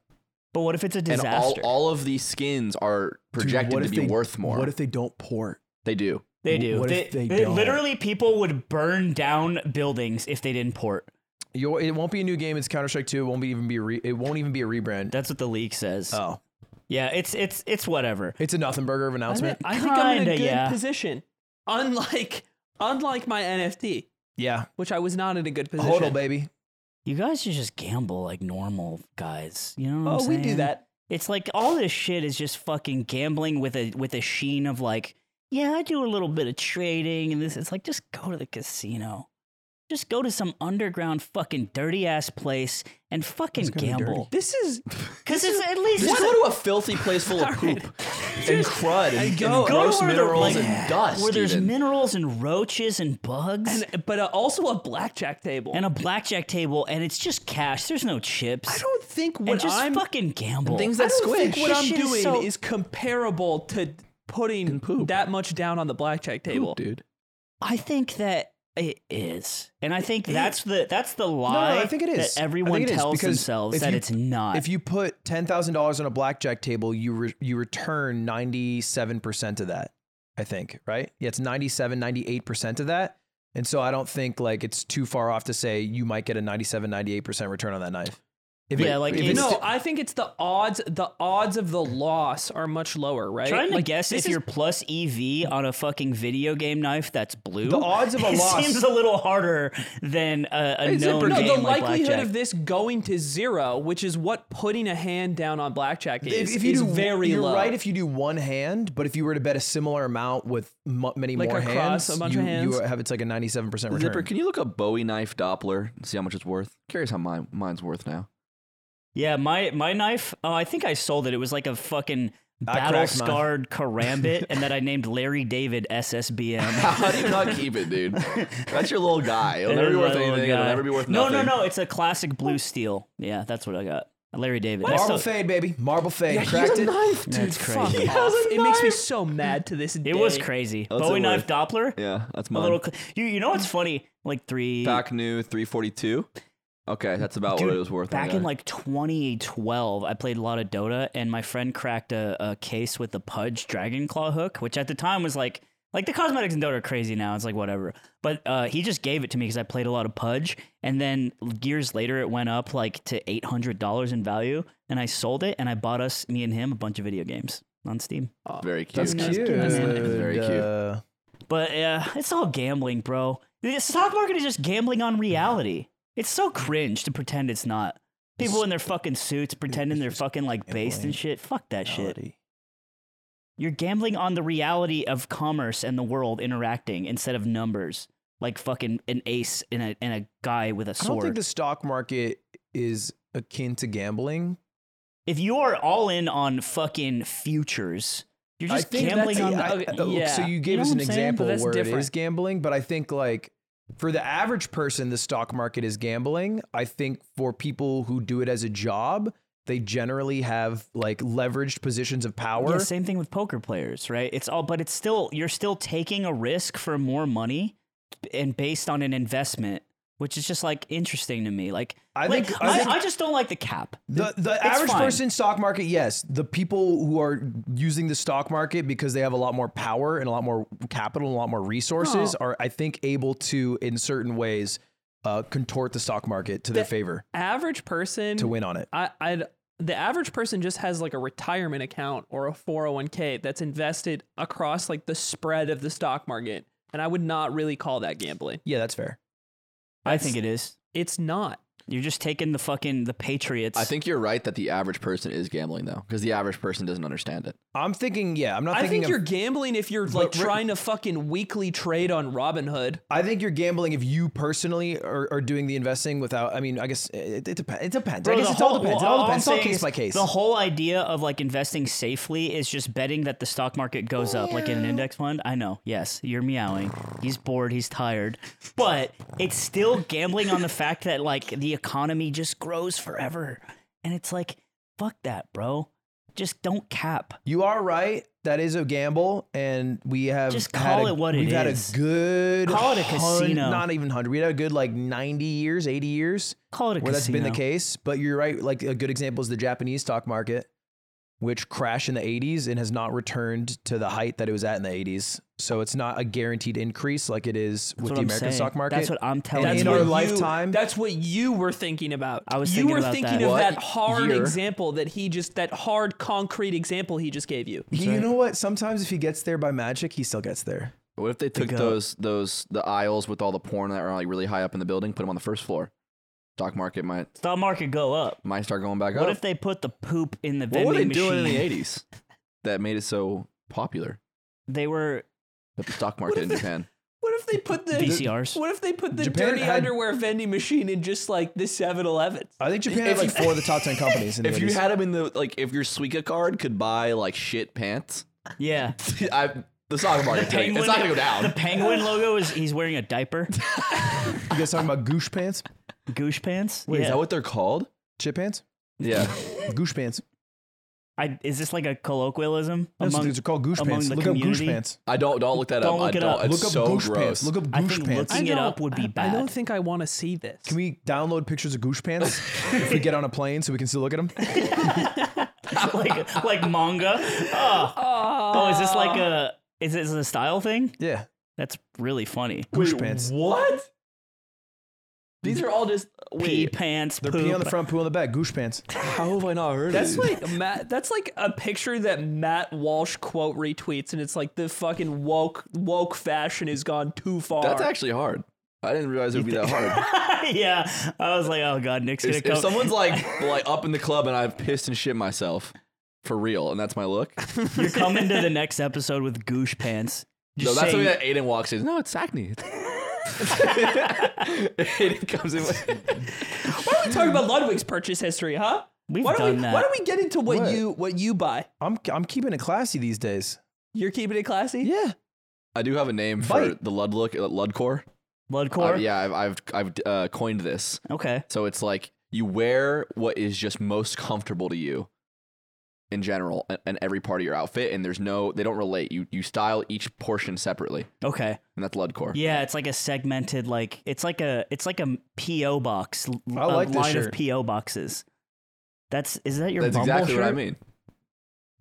Speaker 2: But what if it's a
Speaker 1: and all,
Speaker 2: disaster?
Speaker 1: all of these skins are
Speaker 3: Dude,
Speaker 1: projected
Speaker 3: what
Speaker 1: to
Speaker 3: if
Speaker 1: be
Speaker 3: they-
Speaker 1: worth more.
Speaker 3: What if they don't port?
Speaker 1: they do?
Speaker 2: they do.
Speaker 3: What
Speaker 2: they,
Speaker 3: if they
Speaker 2: they-
Speaker 3: don't?
Speaker 2: literally people would burn down buildings if they didn't port.
Speaker 3: You're, it won't be a new game. It's Counter Strike Two. It won't be even be. A re, it won't even be a rebrand.
Speaker 2: That's what the leak says.
Speaker 3: oh,
Speaker 2: Yeah, it's it's it's whatever.
Speaker 3: it's a nothing burger of
Speaker 4: I,
Speaker 3: announcement.
Speaker 4: think- I think I'm in a
Speaker 2: Kinda,
Speaker 4: good
Speaker 2: yeah.
Speaker 4: position. Unlike unlike my NFT,
Speaker 3: yeah,
Speaker 4: which I was not in a good position.
Speaker 3: hodl baby.
Speaker 2: You guys should just gamble like normal guys. You know what I'm
Speaker 4: Oh, we do
Speaker 2: saying?
Speaker 4: that.
Speaker 2: It's like all this shit is just fucking gambling with a with a sheen of like, yeah, I do a little bit of trading and this. It's like just go to the casino, just go to some underground fucking dirty ass place and fucking gamble.
Speaker 4: This is
Speaker 2: Because it's at least
Speaker 1: Just go to a filthy place full of poop and crud and,
Speaker 4: go-
Speaker 1: and
Speaker 4: go
Speaker 1: gross
Speaker 2: to where they're,
Speaker 1: minerals
Speaker 2: like,
Speaker 1: and dust.
Speaker 2: where there's
Speaker 1: even.
Speaker 2: minerals and roaches and bugs. And-
Speaker 4: and, but uh, also a blackjack table.
Speaker 2: a blackjack table, and it's just cash. There's no chips.
Speaker 4: I don't think
Speaker 2: and
Speaker 4: what
Speaker 2: just
Speaker 4: I'm
Speaker 2: fucking gamble.
Speaker 1: things
Speaker 4: I
Speaker 1: that
Speaker 4: don't think
Speaker 1: squish.
Speaker 4: what
Speaker 2: This
Speaker 4: I'm
Speaker 2: shit is
Speaker 4: doing is,
Speaker 2: so-
Speaker 4: comparable to putting that much down on the blackjack table.
Speaker 1: dude.
Speaker 2: I think that it is, and I think that's the that's the
Speaker 3: No,
Speaker 2: lie.
Speaker 3: no, I think it is. I think
Speaker 2: that everyone
Speaker 3: it is,
Speaker 2: tells
Speaker 3: because
Speaker 2: themselves
Speaker 3: if
Speaker 2: that
Speaker 3: you-
Speaker 2: it's not.
Speaker 3: If you put ten thousand dollars on a blackjack table, you re, you return ninety seven percent of that. I think right. Yeah, it's 97, 98 percent of that. And so I don't think like it's too far off to say you might get a 97, 98 percent return on that knife. If
Speaker 2: Yeah, like,
Speaker 3: if
Speaker 2: it's-
Speaker 4: No,
Speaker 3: no,
Speaker 4: I think it's the odds. The odds of the loss are much lower, right?
Speaker 2: Trying to
Speaker 4: Like,
Speaker 2: guess
Speaker 4: this
Speaker 2: if
Speaker 4: is-
Speaker 2: you're plus EV on a fucking video game knife that's blue.
Speaker 3: The odds of a
Speaker 2: it
Speaker 3: loss-
Speaker 2: seems a little harder than a, a
Speaker 1: It's
Speaker 2: known
Speaker 1: super-
Speaker 4: no,
Speaker 2: game
Speaker 4: the
Speaker 2: like
Speaker 4: likelihood
Speaker 2: blackjack.
Speaker 4: of this going to zero, which is what putting a hand down on blackjack is,
Speaker 3: if, if you
Speaker 4: is
Speaker 3: do
Speaker 4: very
Speaker 3: you're
Speaker 4: low.
Speaker 3: right if you do one hand, but if you were to bet a similar amount with mu- many
Speaker 4: Like
Speaker 3: more
Speaker 4: across
Speaker 3: hands,
Speaker 4: a bunch
Speaker 3: you,
Speaker 4: of
Speaker 3: you
Speaker 4: hands?
Speaker 3: have it's like a ninety seven percent return.
Speaker 1: Zipper, can you look up Bowie knife Doppler and see how much it's worth? Curious how mine mine's worth now.
Speaker 2: Yeah, my my knife. Uh, I think I sold it. It was like a fucking
Speaker 3: I cracked
Speaker 2: battle scarred karambit, and that I named Larry David SSBM.
Speaker 1: How do you not keep it, dude? That's your little guy. It'll never be worth
Speaker 2: Little
Speaker 1: anything. It'll
Speaker 2: guy.
Speaker 1: never be worth
Speaker 2: no,
Speaker 1: nothing.
Speaker 2: No, no, It's a classic blue steel. Yeah, that's what I got. Larry David. I
Speaker 3: Marble
Speaker 2: still-
Speaker 3: fade, baby. Marble fade. Cracked it.
Speaker 1: knife,
Speaker 2: That's
Speaker 4: Fuck
Speaker 2: crazy.
Speaker 4: off. It makes me so mad to this day.
Speaker 2: It was crazy.
Speaker 1: What's
Speaker 2: Bowie
Speaker 1: it
Speaker 2: knife
Speaker 1: worth?
Speaker 2: Doppler.
Speaker 1: Yeah, that's
Speaker 2: A
Speaker 1: mine.
Speaker 2: little. Cl- you you know what's funny? Like three.
Speaker 1: Back new 342. Okay, that's about
Speaker 2: Dude,
Speaker 1: what it was worth.
Speaker 2: Back
Speaker 1: I got
Speaker 2: in
Speaker 1: it.
Speaker 2: like 2012, I played a lot of Dota, and my friend cracked a, a case with the Pudge Dragon Claw hook, which at the time was like, like the cosmetics in Dota are crazy now. It's like whatever, but uh, he just gave it to me because I played a lot of Pudge, and then years later it went up like to eight hundred dollars in value, and I sold it, and I bought us, me and him, a bunch of video games on Steam.
Speaker 1: very cute.
Speaker 3: That's
Speaker 2: That's
Speaker 3: cute.
Speaker 1: Very cute.
Speaker 3: Uh,
Speaker 2: But yeah, it's all gambling, bro. The stock market is just gambling on reality. It's so cringe to pretend it's not. People in their fucking suits pretending they're fucking like based and shit. Fuck that shit.
Speaker 3: reality.
Speaker 2: You're gambling on the reality of commerce and the world interacting instead of numbers. Like fucking an ace and a, and a guy with a
Speaker 3: I don't
Speaker 2: sword.
Speaker 3: think the stock market is akin to gambling.
Speaker 2: if you are all in on fucking futures, you're
Speaker 3: I
Speaker 2: just
Speaker 3: think
Speaker 2: gambling
Speaker 4: that's-
Speaker 2: on
Speaker 4: I-
Speaker 2: the.
Speaker 4: the-
Speaker 3: uh,
Speaker 4: yeah.
Speaker 3: So you
Speaker 2: You
Speaker 3: gave
Speaker 2: know
Speaker 3: us
Speaker 2: what
Speaker 3: an
Speaker 2: I'm saying?
Speaker 3: example
Speaker 4: But that's
Speaker 3: where it is
Speaker 4: different.
Speaker 3: gambling, but I think like for the average person, the stock market is gambling. I think for people who do it as a job, they generally have like leveraged positions of power.
Speaker 2: Yeah, same thing with poker players, right? It's all, but it's still you're still taking a risk for more money, and based on an investment, which is just like interesting to me. Like,
Speaker 3: I
Speaker 2: like,
Speaker 3: think- I
Speaker 2: I,
Speaker 3: think-
Speaker 2: I just don't like the cap.
Speaker 3: The the
Speaker 2: It's
Speaker 3: average
Speaker 2: fine.
Speaker 3: person stock market, yes. The people who are using the stock market because they have a lot more power and a lot more capital and a lot more resources
Speaker 2: Oh.
Speaker 3: are, I think, able to in certain ways uh, contort the stock market to their favor
Speaker 4: Average person
Speaker 2: Mm.
Speaker 3: to win on it.
Speaker 4: I, I'd the average person just has like a retirement account or a 401k that's invested across like the spread of the stock market. And I would not really call that gambling.
Speaker 3: Yeah, that's fair.
Speaker 2: I think it is.
Speaker 4: It's not.
Speaker 2: You're just taking the fucking the Patriots.
Speaker 1: I think you're right that the average person is gambling though, because the average person doesn't understand it.
Speaker 3: I'm thinking, yeah, I'm not
Speaker 4: I
Speaker 3: thinking
Speaker 4: think
Speaker 3: of-
Speaker 4: you're gambling if you're like
Speaker 3: But re-
Speaker 4: trying to fucking weekly trade on Robinhood.
Speaker 3: I think you're gambling if you personally are, are doing the investing without. I mean, I guess it, it, depa- it depends.
Speaker 2: Bro,
Speaker 3: I guess
Speaker 2: the
Speaker 3: it
Speaker 2: whole-
Speaker 3: all depends.
Speaker 2: well,
Speaker 3: it all
Speaker 2: I'm
Speaker 3: depends. It's all
Speaker 2: saying
Speaker 3: case
Speaker 2: is
Speaker 3: by case.
Speaker 2: The whole idea of like investing safely is just betting that the stock market goes up, like in an index fund. I know. Yes, you're meowing. He's bored. He's tired. But it's still gambling on the fact that like the economy just grows forever, and it's like fuck that, bro. Just don't cap.
Speaker 3: you are right. That is a gamble, and we have
Speaker 2: Just
Speaker 3: had
Speaker 2: call
Speaker 3: a-
Speaker 2: it what it
Speaker 3: We've had
Speaker 2: is.
Speaker 3: a good
Speaker 2: Call it a
Speaker 3: hun-
Speaker 2: casino.
Speaker 3: Not even hundred. We had a good like ninety years, eighty years
Speaker 2: Call it a
Speaker 3: where that's
Speaker 2: casino.
Speaker 3: been the case. But you're right. Like a good example is the Japanese stock market, which crashed in the '80s and has not returned to the height that it was at in the '80s. So it's not a guaranteed increase like it is
Speaker 2: That's
Speaker 3: with
Speaker 2: what
Speaker 3: the
Speaker 2: I'm
Speaker 3: American
Speaker 2: saying.
Speaker 3: stock market.
Speaker 2: That's what I'm telling
Speaker 3: And
Speaker 4: That's
Speaker 2: you.
Speaker 3: in our
Speaker 4: what you-
Speaker 3: lifetime-
Speaker 4: That's what you were thinking about.
Speaker 2: I was
Speaker 4: You
Speaker 2: thinking
Speaker 4: were
Speaker 2: about
Speaker 4: thinking
Speaker 2: that.
Speaker 4: of
Speaker 1: What
Speaker 4: that hard
Speaker 1: year?
Speaker 4: example that he just that hard concrete example he just gave you.
Speaker 3: You know what? Sometimes if he gets there by magic, he still gets there.
Speaker 1: What if they took
Speaker 2: goat.
Speaker 1: those those the aisles with all the porn that are like really high up in the building, put them on the first floor? Stock market might
Speaker 2: Stock market go up.
Speaker 1: might start going back
Speaker 2: What
Speaker 1: up.
Speaker 2: if they put the poop in the
Speaker 1: what
Speaker 2: vending
Speaker 1: were they
Speaker 2: machine?
Speaker 1: doing in the eighties that made it so popular?
Speaker 2: They were
Speaker 1: The stock market in Japan.
Speaker 4: What if they put the
Speaker 2: VCRs.
Speaker 4: What if they put the
Speaker 3: Japan
Speaker 4: dirty
Speaker 3: had-
Speaker 4: underwear vending machine in just like the 7-Eleven?
Speaker 3: I think Japan had like four of the top ten companies. In the
Speaker 1: If you
Speaker 3: 80s.
Speaker 1: had them in the like, if your Suica card could buy like shit pants,
Speaker 2: yeah.
Speaker 1: I, the stock market it's not gonna go down.
Speaker 2: The penguin logo is he's wearing a diaper,
Speaker 3: you guys talking about goosh pants,
Speaker 2: goosh pants.
Speaker 1: Wait,
Speaker 2: yeah.
Speaker 1: is that what they're called?
Speaker 3: chip pants,
Speaker 1: Yeah,
Speaker 3: goosh pants.
Speaker 2: I, is this like a colloquialism
Speaker 3: That's what
Speaker 2: among?
Speaker 3: these are called goosh
Speaker 2: among
Speaker 3: pants.
Speaker 2: the
Speaker 3: Look
Speaker 2: community?
Speaker 3: up goosh pants.
Speaker 1: I don't don't look that
Speaker 2: Don't
Speaker 1: up.
Speaker 2: look
Speaker 1: I
Speaker 2: it
Speaker 1: don't.
Speaker 2: up.
Speaker 1: It's
Speaker 3: Look up
Speaker 1: so
Speaker 3: goosh
Speaker 1: gross.
Speaker 3: pants. Look up
Speaker 2: I
Speaker 3: goosh
Speaker 2: think
Speaker 3: pants.
Speaker 2: looking it
Speaker 4: don't-
Speaker 2: up would be
Speaker 4: I
Speaker 2: bad.
Speaker 4: don't think I want to see this.
Speaker 3: Can we download pictures of goosh pants if we get on a plane so we can still look at them?
Speaker 2: like like manga. Oh. oh, is this like a is this a style thing?
Speaker 3: Yeah,
Speaker 2: That's really funny.
Speaker 3: goosh pants.
Speaker 4: What? These are all just
Speaker 2: Pee
Speaker 4: wait.
Speaker 2: pants.
Speaker 3: They're
Speaker 2: poop.
Speaker 3: pee on the front, poo on the back. Goosh pants.
Speaker 1: How have I not heard?
Speaker 4: That's like Matt. That's like a picture that Matt Walsh quote retweets, and it's like the fucking woke woke fashion has gone too far.
Speaker 1: That's actually hard. I didn't realize it would be that hard.
Speaker 2: yeah, I was like, oh god, Nick's gonna
Speaker 1: if,
Speaker 2: come.
Speaker 1: if someone's like like up in the club and I've pissed and shit myself for real, and that's my look.
Speaker 2: You're coming to the next episode with goosh pants.
Speaker 1: No,
Speaker 2: Just
Speaker 1: that's something
Speaker 2: saying,
Speaker 1: that Aiden walks in. No, it's acne. Aiden comes in. with-
Speaker 4: Why don't we talk about Ludwig's purchase history, huh?
Speaker 2: We've
Speaker 4: why don't
Speaker 2: done
Speaker 4: we,
Speaker 2: that.
Speaker 4: Why don't we get into what,
Speaker 3: What?
Speaker 4: you what you buy?
Speaker 3: I'm I'm keeping it classy these days.
Speaker 4: You're keeping it classy.
Speaker 3: Yeah,
Speaker 1: I do have a name for
Speaker 3: Bite.
Speaker 1: the Lud look, uh, Ludcore.
Speaker 2: blood
Speaker 1: Uh,
Speaker 2: core.
Speaker 1: yeah, I've I've, I've uh, coined this.
Speaker 2: Okay.
Speaker 1: So it's like you wear what is just most comfortable to you in general a- and every part of your outfit and there's no they don't relate. You you style each portion separately.
Speaker 2: Okay.
Speaker 1: And that's Ludcore.
Speaker 2: Yeah, it's like a segmented, like it's like a it's like a PO box, l-
Speaker 3: I
Speaker 2: a
Speaker 3: like this
Speaker 2: line of
Speaker 3: shirt.
Speaker 2: PO boxes. That's is that your
Speaker 1: That's
Speaker 2: Bumble
Speaker 1: exactly
Speaker 2: shirt?
Speaker 1: what I mean.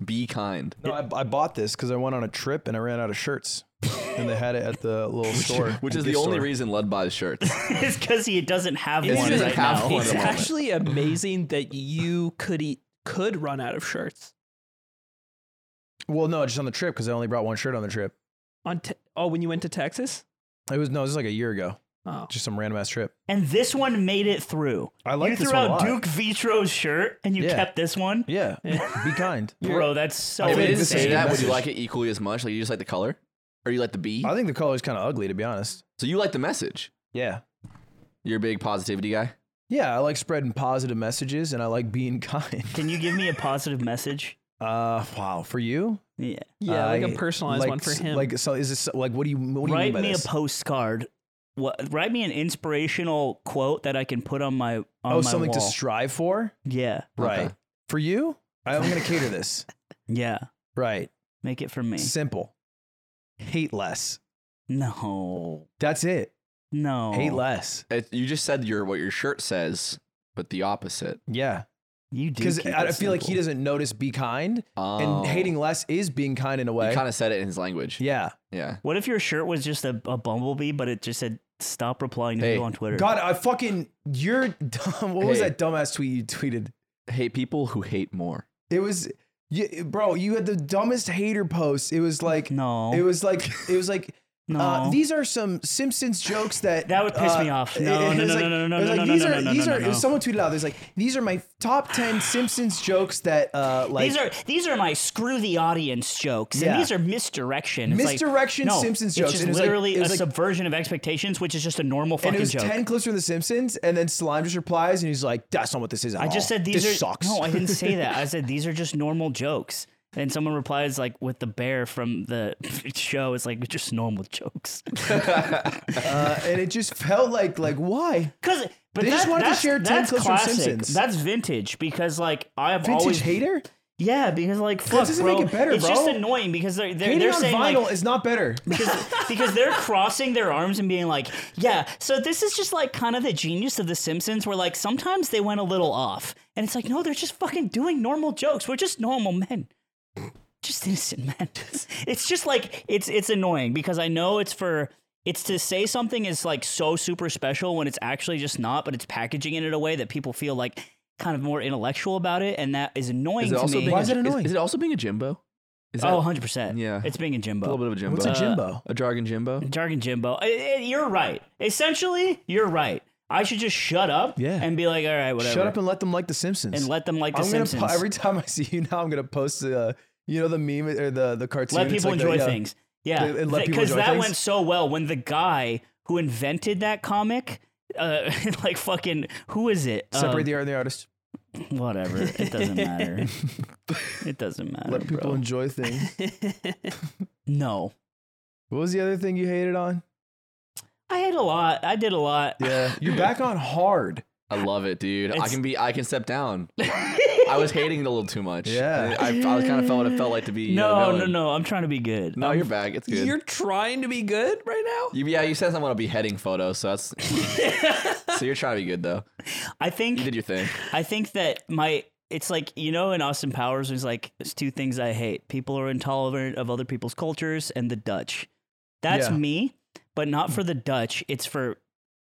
Speaker 1: Be kind.
Speaker 3: no, I, I bought this because I went on a trip and I ran out of shirts, and they had it at the little store,
Speaker 1: Which is
Speaker 3: gift
Speaker 1: the only
Speaker 3: store.
Speaker 1: reason Lud buys shirts.
Speaker 2: it's because he doesn't have
Speaker 1: It's
Speaker 2: one
Speaker 1: just
Speaker 2: right
Speaker 1: half
Speaker 2: now.
Speaker 1: one.
Speaker 4: It's
Speaker 1: at the moment.
Speaker 4: actually amazing that you could eat could run out of shirts
Speaker 3: Well, no, just on the trip because I only brought one shirt on the trip.
Speaker 4: on. Te- oh, when you went to Texas.
Speaker 3: It was no, this was like a year ago.
Speaker 4: Oh.
Speaker 3: Just some random ass trip.
Speaker 2: And this one made it through.
Speaker 3: I like
Speaker 2: you
Speaker 3: this
Speaker 2: threw
Speaker 3: one a
Speaker 2: out
Speaker 3: lot.
Speaker 2: Duke Vitro's shirt, and you
Speaker 3: Yeah.
Speaker 2: kept this one,
Speaker 3: Yeah, be kind.
Speaker 2: bro. That's so
Speaker 1: if it
Speaker 3: think
Speaker 1: didn't
Speaker 3: this Oh, is
Speaker 1: say
Speaker 3: the
Speaker 2: insane.
Speaker 1: that, would
Speaker 3: message.
Speaker 1: you like it equally as much? Like you just like the color? Or you like the bee?
Speaker 3: I think the color's kind of ugly, to be honest.
Speaker 1: So you like the message.
Speaker 3: Yeah.
Speaker 1: You're a big positivity guy.
Speaker 3: Yeah, I like spreading positive messages and I like being kind.
Speaker 2: Can you give me a positive message?
Speaker 3: Uh, wow. For you?
Speaker 2: Yeah.
Speaker 4: Yeah, like a
Speaker 3: I-
Speaker 4: personalized
Speaker 3: like
Speaker 4: one for
Speaker 3: s-
Speaker 4: him.
Speaker 3: Like, so is this like, what do you, what do you mean
Speaker 2: write
Speaker 3: by
Speaker 2: me
Speaker 3: this?
Speaker 2: a postcard. What, write me an inspirational quote that I can put on my on
Speaker 3: oh,
Speaker 2: my
Speaker 3: something to
Speaker 2: wall.
Speaker 3: strive for?
Speaker 2: yeah,
Speaker 3: Right.
Speaker 1: Okay.
Speaker 3: For you? I'm going to cater this.
Speaker 2: yeah.
Speaker 3: Right.
Speaker 2: Make it for me.
Speaker 3: Simple. Hate less.
Speaker 2: No.
Speaker 3: That's it.
Speaker 2: No.
Speaker 3: Hate less.
Speaker 1: It, you just said your what your shirt says, but the opposite.
Speaker 3: Yeah.
Speaker 2: You do.
Speaker 3: Because
Speaker 2: keep
Speaker 3: I, I
Speaker 2: it
Speaker 3: feel like he
Speaker 2: simple.
Speaker 3: doesn't notice be kind
Speaker 1: Oh.
Speaker 3: and hating less is being kind in a
Speaker 1: You
Speaker 3: way.
Speaker 1: kind of said it in his language.
Speaker 3: yeah.
Speaker 1: Yeah.
Speaker 2: What if your shirt was just a, a bumblebee, but it just said "Stop replying to
Speaker 1: Hey.
Speaker 2: people on Twitter"?
Speaker 3: God, I fucking, you're dumb. What was
Speaker 1: Hey.
Speaker 3: that dumbass tweet you tweeted?
Speaker 1: Hate people who hate more.
Speaker 3: It was, you, bro. You had the dumbest hater post. It was like,
Speaker 2: no.
Speaker 3: it was like, it was like,
Speaker 2: No.
Speaker 3: Uh, these are some Simpsons jokes that
Speaker 2: That would piss
Speaker 3: uh,
Speaker 2: me off.
Speaker 3: it-
Speaker 2: No,
Speaker 3: it
Speaker 2: no,
Speaker 3: was
Speaker 2: no,
Speaker 3: like-
Speaker 2: no, no, no,
Speaker 3: it was
Speaker 2: no,
Speaker 3: like,
Speaker 2: no,
Speaker 3: these
Speaker 2: no,
Speaker 3: are-
Speaker 2: no, no,
Speaker 3: These
Speaker 2: no,
Speaker 3: are.
Speaker 2: no, no.
Speaker 3: Someone tweeted out. There's like these are my top ten Simpsons jokes that uh like
Speaker 2: these are these are my screw the audience jokes,
Speaker 3: Yeah.
Speaker 2: and these are misdirection. It's like-
Speaker 3: Misdirection
Speaker 2: no,
Speaker 3: Simpsons
Speaker 2: it's
Speaker 3: jokes,
Speaker 2: Just
Speaker 3: and it was like-
Speaker 2: literally
Speaker 3: it was
Speaker 2: a
Speaker 3: like-
Speaker 2: subversion of expectations, which is just a normal
Speaker 3: And
Speaker 2: fucking
Speaker 3: it was
Speaker 2: joke.
Speaker 3: ten clips from The Simpsons, and then Slime just replies, and he's like, "That's not what this is at
Speaker 2: I just
Speaker 3: all.
Speaker 2: said these
Speaker 3: this
Speaker 2: are
Speaker 3: sucks."
Speaker 2: no. I didn't say that. I said these are just normal jokes. And someone replies like with the bear from the show. It's like just normal jokes.
Speaker 3: uh, and it just felt like like why
Speaker 2: Because but
Speaker 3: They just
Speaker 2: that-
Speaker 3: wanted to
Speaker 2: that's-
Speaker 3: share 10
Speaker 2: that's
Speaker 3: clips from
Speaker 2: classic.
Speaker 3: Simpsons.
Speaker 2: That's vintage because like I've
Speaker 3: vintage
Speaker 2: always
Speaker 3: hater
Speaker 2: yeah because like fuck
Speaker 3: doesn't
Speaker 2: bro,
Speaker 3: make it better,
Speaker 2: it's just
Speaker 3: bro.
Speaker 2: annoying because they're they're,
Speaker 3: hating
Speaker 2: they're
Speaker 3: on
Speaker 2: saying
Speaker 3: vinyl
Speaker 2: like
Speaker 3: is not better.
Speaker 2: because, because they're crossing their arms and being like yeah so this is just like kind of the genius of the Simpsons where like sometimes they went a little off and it's like no they're just fucking doing normal jokes we're just normal men just innocent men. it's just like it's it's annoying because I know it's for it's to say something is like so super special when it's actually just not, but it's packaging it in a way that people feel like kind of more intellectual about it, and that is annoying
Speaker 1: Is it
Speaker 2: to
Speaker 1: also
Speaker 2: me.
Speaker 1: being
Speaker 3: Why
Speaker 1: a,
Speaker 3: is it annoying?
Speaker 1: Is, it also being a Jimbo? Is
Speaker 2: oh,
Speaker 1: that
Speaker 2: 100 percent.
Speaker 1: Yeah.
Speaker 2: it's being
Speaker 1: a
Speaker 2: a
Speaker 1: little
Speaker 2: Jimbo.
Speaker 1: bit of a Jimbo?
Speaker 3: What's a Jimbo?
Speaker 1: a jargon Jimbo?
Speaker 2: Jargon Jimbo. I- I- you're right. Essentially, you're right. I should just shut up
Speaker 3: Yeah.
Speaker 2: and be like, all right, whatever.
Speaker 3: Shut up and let them like The Simpsons.
Speaker 2: and let them like
Speaker 3: I'm
Speaker 2: the
Speaker 3: gonna po-
Speaker 2: Simpsons.
Speaker 3: every time I see you now, I'm gonna post uh, you know the meme or the the cartoon.
Speaker 2: let
Speaker 3: It's
Speaker 2: people
Speaker 3: like the-
Speaker 2: enjoy
Speaker 3: yeah.
Speaker 2: things. Yeah,
Speaker 3: And- and let people
Speaker 2: because
Speaker 3: enjoy
Speaker 2: that
Speaker 3: things.
Speaker 2: went so well when the guy who invented that comic, uh, like fucking, who is it?
Speaker 3: Separate the art and the artist.
Speaker 2: the whatever. It doesn't matter. it doesn't matter.
Speaker 3: Let people
Speaker 2: uh, bro.
Speaker 3: enjoy things.
Speaker 2: no,
Speaker 3: what was the other thing you hated on?
Speaker 2: I had a lot. I did a lot.
Speaker 3: Yeah, you're back on hard.
Speaker 1: I love it, dude. I
Speaker 2: It's-
Speaker 1: can be. I can step down. I was hating it a little too much.
Speaker 3: Yeah.
Speaker 1: I, I, I kind of felt what it felt like to be. you know,
Speaker 2: No,
Speaker 1: the
Speaker 2: no,
Speaker 1: villain.
Speaker 2: no. I'm trying to be good.
Speaker 1: No, you're back. It's good.
Speaker 4: You're trying to be good right now?
Speaker 1: You- yeah, you said something about a beheading photo, so that's. so you're trying to be good though.
Speaker 2: I think
Speaker 1: You did your thing.
Speaker 2: I think that my it's like you know in Austin Powers was like there's two things I hate. People are intolerant of other people's cultures and the Dutch. That's
Speaker 3: Yeah.
Speaker 2: me, but
Speaker 1: Mm.
Speaker 2: not for the Dutch. It's for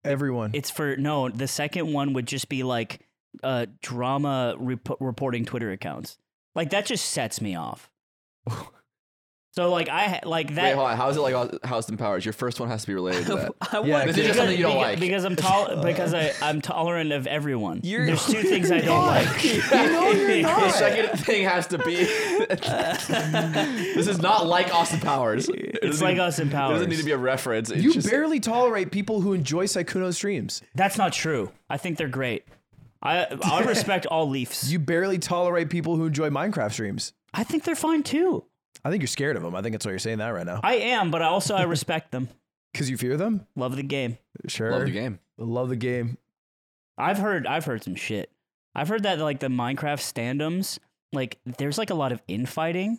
Speaker 3: Everyone.
Speaker 2: it's for no, the second one would just be like uh drama rep- reporting Twitter accounts. Like that just sets me off. so like I ha- like
Speaker 1: Wait,
Speaker 2: that
Speaker 1: hold on. How's it like Aus- Houston Powers? Your first one has to be related to that.
Speaker 4: I
Speaker 3: Yeah,
Speaker 4: want
Speaker 1: This is just something you don't
Speaker 2: beca-
Speaker 1: like.
Speaker 2: because I'm tol- because I, I'm tolerant of everyone.
Speaker 4: You're-
Speaker 2: There's two things I don't like.
Speaker 3: no, you're
Speaker 1: The
Speaker 3: not.
Speaker 1: second thing has to be. this is not like Austin Powers. It
Speaker 2: It's
Speaker 1: doesn't
Speaker 2: like
Speaker 1: need-
Speaker 2: Austin
Speaker 1: It
Speaker 2: Powers.
Speaker 1: doesn't need to be a reference. It's
Speaker 3: You
Speaker 1: just,
Speaker 3: barely tolerate people who enjoy Sykuno streams.
Speaker 2: That's not true. I think they're great. I I respect all Leafs.
Speaker 3: You barely tolerate people who enjoy Minecraft streams.
Speaker 2: I think they're fine too.
Speaker 3: I think you're scared of them. I think that's why you're saying that right now.
Speaker 2: I am, but I also I respect them.
Speaker 3: Because you fear them?
Speaker 2: Love the game.
Speaker 3: Sure.
Speaker 1: love the game.
Speaker 3: Love the game.
Speaker 2: I've heard I've heard some shit. I've heard that like the Minecraft standums, like there's like a lot of infighting.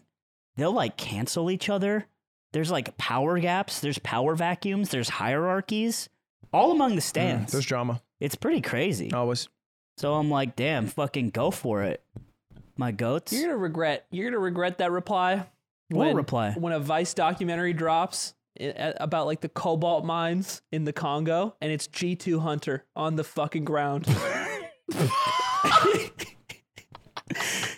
Speaker 2: They'll like cancel each other. There's like power gaps, there's power vacuums, there's hierarchies all among the stands.
Speaker 3: Mm, There's Oh. drama.
Speaker 2: it's pretty crazy.
Speaker 3: Always.
Speaker 2: So I'm like, damn, fucking go for it. My goats.
Speaker 4: You're gonna regret. You're gonna regret that reply.
Speaker 2: What reply?
Speaker 4: When a Vice documentary drops i- a- about like the cobalt mines in the Congo, and it's G2 Hunter on the fucking ground.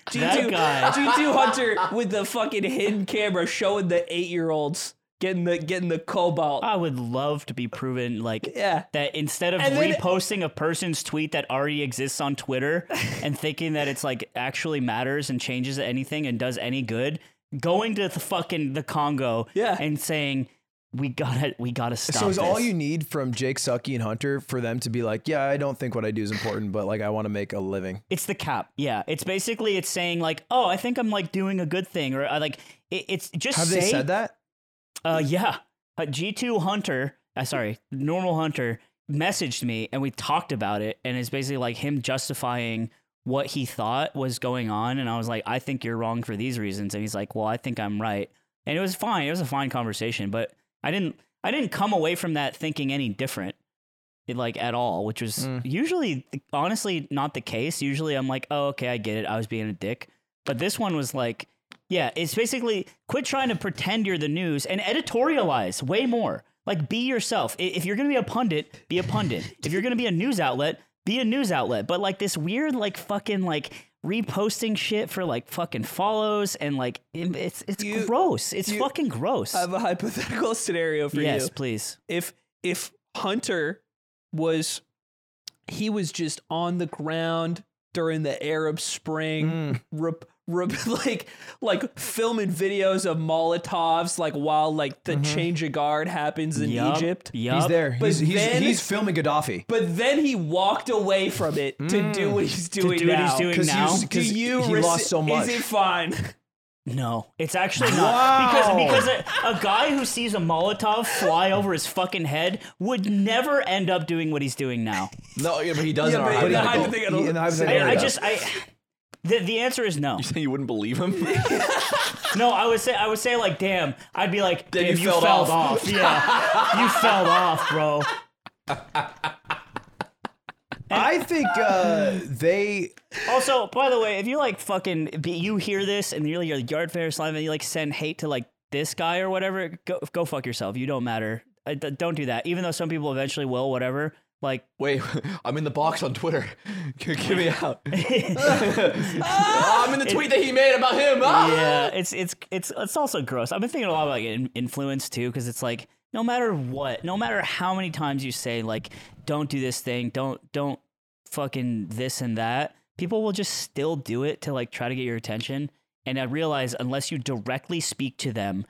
Speaker 4: G2,
Speaker 2: That guy.
Speaker 4: G2 Hunter with the fucking hidden camera showing the eight year olds getting the getting the cobalt.
Speaker 2: I would love to be proven like
Speaker 4: Yeah.
Speaker 2: that instead of
Speaker 4: And then-
Speaker 2: reposting a person's tweet that already exists on Twitter and thinking that it's like actually matters and changes anything and does any good, going to the fucking the Congo
Speaker 4: Yeah.
Speaker 2: and saying we gotta we gotta stop.
Speaker 3: so is all
Speaker 2: this."
Speaker 3: you need from Jake Sucky and Hunter for them to be like, yeah, I don't think what I do is important, but like I want to make a living.
Speaker 2: It's the cap. Yeah. It's basically it's saying like, oh, I think I'm like doing a good thing or I like it, it's just
Speaker 3: Have
Speaker 2: say,
Speaker 3: they said that?
Speaker 2: Uh, yeah. Uh, G2 Hunter, uh, sorry, normal Hunter messaged me and we talked about it. And it's basically like him justifying what he thought was going on. And I was like, I think you're wrong for these reasons. And he's like, well, I think I'm right. And it was fine. It was a fine conversation, but I didn't, I didn't come away from that thinking any different it, like at all, which was usually honestly not the case. Usually I'm like, oh, okay, I get it. I was being a dick. But this one was like, yeah, it's basically quit trying to pretend you're the news and editorialize way more. Like be yourself. I- If you're going to be a pundit, be a pundit. if you're going to be a news outlet, be a news outlet, but like this weird like fucking like reposting shit for like fucking follows and like im- it's it's
Speaker 4: You-
Speaker 2: gross. It's
Speaker 4: you-
Speaker 2: fucking gross.
Speaker 4: I have a hypothetical scenario for
Speaker 2: yes,
Speaker 4: you.
Speaker 2: please.
Speaker 4: if if Hunter was he was just on the ground during the Arab Spring,
Speaker 2: Mm.
Speaker 4: rep- rep- like like filming videos of Molotovs, like while like the change of guard happens in
Speaker 2: Mm-hmm. Yup,
Speaker 4: Egypt.
Speaker 2: Yup.
Speaker 3: He's there.
Speaker 4: But
Speaker 3: He's, he's,
Speaker 4: then-
Speaker 3: he's filming Gaddafi.
Speaker 4: But then he walked away from it to do what he's
Speaker 2: Mm.
Speaker 4: doing
Speaker 2: do what he's
Speaker 4: now.
Speaker 2: doing.
Speaker 3: he
Speaker 2: now?
Speaker 3: was-
Speaker 4: Do you
Speaker 3: he
Speaker 4: rece-
Speaker 3: lost so much.
Speaker 4: Is it fine?
Speaker 2: No, it's actually not
Speaker 3: Wow.
Speaker 2: because because a, a guy who sees a Molotov fly over his fucking head would never end up doing what he's doing now.
Speaker 1: No, yeah, but he does
Speaker 4: Yeah,
Speaker 1: in our
Speaker 4: but in the
Speaker 1: hypothetical.
Speaker 4: hypothetical-
Speaker 3: He- and I was like,
Speaker 2: I,
Speaker 3: "Oh,
Speaker 2: I
Speaker 3: yeah."
Speaker 2: just I the, the answer is no.
Speaker 1: You saying you wouldn't believe him?
Speaker 2: No, I would say I would say like damn. I'd be like damn,
Speaker 1: you
Speaker 2: you,
Speaker 1: fell
Speaker 2: fell,
Speaker 1: off.
Speaker 2: off. Yeah, you fell off, bro.
Speaker 3: I think uh, they
Speaker 2: Also, by the way, if you like fucking be- you hear this and you're like your yard fair slime and you like send hate to like this guy or whatever, go go fuck yourself. You don't matter. I, d- don't do that. Even though some people eventually will, whatever. Like
Speaker 1: Wait, I'm in the box on Twitter. Get me out. Ah, I'm in the tweet that he made about him. Ah!
Speaker 2: yeah, it's it's it's it's also gross. I've been thinking a lot about in- influence too, because it's like no matter what, no matter how many times you say like don't do this thing, don't don't fucking this and that, people will just still do it to like try to get your attention. And I realize unless you directly speak to them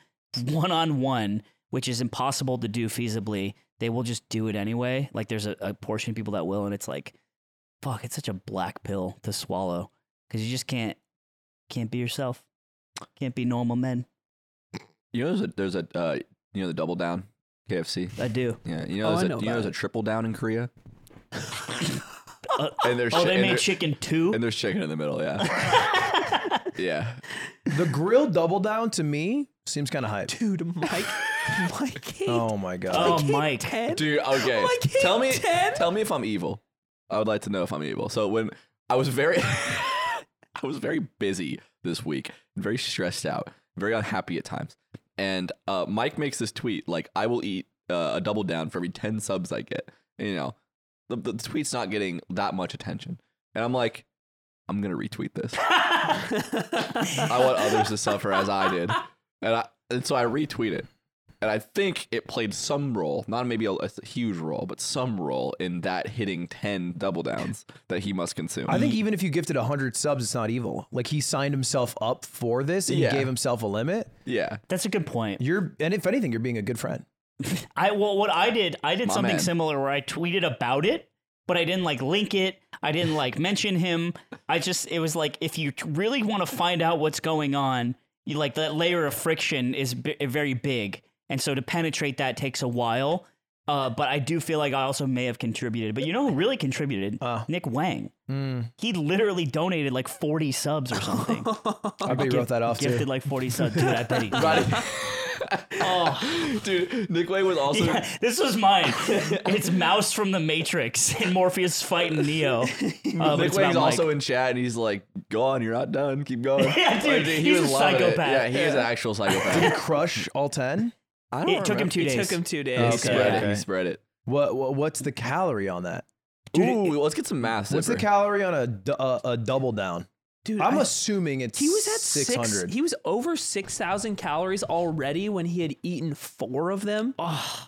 Speaker 2: one on one, which is impossible to do feasibly, they will just do it anyway. Like there's a, a portion of people that will, and it's like, fuck, it's such a black pill to swallow because you just can't can't be yourself. Can't be normal men.
Speaker 1: You know, there's a, there's a uh, you know the double down KFC.
Speaker 2: I do.
Speaker 1: Yeah, you know,
Speaker 4: Oh,
Speaker 1: there's
Speaker 4: I
Speaker 1: a,
Speaker 4: know
Speaker 1: you know
Speaker 4: about
Speaker 1: there's a
Speaker 4: it.
Speaker 1: triple down in Korea.
Speaker 2: Uh,
Speaker 1: And there's
Speaker 2: oh,
Speaker 1: chi-
Speaker 2: they
Speaker 1: and
Speaker 2: made
Speaker 1: there-
Speaker 2: chicken too.
Speaker 1: and there's chicken in the middle. Yeah, yeah.
Speaker 3: the grilled double down to me seems kind of hype.
Speaker 4: Dude, Mike, Mike ate
Speaker 3: Oh my
Speaker 4: Um,
Speaker 3: god.
Speaker 2: oh, Mike.
Speaker 4: 10?
Speaker 1: Dude, okay.
Speaker 4: Like he
Speaker 1: tell me,
Speaker 4: did?
Speaker 1: tell me if I'm evil. I would like to know if I'm evil. So when I was very, I was very busy this week, very stressed out, very unhappy at times. And uh, Mike makes this tweet like, "I will eat uh, a double down for every ten subs I get." And, you know, the, the tweet's not getting that much attention, and I'm like, I'm gonna retweet this. I want others to suffer as I did, and I and so I retweet it, and I think it played some role, not maybe a, a huge role, but some role in that hitting ten double downs that he must consume.
Speaker 3: I think even if you gifted 100 subs, it's not evil. Like he signed himself up for this and
Speaker 1: Yeah.
Speaker 3: he gave himself a limit.
Speaker 1: yeah,
Speaker 2: That's a good point.
Speaker 3: You're, and if anything, you're being a good friend.
Speaker 2: I well, what I did, I did
Speaker 1: My
Speaker 2: something
Speaker 1: man.
Speaker 2: similar where I tweeted about it, but I didn't like link it. I didn't like mention him. I just it was like if you t- really want to find out what's going on, you like that layer of friction is b- eh, very big, and so to penetrate that takes a while. Uh, but I do feel like I also may have contributed. But you know who really contributed?
Speaker 1: Uh.
Speaker 2: Nick Wang.
Speaker 1: Hmm.
Speaker 2: He literally donated like 40 subs or something.
Speaker 3: I bet you wrote that off
Speaker 2: Gifted
Speaker 3: too.
Speaker 2: like 40 subs. Dude, I bet he did.
Speaker 1: dude, Nick Way was also
Speaker 2: Yeah, this was mine. it's Mouse from the Matrix and Morpheus fighting Neo. Uh, but
Speaker 1: Nick Way's
Speaker 2: it's about Mike.
Speaker 1: also in chat, and he's like, "Go on, you're not done. Keep going."
Speaker 2: Yeah, dude,
Speaker 1: he
Speaker 2: he's
Speaker 1: was
Speaker 2: a
Speaker 1: loving it.
Speaker 2: psychopath.
Speaker 1: Yeah, he is an actual psychopath.
Speaker 3: Crush all 10.
Speaker 1: I don't
Speaker 2: It took
Speaker 1: remember.
Speaker 2: him two
Speaker 4: It
Speaker 2: days. Oh,
Speaker 4: took him two days.
Speaker 1: He
Speaker 3: Okay.
Speaker 1: spread it.
Speaker 3: Okay.
Speaker 1: He spread it.
Speaker 3: What, what What's the calorie on that?
Speaker 1: Ooh, let's get some math.
Speaker 3: What's the
Speaker 1: Zipper.
Speaker 3: calorie on a, du- a, a double down?
Speaker 4: Dude,
Speaker 3: I'm
Speaker 4: I-
Speaker 3: assuming it's
Speaker 4: He was at
Speaker 3: 600.
Speaker 4: six. He was over six thousand calories already when he had eaten four of them.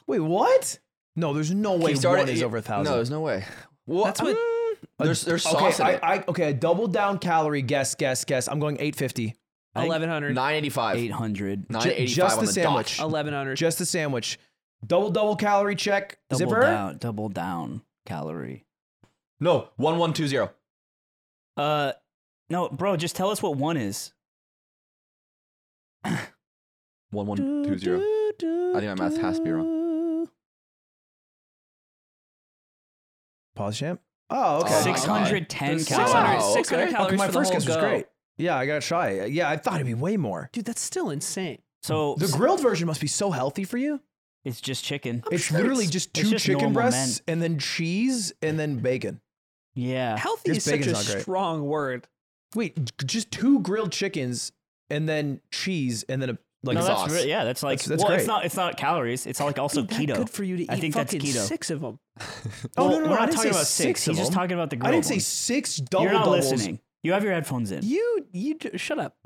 Speaker 3: Wait, what? No, there's no way
Speaker 1: He started-
Speaker 3: one is over a thousand.
Speaker 1: No, there's no way. Well,
Speaker 4: That's what-
Speaker 1: mm, there's there's
Speaker 3: okay,
Speaker 1: sauce in
Speaker 3: I,
Speaker 1: it.
Speaker 3: I, okay, a double down calorie guess, guess, guess. I'm going 850.
Speaker 4: Eleven hundred.
Speaker 1: 985.
Speaker 2: 800.
Speaker 3: Ju-
Speaker 1: 985
Speaker 3: just
Speaker 1: on
Speaker 3: the
Speaker 1: the
Speaker 3: sandwich.
Speaker 1: dot.
Speaker 4: Eleven hundred.
Speaker 3: Just the sandwich. Double, double calorie check.
Speaker 2: Double
Speaker 3: Zipper?
Speaker 2: down. Double down calorie.
Speaker 1: No, 1120.
Speaker 2: Uh, no, bro, just tell us what one is.
Speaker 1: 1120. I think my math has to be wrong.
Speaker 3: Pause, champ. Oh, okay.
Speaker 1: Oh,
Speaker 3: Six-
Speaker 2: 610
Speaker 4: Six
Speaker 1: calories.
Speaker 4: hundred.
Speaker 1: Wow,
Speaker 4: Six hundred
Speaker 1: okay.
Speaker 4: calories
Speaker 3: my
Speaker 4: for the
Speaker 3: first
Speaker 4: whole
Speaker 3: guess was
Speaker 4: go.
Speaker 3: great. Yeah, I gotta try. it. Yeah, I thought it'd be way more.
Speaker 4: Dude, that's still insane.
Speaker 2: So
Speaker 3: The grilled version must be so healthy for you.
Speaker 2: it's just chicken.
Speaker 3: it's
Speaker 4: sure
Speaker 3: literally
Speaker 4: it's-
Speaker 3: just
Speaker 2: it's
Speaker 3: two
Speaker 2: just
Speaker 3: chicken
Speaker 2: normal
Speaker 3: breasts and then cheese and then bacon.
Speaker 2: Yeah.
Speaker 4: Healthy
Speaker 3: Your
Speaker 4: is such a
Speaker 3: bacon's not great.
Speaker 4: strong word.
Speaker 3: Wait, j- just two grilled chickens and then cheese and then a
Speaker 1: like
Speaker 2: no,
Speaker 1: sauce.
Speaker 2: that's re- yeah, that's like
Speaker 3: That's- that's
Speaker 2: well,
Speaker 3: great.
Speaker 2: it's not it's not calories. It's like also
Speaker 4: That
Speaker 2: keto.
Speaker 4: Good for you to eat
Speaker 2: I think that's
Speaker 4: fucking
Speaker 2: keto.
Speaker 4: six of them.
Speaker 3: Oh
Speaker 2: Well,
Speaker 3: no, no, no!
Speaker 2: we're
Speaker 3: I
Speaker 2: not
Speaker 3: didn't
Speaker 2: talking
Speaker 3: say
Speaker 2: about six.
Speaker 3: of
Speaker 2: He's just
Speaker 3: them.
Speaker 2: talking about the
Speaker 3: I
Speaker 2: grilled
Speaker 3: didn't say
Speaker 2: ones.
Speaker 3: six double
Speaker 2: You're not
Speaker 3: doubles.
Speaker 2: listening. You have your headphones in.
Speaker 4: You, you ju- shut up.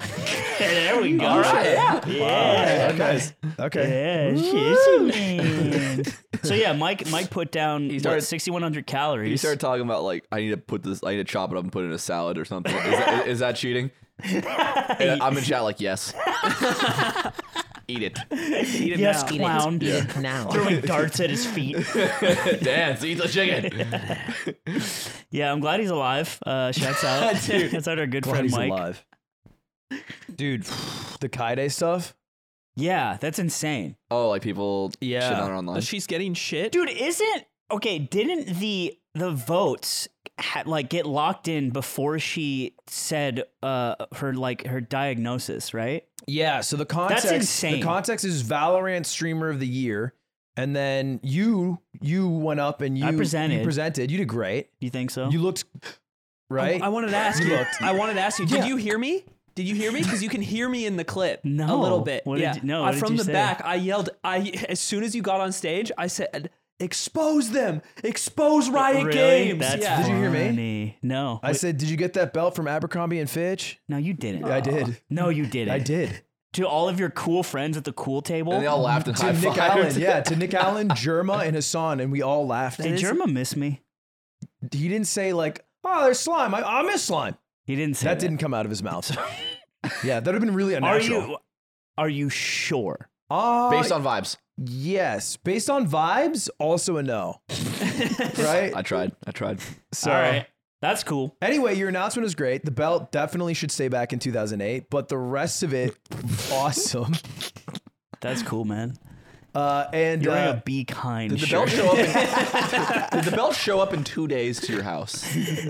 Speaker 2: there we go. All right. Yeah. Yeah.
Speaker 3: Oh, Okay, guys. Okay.
Speaker 2: Yeah, she's a man. so yeah, Mike. Mike put down
Speaker 1: started-
Speaker 2: what, 6,100 calories.
Speaker 1: You started talking about like I need to put this, I need to chop it up and put it in a salad or something. Is that, is that cheating? And I'm in chat like yes. Eat it,
Speaker 4: Eat 'em
Speaker 2: yes,
Speaker 4: now.
Speaker 2: clown.
Speaker 6: now.
Speaker 2: Throwing darts at his feet.
Speaker 1: dance, eat the chicken.
Speaker 2: Yeah, I'm glad he's alive. Uh, shouts out. That's out our good
Speaker 3: Glad
Speaker 2: friend
Speaker 3: he's
Speaker 2: Mike.
Speaker 3: alive. Dude, the Kaide stuff.
Speaker 2: Yeah, that's insane.
Speaker 1: Oh, like people
Speaker 4: Yeah.
Speaker 1: shit on her online.
Speaker 4: She's getting shit.
Speaker 2: Dude, isn't okay? Didn't the the votes ha- like get locked in before she said uh her like her diagnosis? Right?
Speaker 3: Yeah, so the context
Speaker 2: insane.
Speaker 3: the context is Valorant streamer of the year. And then you you went up and you,
Speaker 2: I presented. Oh.
Speaker 3: you presented. You did great.
Speaker 2: You think so?
Speaker 3: You looked right.
Speaker 4: I wanted to ask you.
Speaker 3: Looked.
Speaker 4: I wanted to ask you. Did
Speaker 3: Yeah.
Speaker 4: you hear me? Did you hear me? Because you can hear me in the clip. a
Speaker 2: No.
Speaker 4: little bit.
Speaker 2: What did
Speaker 4: yeah.
Speaker 2: you- no,
Speaker 4: I-
Speaker 2: what did
Speaker 4: from
Speaker 2: you
Speaker 4: the
Speaker 2: say?
Speaker 4: back, I yelled. I as soon as you got on stage, I said, "Expose them! Expose Riot
Speaker 2: really?
Speaker 4: Games!"
Speaker 2: That's
Speaker 4: yeah.
Speaker 3: Did you hear me?
Speaker 2: funny. No,
Speaker 3: I said, "Did you get that belt from Abercrombie and Fitch?"
Speaker 2: no, you didn't.
Speaker 3: I did.
Speaker 2: No, you didn't.
Speaker 3: I did.
Speaker 2: To all of your cool friends at the cool table.
Speaker 1: and they all laughed and high
Speaker 3: To Nick Allen,
Speaker 1: fived.
Speaker 3: yeah, to Nick Allen, Jerma, and Hassan, and we all laughed.
Speaker 2: did Jerma miss me?
Speaker 3: He didn't say like, "Oh, there's slime. I, I miss slime."
Speaker 2: He didn't say
Speaker 3: That
Speaker 2: that.
Speaker 3: didn't come out of his mouth. yeah, that would have been really
Speaker 2: Are
Speaker 3: unnatural.
Speaker 2: you? Are you sure?
Speaker 3: Uh,
Speaker 1: Based on vibes,
Speaker 3: yes, based on vibes, also a no. right.
Speaker 1: I tried. I tried.
Speaker 3: So
Speaker 2: All right. That's cool.
Speaker 3: anyway, your announcement is great. The belt definitely should stay back in 2008, but the rest of it, awesome.
Speaker 2: That's cool, man.
Speaker 3: Uh, and
Speaker 2: You're
Speaker 3: uh,
Speaker 2: wearing a be kind
Speaker 1: Did the belt
Speaker 2: shirt.
Speaker 1: show up? In, did the belt show up in two days to your house?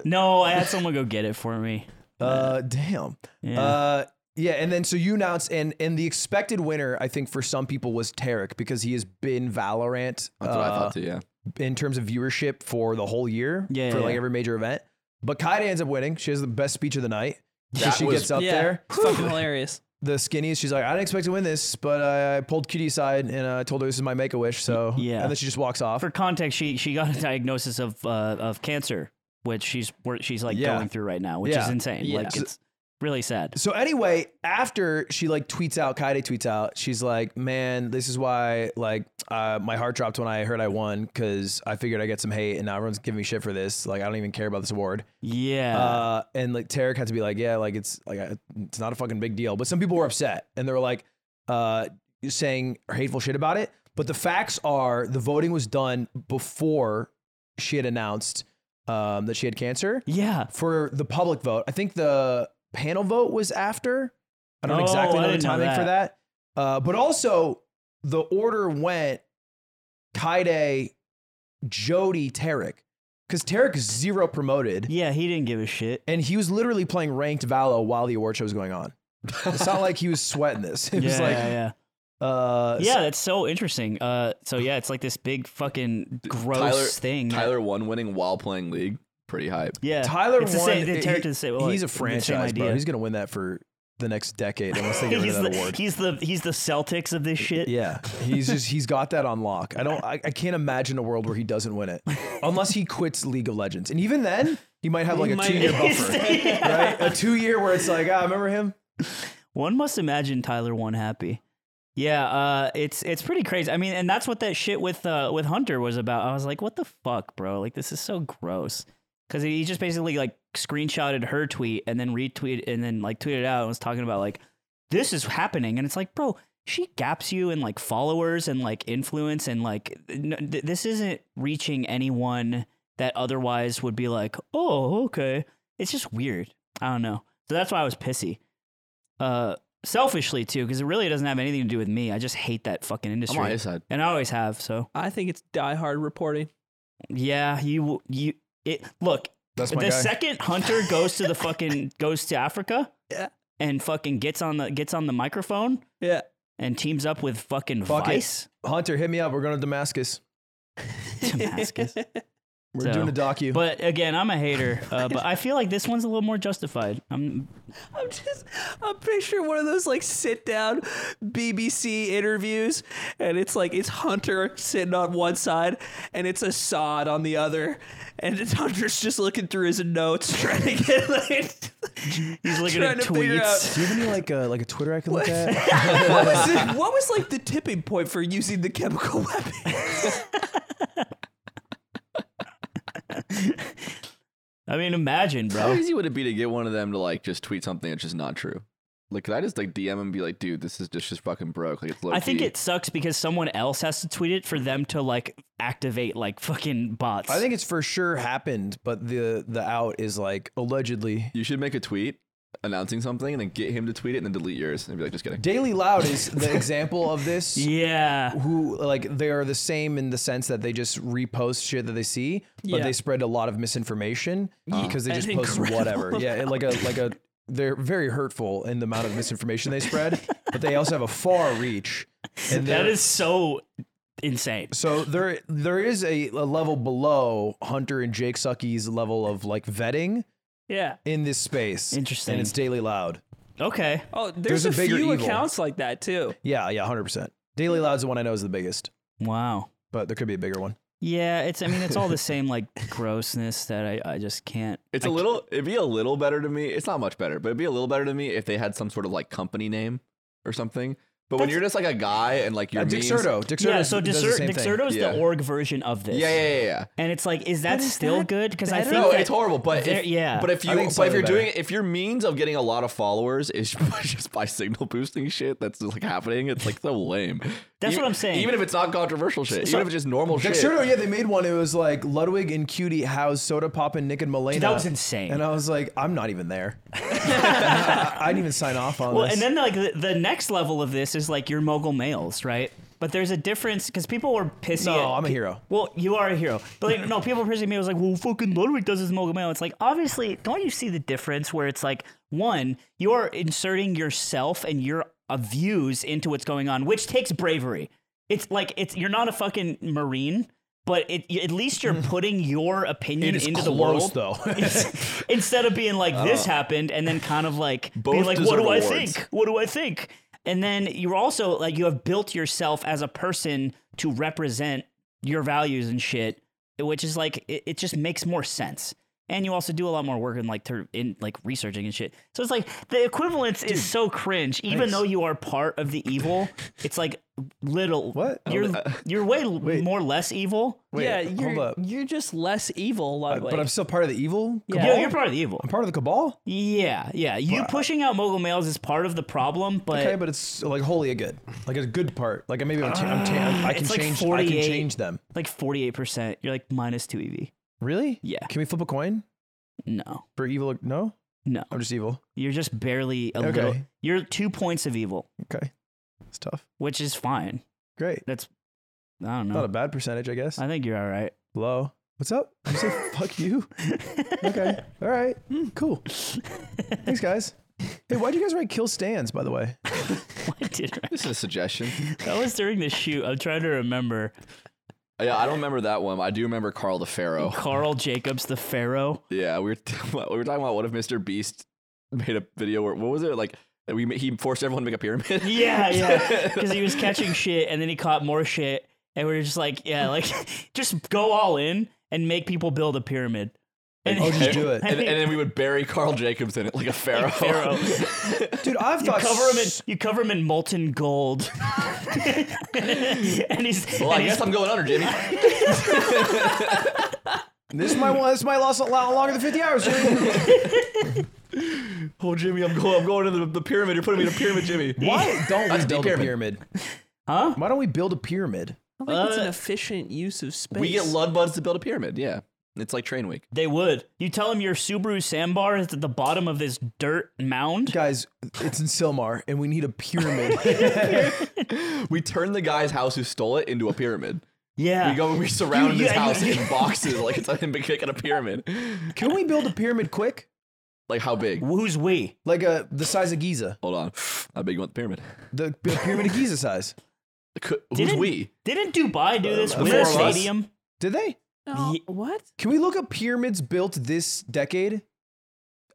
Speaker 2: No, I had someone go get it for me.
Speaker 3: Uh, damn.
Speaker 2: Yeah.
Speaker 3: Uh, yeah, and then so you announced, and and the expected winner, I think for some people was Tarek because he has been Valorant
Speaker 1: That's what I
Speaker 3: uh,
Speaker 1: thought too. Yeah.
Speaker 3: in terms of viewership for the whole year,
Speaker 2: Yeah,
Speaker 3: for
Speaker 2: yeah,
Speaker 3: like
Speaker 2: yeah.
Speaker 3: every major event. But Kaida ends up winning. She has the best speech of the night. So
Speaker 1: That
Speaker 3: she
Speaker 1: was-
Speaker 3: gets up
Speaker 4: yeah.
Speaker 3: there,
Speaker 4: It's fucking hilarious.
Speaker 3: the skinniest. She's like, I didn't expect to win this, but I, I pulled Kitty aside and uh, I told her this is my make a wish. So
Speaker 2: yeah.
Speaker 3: and then she just walks off.
Speaker 2: For context, she she got a diagnosis of uh, of cancer, which she's wor- she's like
Speaker 3: Yeah.
Speaker 2: going through right now, which
Speaker 3: Yeah.
Speaker 2: is insane.
Speaker 4: Yeah.
Speaker 2: Like it's really sad.
Speaker 3: So anyway, after she like tweets out, Kaide tweets out, she's like, "Man, this is why like uh, my heart dropped when I heard I won because I figured I get some hate and now everyone's giving me shit for this. Like I don't even care about this award."
Speaker 2: Yeah.
Speaker 3: Uh, and like Tarek had to be like, "Yeah, like it's like I, it's not a fucking big deal." But some people were upset and they were like, uh, saying hateful shit about it. But the facts are the voting was done before she had announced um, that she had cancer
Speaker 2: yeah.
Speaker 3: for the public vote. I think the panel vote was after. I don't
Speaker 2: Oh,
Speaker 3: exactly
Speaker 2: I
Speaker 3: know the
Speaker 2: didn't know
Speaker 3: timing for that. Uh, but also, the order went Kaide, Jody, Tarek. Because Tarek is zero promoted.
Speaker 2: Yeah, he didn't give a shit.
Speaker 3: And he was literally playing ranked Valo while the award show was going on. It's not like he was sweating this. It
Speaker 2: yeah,
Speaker 3: was like,
Speaker 2: yeah, yeah.
Speaker 3: uh,
Speaker 2: Yeah, that's so interesting. Uh, so yeah, it's like this big fucking gross
Speaker 1: Tyler-
Speaker 2: thing.
Speaker 1: Tyler won winning while playing League. Pretty hype.
Speaker 2: Yeah,
Speaker 3: Tyler
Speaker 2: It's the
Speaker 3: won.
Speaker 2: same. The
Speaker 3: he-
Speaker 2: character the same- well,
Speaker 3: he's a
Speaker 2: it's the same
Speaker 3: franchise, bro.
Speaker 2: idea.
Speaker 3: He's going to win that for the next decade unless they get rid
Speaker 2: he's,
Speaker 3: of that
Speaker 2: the,
Speaker 3: award.
Speaker 2: he's the he's the Celtics of this shit.
Speaker 3: Yeah, he's just he's got that on lock. I don't. I, I can't imagine a world where he doesn't win it, unless he quits League of Legends, and even then he might have like a
Speaker 4: might-
Speaker 3: two year
Speaker 2: He's-
Speaker 3: buffer, right? A two year where it's like, ah, remember him?
Speaker 2: One must imagine Tyler one happy. Yeah, uh, it's it's pretty crazy. I mean, and that's what that shit with uh, with Hunter was about. I was like, what the fuck, bro? Like, this is so gross. Because he just basically like screenshotted her tweet and then retweeted and then like tweeted out and was talking about like this is happening, and it's like, bro, she gaps you in like followers and like influence and like n- th- this isn't reaching anyone that otherwise would be like, oh, okay. It's just weird. I don't know. So that's why I was pissy uh, selfishly too, because it really doesn't have anything to do with me. I just hate that fucking
Speaker 1: I'm
Speaker 2: industry,
Speaker 1: on his side.
Speaker 2: and I always have. So
Speaker 4: I think it's diehard reporting.
Speaker 2: yeah, you you it look.
Speaker 3: That's
Speaker 2: The
Speaker 3: my guy.
Speaker 2: second Hunter goes to the fucking goes to Africa,
Speaker 4: Yeah.
Speaker 2: and fucking gets on the gets on the microphone
Speaker 4: Yeah.
Speaker 2: and teams up with fucking
Speaker 3: Fuck it.
Speaker 2: Vice
Speaker 3: Hunter, hit me up. We're going to Damascus.
Speaker 2: Damascus.
Speaker 3: We're
Speaker 2: So-
Speaker 3: doing a docu.
Speaker 2: But again, I'm a hater. Uh, but I feel like this one's a little more justified. I'm
Speaker 4: I'm just I'm picturing one of those like sit down BBC interviews and it's like it's Hunter sitting on one side and it's Assad on the other and it's Hunter's just looking through his notes trying to get like
Speaker 2: he's looking
Speaker 4: trying
Speaker 2: at
Speaker 4: to figure
Speaker 2: tweets.
Speaker 4: out
Speaker 3: Do you have any like a like a Twitter I can look at?
Speaker 4: what was, it- what was like the tipping point for using the chemical weapon?
Speaker 2: I mean, imagine,
Speaker 1: How
Speaker 2: bro.
Speaker 1: easy would it be to get one of them to like just tweet something that's just not true? Like, could I just like DM and be like, dude, this is just just fucking broke. Like, it's low
Speaker 2: I think
Speaker 1: key.
Speaker 2: it sucks because someone else has to tweet it for them to like activate like fucking bots.
Speaker 3: I think it's for sure happened, but the the out is like allegedly.
Speaker 1: you should make a tweet announcing something and then get him to tweet it and then delete yours and be like, just kidding.
Speaker 3: Daily Loud is the example of this.
Speaker 2: yeah.
Speaker 3: Who like they are the same in the sense that they just repost shit that they see, but
Speaker 4: Yeah.
Speaker 3: they spread a lot of misinformation because they
Speaker 4: An
Speaker 3: just post
Speaker 4: incredible
Speaker 3: whatever. Yeah, it- like a like a they're very hurtful in the amount of misinformation they spread, but they also have a far reach. And
Speaker 2: That
Speaker 3: they're-
Speaker 2: is so insane.
Speaker 3: So there there is a, a level below Hunter and Jake Sucky's level of like vetting
Speaker 4: Yeah.
Speaker 3: in this space.
Speaker 2: Interesting.
Speaker 3: And it's Daily Loud.
Speaker 2: Okay.
Speaker 4: Oh, there's,
Speaker 3: There's a
Speaker 4: a,
Speaker 3: bigger
Speaker 4: few
Speaker 3: evil.
Speaker 4: accounts like that too.
Speaker 3: Yeah, yeah, hundred percent. Daily Loud's the one I know is the biggest,
Speaker 2: Wow.
Speaker 3: but there could be a bigger one.
Speaker 2: Yeah, it's. I mean, it's all the same like grossness that I, I just can't.
Speaker 1: It's a little. It'd be a little better to me. It's not much better, but it'd be a little better to me if they had some sort of like company name or something. But when you're just like a guy and like your
Speaker 3: Uh, Dick
Speaker 1: memes-
Speaker 3: Serto. Dick Serto.
Speaker 2: yeah. So
Speaker 3: does the
Speaker 2: Dexer-
Speaker 3: same thing.
Speaker 2: Dexerto is
Speaker 1: Yeah.
Speaker 2: the org version of this.
Speaker 1: Yeah, yeah, yeah, yeah.
Speaker 2: And it's like, is that
Speaker 4: is
Speaker 2: still
Speaker 4: that
Speaker 2: good? Because I
Speaker 4: better?
Speaker 2: think
Speaker 1: No,
Speaker 2: that-
Speaker 1: it's horrible. But
Speaker 2: there-
Speaker 1: if,
Speaker 2: yeah.
Speaker 1: but if
Speaker 3: I
Speaker 1: you but
Speaker 3: think
Speaker 1: if
Speaker 3: slightly
Speaker 1: you're doing
Speaker 3: better.
Speaker 1: if your means of getting a lot of followers is just by signal boosting shit that's just like happening, it's like so lame.
Speaker 2: That's
Speaker 1: Even-
Speaker 2: what I'm saying.
Speaker 1: Even if it's not controversial shit, even if it's just normal
Speaker 3: Dick
Speaker 1: shit.
Speaker 3: Serto, yeah, they made one. It was like Ludwig and Cutie House, Soda Pop, and Nick and Milena.
Speaker 2: Dude, that was insane.
Speaker 3: And I was like, I'm not even there. I, I didn't even sign off on
Speaker 2: Well,
Speaker 3: this.
Speaker 2: and then like the, the next level of this is like your mogul males, right? But there's a difference because people were pissy.
Speaker 3: No,
Speaker 2: at-
Speaker 3: I'm a hero.
Speaker 2: Well, you are a hero. But like, no, people were pissing at me. It was like, well, fucking Ludwig does his mogul male. It's like, obviously, don't you see the difference where it's like, one, you're inserting yourself and your uh, views into what's going on, which takes bravery. It's like, it's you're not a fucking Marine. But it, you- at least you're putting your opinion
Speaker 3: Mm-hmm. it is
Speaker 2: into
Speaker 3: close,
Speaker 2: the world,
Speaker 3: though.
Speaker 2: instead of being like this happened and then kind of like being
Speaker 1: Uh, Both
Speaker 2: like what
Speaker 1: deserve
Speaker 2: do I
Speaker 1: awards.
Speaker 2: think? What do I think? And then you're also like you have built yourself as a person to represent your values and shit, which is like it, it just makes more sense. And you also do a lot more work in like to, in like researching and shit. So it's like the equivalence is so cringe. Even though you are part of the evil, it's like little.
Speaker 3: What?
Speaker 1: Oh,
Speaker 2: you're you're way l more less evil.
Speaker 3: Wait,
Speaker 4: yeah,
Speaker 3: hold
Speaker 4: you're,
Speaker 3: up. Uh,
Speaker 4: you're just less evil, Ludwig.
Speaker 3: but I'm still part of the evil.
Speaker 4: Yeah.
Speaker 2: Yeah, you're part of the evil.
Speaker 3: I'm part of the cabal.
Speaker 2: Yeah, yeah. You pushing out mogul males is part of the problem, but,
Speaker 3: Okay, but it's like wholly a good, like a good part. Like maybe I'm, cha- I'm cha- I'm- I can
Speaker 2: Uh, It's like
Speaker 3: change. I
Speaker 2: 48.
Speaker 3: can change them.
Speaker 2: like forty eight percent, you're like minus two EV.
Speaker 3: Really?
Speaker 2: Yeah.
Speaker 3: Can we flip a coin
Speaker 2: No,
Speaker 3: for evil? No,
Speaker 2: no.
Speaker 3: I'm just evil.
Speaker 2: You're just barely a
Speaker 3: Okay.
Speaker 2: little. You're two points of evil,
Speaker 3: Okay, it's tough.
Speaker 2: which is fine.
Speaker 3: Great.
Speaker 2: That's I don't
Speaker 3: Not a
Speaker 2: know.
Speaker 3: bad percentage, I guess.
Speaker 2: I think you're all right.
Speaker 3: Low. What's up? You say fuck you. Okay. All right. Mm, cool. Thanks, guys. Hey, why'd you guys write kill stands? By the way,
Speaker 2: Why did I-
Speaker 1: This is a suggestion.
Speaker 2: that was during the shoot. I'm trying to remember
Speaker 1: yeah, I don't remember that one. but I do remember Carl DeFaro.
Speaker 2: Carl Jacobs the Pharaoh.
Speaker 1: Yeah, we were t- we were talking about what if Mr. Beast made a video where what was it like? that We he forced everyone to make a pyramid.
Speaker 2: Yeah, yeah. Because he was catching shit, and then he caught more shit, and we are just like, yeah, like just go all in and make people build a pyramid. And
Speaker 3: oh, just do it,
Speaker 1: And, and then we would bury Carl Jacobs in it like a pharaoh.
Speaker 2: Pharaoh.
Speaker 3: dude. I've thought
Speaker 2: cover him in
Speaker 3: s-
Speaker 2: you cover him in molten gold. and he's,
Speaker 1: Well, I
Speaker 2: and he's-
Speaker 1: guess I'm going under, Jimmy.
Speaker 3: This is my one. This is my loss a lot longer than 50 hours. Dude.
Speaker 1: Oh, Jimmy, I'm going. I'm going to the, the pyramid. You're putting me in a pyramid, Jimmy.
Speaker 3: Why don't we
Speaker 1: That's
Speaker 3: build
Speaker 1: the
Speaker 3: a pyramid?
Speaker 2: Huh?
Speaker 3: Why don't we build a pyramid?
Speaker 4: I think it's
Speaker 2: Uh,
Speaker 4: an efficient use of space.
Speaker 1: We get Lud Buds to build a pyramid. Yeah, it's like train week.
Speaker 2: They would. You tell him your Subaru sandbar is at the bottom of this dirt mound.
Speaker 3: Guys, it's in Silmar, and we need a pyramid.
Speaker 1: We turn the guy's house who stole it into a pyramid.
Speaker 2: Yeah.
Speaker 1: We go and we surround
Speaker 2: You-
Speaker 1: his
Speaker 2: yeah,
Speaker 1: house
Speaker 2: you-
Speaker 1: in boxes like it's him kicking a pyramid.
Speaker 3: Can we build a pyramid quick?
Speaker 1: Like how big?
Speaker 2: Who's we?
Speaker 3: Like a the size of Giza,
Speaker 1: Hold on, how big you want the pyramid?
Speaker 3: the, the pyramid of Giza size.
Speaker 1: Could- Who's
Speaker 2: Didn't-
Speaker 1: we?
Speaker 2: Didn't Dubai do this
Speaker 1: the
Speaker 2: with
Speaker 1: four
Speaker 2: a
Speaker 1: of us.
Speaker 2: stadium?
Speaker 3: Did they?
Speaker 4: No,
Speaker 2: Ye-
Speaker 4: what?
Speaker 3: Can we look up pyramids built this decade?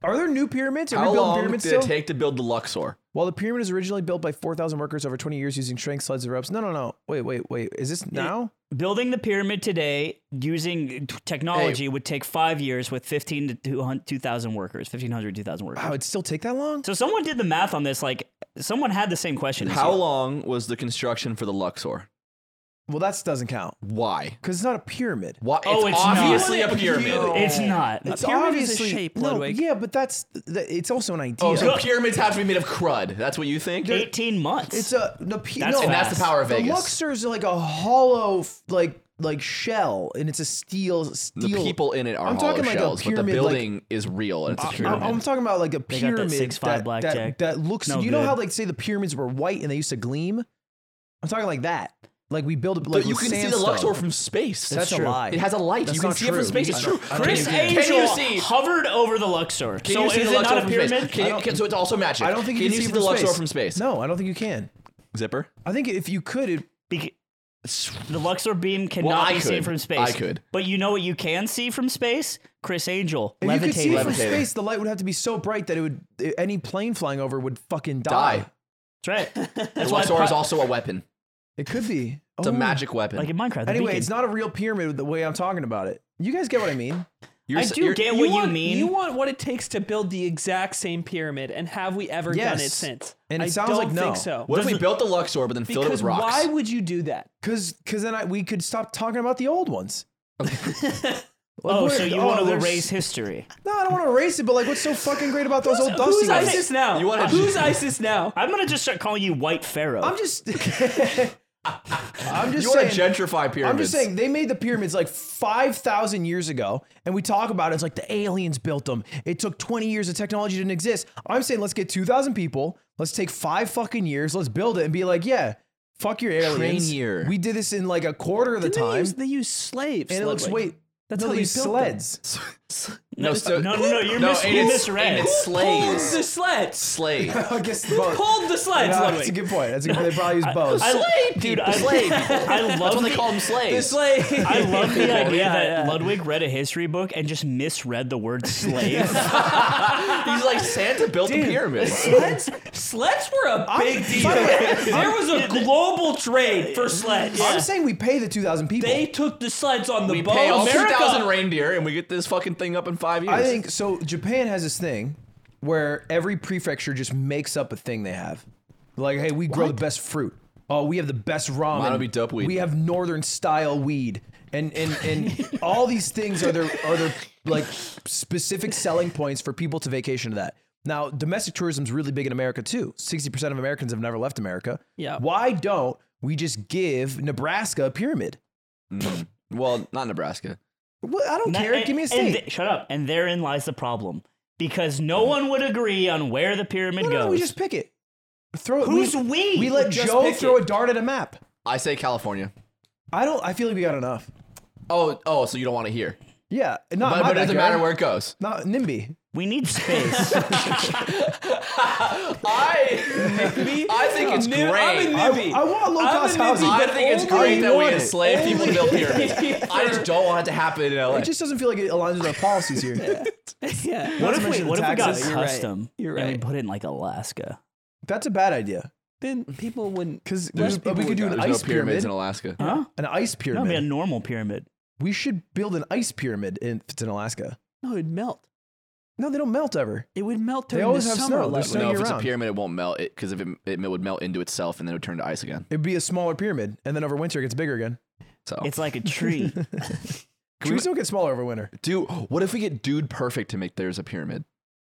Speaker 3: Are there new pyramids? Are
Speaker 1: How
Speaker 3: we building
Speaker 1: long did
Speaker 3: pyramids still?
Speaker 1: it take to build the Luxor?
Speaker 3: While the pyramid was originally built by 4,000 workers over 20 years using strength sleds and ropes. No, no, no. Wait, wait, wait. Is this now?
Speaker 2: Building the pyramid today using t- technology would take five years with 15 to 200 2,000 workers, 1,500, 2,000 workers.
Speaker 3: Wow, it'd still take that long?
Speaker 2: So someone did the math on this. Like someone had the same question. as
Speaker 1: How
Speaker 2: you.
Speaker 1: long was the construction for the Luxor?
Speaker 3: Well, that doesn't count
Speaker 1: Why?
Speaker 3: because it's not a pyramid.
Speaker 1: Why?
Speaker 2: Oh, it's not.
Speaker 1: obviously a pyramid.
Speaker 2: It's not.
Speaker 3: It's
Speaker 4: pyramid is a
Speaker 3: obviously
Speaker 4: shape,
Speaker 3: no,
Speaker 4: Ludwig.
Speaker 3: yeah, but that's th- it's also an idea.
Speaker 1: Oh, so pyramids have to be made of crud. That's what you think?
Speaker 2: Eighteen months.
Speaker 3: it's a the pi-
Speaker 2: That's
Speaker 3: no,
Speaker 1: and that's the power of
Speaker 3: the
Speaker 1: Vegas.
Speaker 3: Luxor's like a hollow f- like like shell, and it's a steel
Speaker 1: the
Speaker 3: steel.
Speaker 1: people in it are
Speaker 3: I'm
Speaker 1: hollow
Speaker 3: talking like a
Speaker 1: shells, but the
Speaker 3: pyramid, like-
Speaker 1: building is real and it's a
Speaker 3: I-
Speaker 1: pyramid.
Speaker 3: I'm talking about like a
Speaker 2: got that
Speaker 3: pyramid
Speaker 2: 6'5"
Speaker 3: that,
Speaker 2: blackjack.
Speaker 3: that, that looks.
Speaker 2: No
Speaker 3: you know
Speaker 2: good.
Speaker 3: how like say the pyramids were white and they used to gleam. I'm talking like that. Like we build. Like
Speaker 1: but you
Speaker 3: with
Speaker 1: can see the
Speaker 3: sandstone.
Speaker 1: Luxor from space.
Speaker 3: That's a lie.
Speaker 1: It has a light.
Speaker 3: That's
Speaker 1: you can
Speaker 3: not
Speaker 1: see it
Speaker 3: true.
Speaker 1: from space. It's
Speaker 3: I
Speaker 1: true.
Speaker 3: don't- I don't
Speaker 2: Chris
Speaker 3: think you
Speaker 1: can.
Speaker 2: Angel
Speaker 1: Can you see-
Speaker 2: hovered over the Luxor.
Speaker 1: Can
Speaker 2: so
Speaker 1: you see
Speaker 2: is
Speaker 1: the
Speaker 2: it
Speaker 1: Luxor
Speaker 2: not a
Speaker 1: from space?
Speaker 2: pyramid?
Speaker 1: Can you, can, so it's also magic.
Speaker 3: I don't think
Speaker 1: can
Speaker 3: you
Speaker 1: you see the
Speaker 3: it from
Speaker 1: Luxor
Speaker 3: space.
Speaker 1: from space?
Speaker 3: No, I don't think you can.
Speaker 1: Zipper.
Speaker 3: I think if you could, it,
Speaker 2: Beca- the Luxor beam cannot
Speaker 1: I
Speaker 2: be seen
Speaker 1: could.
Speaker 2: from space.
Speaker 1: I could.
Speaker 2: But you know what you can see from space? Chris Angel
Speaker 3: if you could see
Speaker 2: levitating.
Speaker 3: it from
Speaker 1: Levitating.
Speaker 3: space, the light would have to be so bright that it would any plane flying over would fucking die.
Speaker 1: Die.
Speaker 2: That's right.
Speaker 1: The
Speaker 2: That's why
Speaker 1: Luxor
Speaker 2: pro-
Speaker 1: is also a weapon.
Speaker 3: It could be.
Speaker 1: It's
Speaker 3: Oh.
Speaker 1: a magic weapon.
Speaker 2: like in Minecraft. the
Speaker 3: Anyway,
Speaker 2: beacon.
Speaker 3: it's not a real pyramid the way I'm talking about it. You guys get what I mean?
Speaker 1: You're
Speaker 2: I
Speaker 1: s-
Speaker 2: do
Speaker 1: you're-
Speaker 2: get what
Speaker 4: want,
Speaker 2: you mean.
Speaker 4: You want what it takes to build the exact same pyramid, and have we ever done it
Speaker 3: Yes.
Speaker 4: since?
Speaker 3: And it
Speaker 4: I
Speaker 3: sounds
Speaker 4: don't
Speaker 3: like no.
Speaker 4: think so.
Speaker 1: What if we built the Luxor but then filled it
Speaker 4: Because
Speaker 1: with rocks?
Speaker 4: why would you do that?
Speaker 3: Because because then I, we could stop talking about the old ones. Like,
Speaker 2: oh,
Speaker 3: we're-
Speaker 2: so you want to
Speaker 3: there's-
Speaker 2: erase history?
Speaker 3: No, I don't want to erase it. But like, what's so fucking great about those old dusty
Speaker 4: Who's
Speaker 3: ones?
Speaker 4: ISIS now?
Speaker 1: You wanna-
Speaker 4: Who's ISIS now?
Speaker 2: I'm gonna just start calling you White Pharaoh.
Speaker 3: I'm just. I'm just
Speaker 1: you want
Speaker 3: saying.
Speaker 1: to gentrify pyramids?
Speaker 3: I'm just saying they made the pyramids like 5,000 years ago, and we talk about it, it's like the aliens built them. It took 20 years of technology didn't exist. I'm saying let's get 2,000 people, let's take five fucking years, let's build it, and be like, yeah, fuck your aliens.
Speaker 1: year.
Speaker 3: We did this in like a quarter of the
Speaker 4: Didn't They
Speaker 3: time,
Speaker 4: use, they use slaves.
Speaker 3: and it looks
Speaker 4: Ludwig.
Speaker 3: wait.
Speaker 4: That's
Speaker 3: no,
Speaker 4: how
Speaker 3: they
Speaker 4: they
Speaker 3: use
Speaker 4: built them.
Speaker 3: sleds.
Speaker 1: No, so,
Speaker 2: no, no, no, you're mis-
Speaker 1: and
Speaker 2: you
Speaker 1: it's-
Speaker 2: misread.
Speaker 1: And it's
Speaker 4: Pulled
Speaker 1: slaves.
Speaker 4: the sleds.
Speaker 1: Slave.
Speaker 3: I guess both.
Speaker 4: Pulled the sleds,
Speaker 3: Yeah, that's a
Speaker 4: Ludwig.
Speaker 3: good point. That's a good, they probably use bows.
Speaker 2: I- dude, I,
Speaker 1: slave
Speaker 2: I
Speaker 1: That's
Speaker 2: love
Speaker 1: what they
Speaker 2: the-
Speaker 1: call them slaves.
Speaker 4: Slave.
Speaker 2: I love the idea
Speaker 4: Yeah,
Speaker 2: that
Speaker 4: yeah.
Speaker 2: Ludwig read a history book and just misread the word slave.
Speaker 1: He's like Santa built the pyramids.
Speaker 4: sleds, sleds were a big deal. there was a global trade for sleds.
Speaker 3: I'm saying we pay the 2,000 people.
Speaker 4: They took the sleds on the
Speaker 1: We
Speaker 4: boat.
Speaker 1: pay all two
Speaker 4: America.
Speaker 1: thousand reindeer and we get this fucking thing up in five years.
Speaker 3: I think so. Japan has this thing where every prefecture just makes up a thing they have. Like, hey, we grow the best fruit. Oh, we have the best ramen.
Speaker 1: Mine would be dope weed.
Speaker 3: We have northern style weed, and and and all these things are their are their like specific selling points for people to vacation to that. Now, domestic tourism's really big in America too. Sixty percent of Americans have never left America.
Speaker 4: Yeah.
Speaker 3: Why don't we just give Nebraska a pyramid?
Speaker 1: Well, not Nebraska.
Speaker 3: Well, I don't
Speaker 2: Not-
Speaker 3: care.
Speaker 2: and-
Speaker 3: give me a
Speaker 2: and
Speaker 3: state. Uh-huh.
Speaker 2: th- shut up. And therein lies the problem. Because no one would agree on where the pyramid
Speaker 3: no,
Speaker 2: goes.
Speaker 3: no, no, we just pick it. Throw it.
Speaker 2: Who's
Speaker 3: we?
Speaker 2: we?
Speaker 3: We let
Speaker 4: Just
Speaker 3: Joe
Speaker 4: pick
Speaker 3: throw
Speaker 4: it.
Speaker 3: a dart at a map.
Speaker 1: I say California.
Speaker 3: I don't. I feel like we got enough.
Speaker 1: Oh, oh, so you don't want to hear?
Speaker 3: Yeah, not
Speaker 1: But,
Speaker 3: my
Speaker 1: but it doesn't
Speaker 3: backyard.
Speaker 1: matter where it goes.
Speaker 3: Not NIMBY.
Speaker 2: We need space.
Speaker 1: I, I think it's
Speaker 4: Nim-
Speaker 1: great.
Speaker 4: I'm
Speaker 3: I,
Speaker 4: a NIMBY.
Speaker 3: I want low
Speaker 4: I'm a
Speaker 3: cost
Speaker 4: NIMBY,
Speaker 3: housing.
Speaker 1: I
Speaker 4: but
Speaker 1: think it's
Speaker 4: only
Speaker 1: great that we
Speaker 4: one.
Speaker 1: enslave people to build pyramids. I just don't want it to happen in LA.
Speaker 3: It just doesn't feel like it aligns with our policies here.
Speaker 4: Yeah.
Speaker 2: what if
Speaker 3: to
Speaker 2: we,
Speaker 3: mention
Speaker 2: what
Speaker 3: the
Speaker 2: if we got
Speaker 3: taxes. You're
Speaker 4: right.
Speaker 2: custom
Speaker 4: You're
Speaker 2: and we
Speaker 4: right.
Speaker 2: put it in like Alaska?
Speaker 3: That's a bad idea.
Speaker 4: Then people wouldn't.
Speaker 3: Because
Speaker 1: There's-
Speaker 3: we could do an
Speaker 1: there's
Speaker 3: ice
Speaker 1: no pyramids
Speaker 3: pyramid.
Speaker 1: in Alaska.
Speaker 2: Huh?
Speaker 3: An ice
Speaker 2: No,
Speaker 3: pyramid.
Speaker 2: it'd be a normal pyramid.
Speaker 3: we should build an ice pyramid in, if it's in Alaska.
Speaker 4: No, it'd melt.
Speaker 3: No, they don't melt ever.
Speaker 4: It would melt
Speaker 3: They
Speaker 4: during
Speaker 3: always
Speaker 4: the
Speaker 3: have
Speaker 4: summer.
Speaker 3: snow. There's
Speaker 4: Ludwig.
Speaker 3: snow
Speaker 1: No, if it's a
Speaker 3: year-round.
Speaker 1: pyramid, it won't melt. It because if it, it would melt into itself and then it would turn to ice again.
Speaker 3: It'd be a smaller pyramid, and then over winter it gets bigger again.
Speaker 1: So
Speaker 2: It's like a tree.
Speaker 3: Trees don't get smaller over winter.
Speaker 1: Dude, what if we get Dude Perfect to make theirs a pyramid?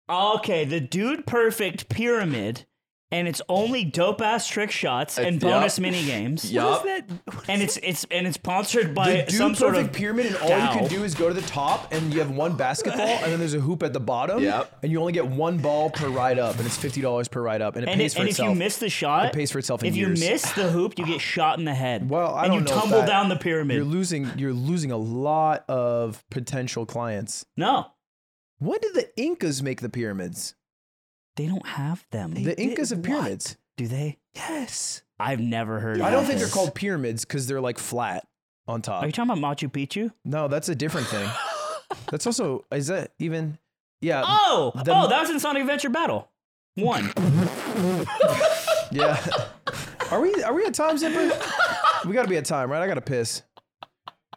Speaker 2: okay, the dude perfect pyramid, and it's only dope ass trick shots and
Speaker 1: It's-
Speaker 2: bonus
Speaker 1: yup.
Speaker 2: mini games.
Speaker 1: Yup.
Speaker 4: Isn't that-
Speaker 2: And it's it's and it's sponsored
Speaker 3: The
Speaker 2: by
Speaker 3: dude
Speaker 2: some
Speaker 3: perfect
Speaker 2: sort of
Speaker 3: pyramid, and all
Speaker 2: Dow.
Speaker 3: you can do is go to the top, and you have one basketball, and then there's a hoop at the bottom,
Speaker 1: Yep.
Speaker 3: and you only get one ball per ride up, and it's fifty dollars per ride up, and it
Speaker 2: And,
Speaker 3: pays
Speaker 2: it,
Speaker 3: for
Speaker 2: and if
Speaker 3: itself.
Speaker 2: you miss the shot,
Speaker 3: It pays for itself in
Speaker 2: if
Speaker 3: years.
Speaker 2: you miss the hoop, you get shot in the head.
Speaker 3: Well, I
Speaker 2: and
Speaker 3: don't
Speaker 2: you
Speaker 3: know if
Speaker 2: tumble
Speaker 3: that-
Speaker 2: down the pyramid.
Speaker 3: You're losing. You're losing a lot of potential clients.
Speaker 2: no,
Speaker 3: When did the Incas make the pyramids?
Speaker 2: they don't have them.
Speaker 3: The
Speaker 4: did
Speaker 3: Incas have
Speaker 4: what?
Speaker 3: pyramids.
Speaker 2: do they?
Speaker 4: yes.
Speaker 2: I've never heard.
Speaker 3: I
Speaker 2: of
Speaker 3: don't think they're
Speaker 2: this.
Speaker 3: called pyramids because they're like flat. on top.
Speaker 2: Are you talking about Machu Picchu?
Speaker 3: no, that's a different thing. that's also is that even? Yeah,
Speaker 2: Oh,
Speaker 3: The-
Speaker 2: oh, that was in Sonic Adventure Battle. One.
Speaker 3: yeah. Are we are we at time, Zipper? We gotta be at time, right? I gotta piss.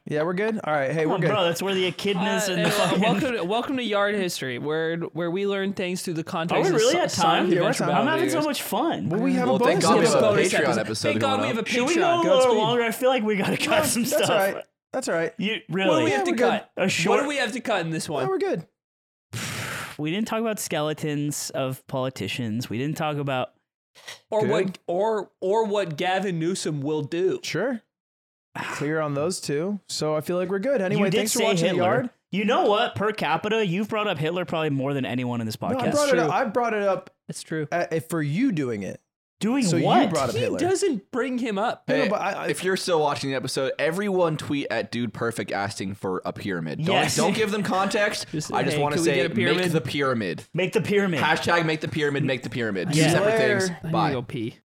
Speaker 3: Yeah, we're good. All right, hey,
Speaker 2: Come
Speaker 3: we're
Speaker 2: on,
Speaker 3: good.
Speaker 2: bro, that's where the echidnas
Speaker 4: Uh,
Speaker 2: and the
Speaker 4: uh,
Speaker 2: fucking.
Speaker 4: welcome, to, welcome to Yard History, where where we learn things through the
Speaker 2: Are
Speaker 4: context.
Speaker 2: we
Speaker 4: of
Speaker 2: really
Speaker 4: so-
Speaker 2: at time?
Speaker 4: Sonic
Speaker 3: Yeah, we're
Speaker 4: Adventure
Speaker 3: at time.
Speaker 2: I'm
Speaker 4: Battle
Speaker 2: having so
Speaker 4: videos.
Speaker 2: much fun.
Speaker 3: Well, we have
Speaker 1: Well,
Speaker 3: a bonus
Speaker 1: thank God we have a
Speaker 3: episode.
Speaker 4: bonus
Speaker 1: Patreon
Speaker 4: episode.
Speaker 1: episode
Speaker 4: Thank God
Speaker 1: going
Speaker 4: we have a
Speaker 1: up.
Speaker 2: Should
Speaker 4: Patreon.
Speaker 2: we go a little
Speaker 4: Godspeed.
Speaker 2: longer? I feel like we gotta cut some
Speaker 3: That's
Speaker 2: stuff.
Speaker 3: all right. That's all right.
Speaker 2: You
Speaker 4: What
Speaker 2: really?
Speaker 4: do we have to
Speaker 3: we're good.
Speaker 4: cut?
Speaker 2: A
Speaker 4: What
Speaker 2: short-
Speaker 4: do we have to cut in this
Speaker 3: Yeah,
Speaker 4: one?
Speaker 3: we're good.
Speaker 2: we didn't talk about skeletons of politicians. We didn't talk about.
Speaker 4: Or
Speaker 3: Good.
Speaker 4: what? Or or what Gavin Newsom will do?
Speaker 3: Sure. Clear on those two. So I feel like we're good. Anyway,
Speaker 2: you did
Speaker 3: thanks for
Speaker 2: say
Speaker 3: watching
Speaker 2: Hitler.
Speaker 3: the yard.
Speaker 2: You know what? Per capita, you've brought up Hitler probably more than anyone in this
Speaker 3: No, I
Speaker 2: podcast.
Speaker 3: brought it up.
Speaker 4: true.
Speaker 3: I brought it up
Speaker 4: That's true.
Speaker 3: uh, uh, for you doing it.
Speaker 2: Doing
Speaker 3: So
Speaker 2: what?
Speaker 3: you brought up
Speaker 4: He
Speaker 3: Hitler.
Speaker 4: doesn't bring him up.
Speaker 3: No, no,
Speaker 1: Hey,
Speaker 3: but I- I-
Speaker 1: if you're still watching the episode, everyone tweet at Dude Perfect asking for a pyramid. Don't,
Speaker 2: Yes.
Speaker 1: don't give them context.
Speaker 4: Just say,
Speaker 1: I just
Speaker 4: "Hey,
Speaker 1: want to
Speaker 4: can we
Speaker 1: say
Speaker 4: get a pyramid?"
Speaker 1: make the pyramid.
Speaker 2: Make the pyramid.
Speaker 1: Hashtag make the pyramid, make the pyramid. Two
Speaker 2: Yeah.
Speaker 1: separate
Speaker 3: Later.
Speaker 1: things.
Speaker 4: I need to
Speaker 1: Bye.
Speaker 4: go pee.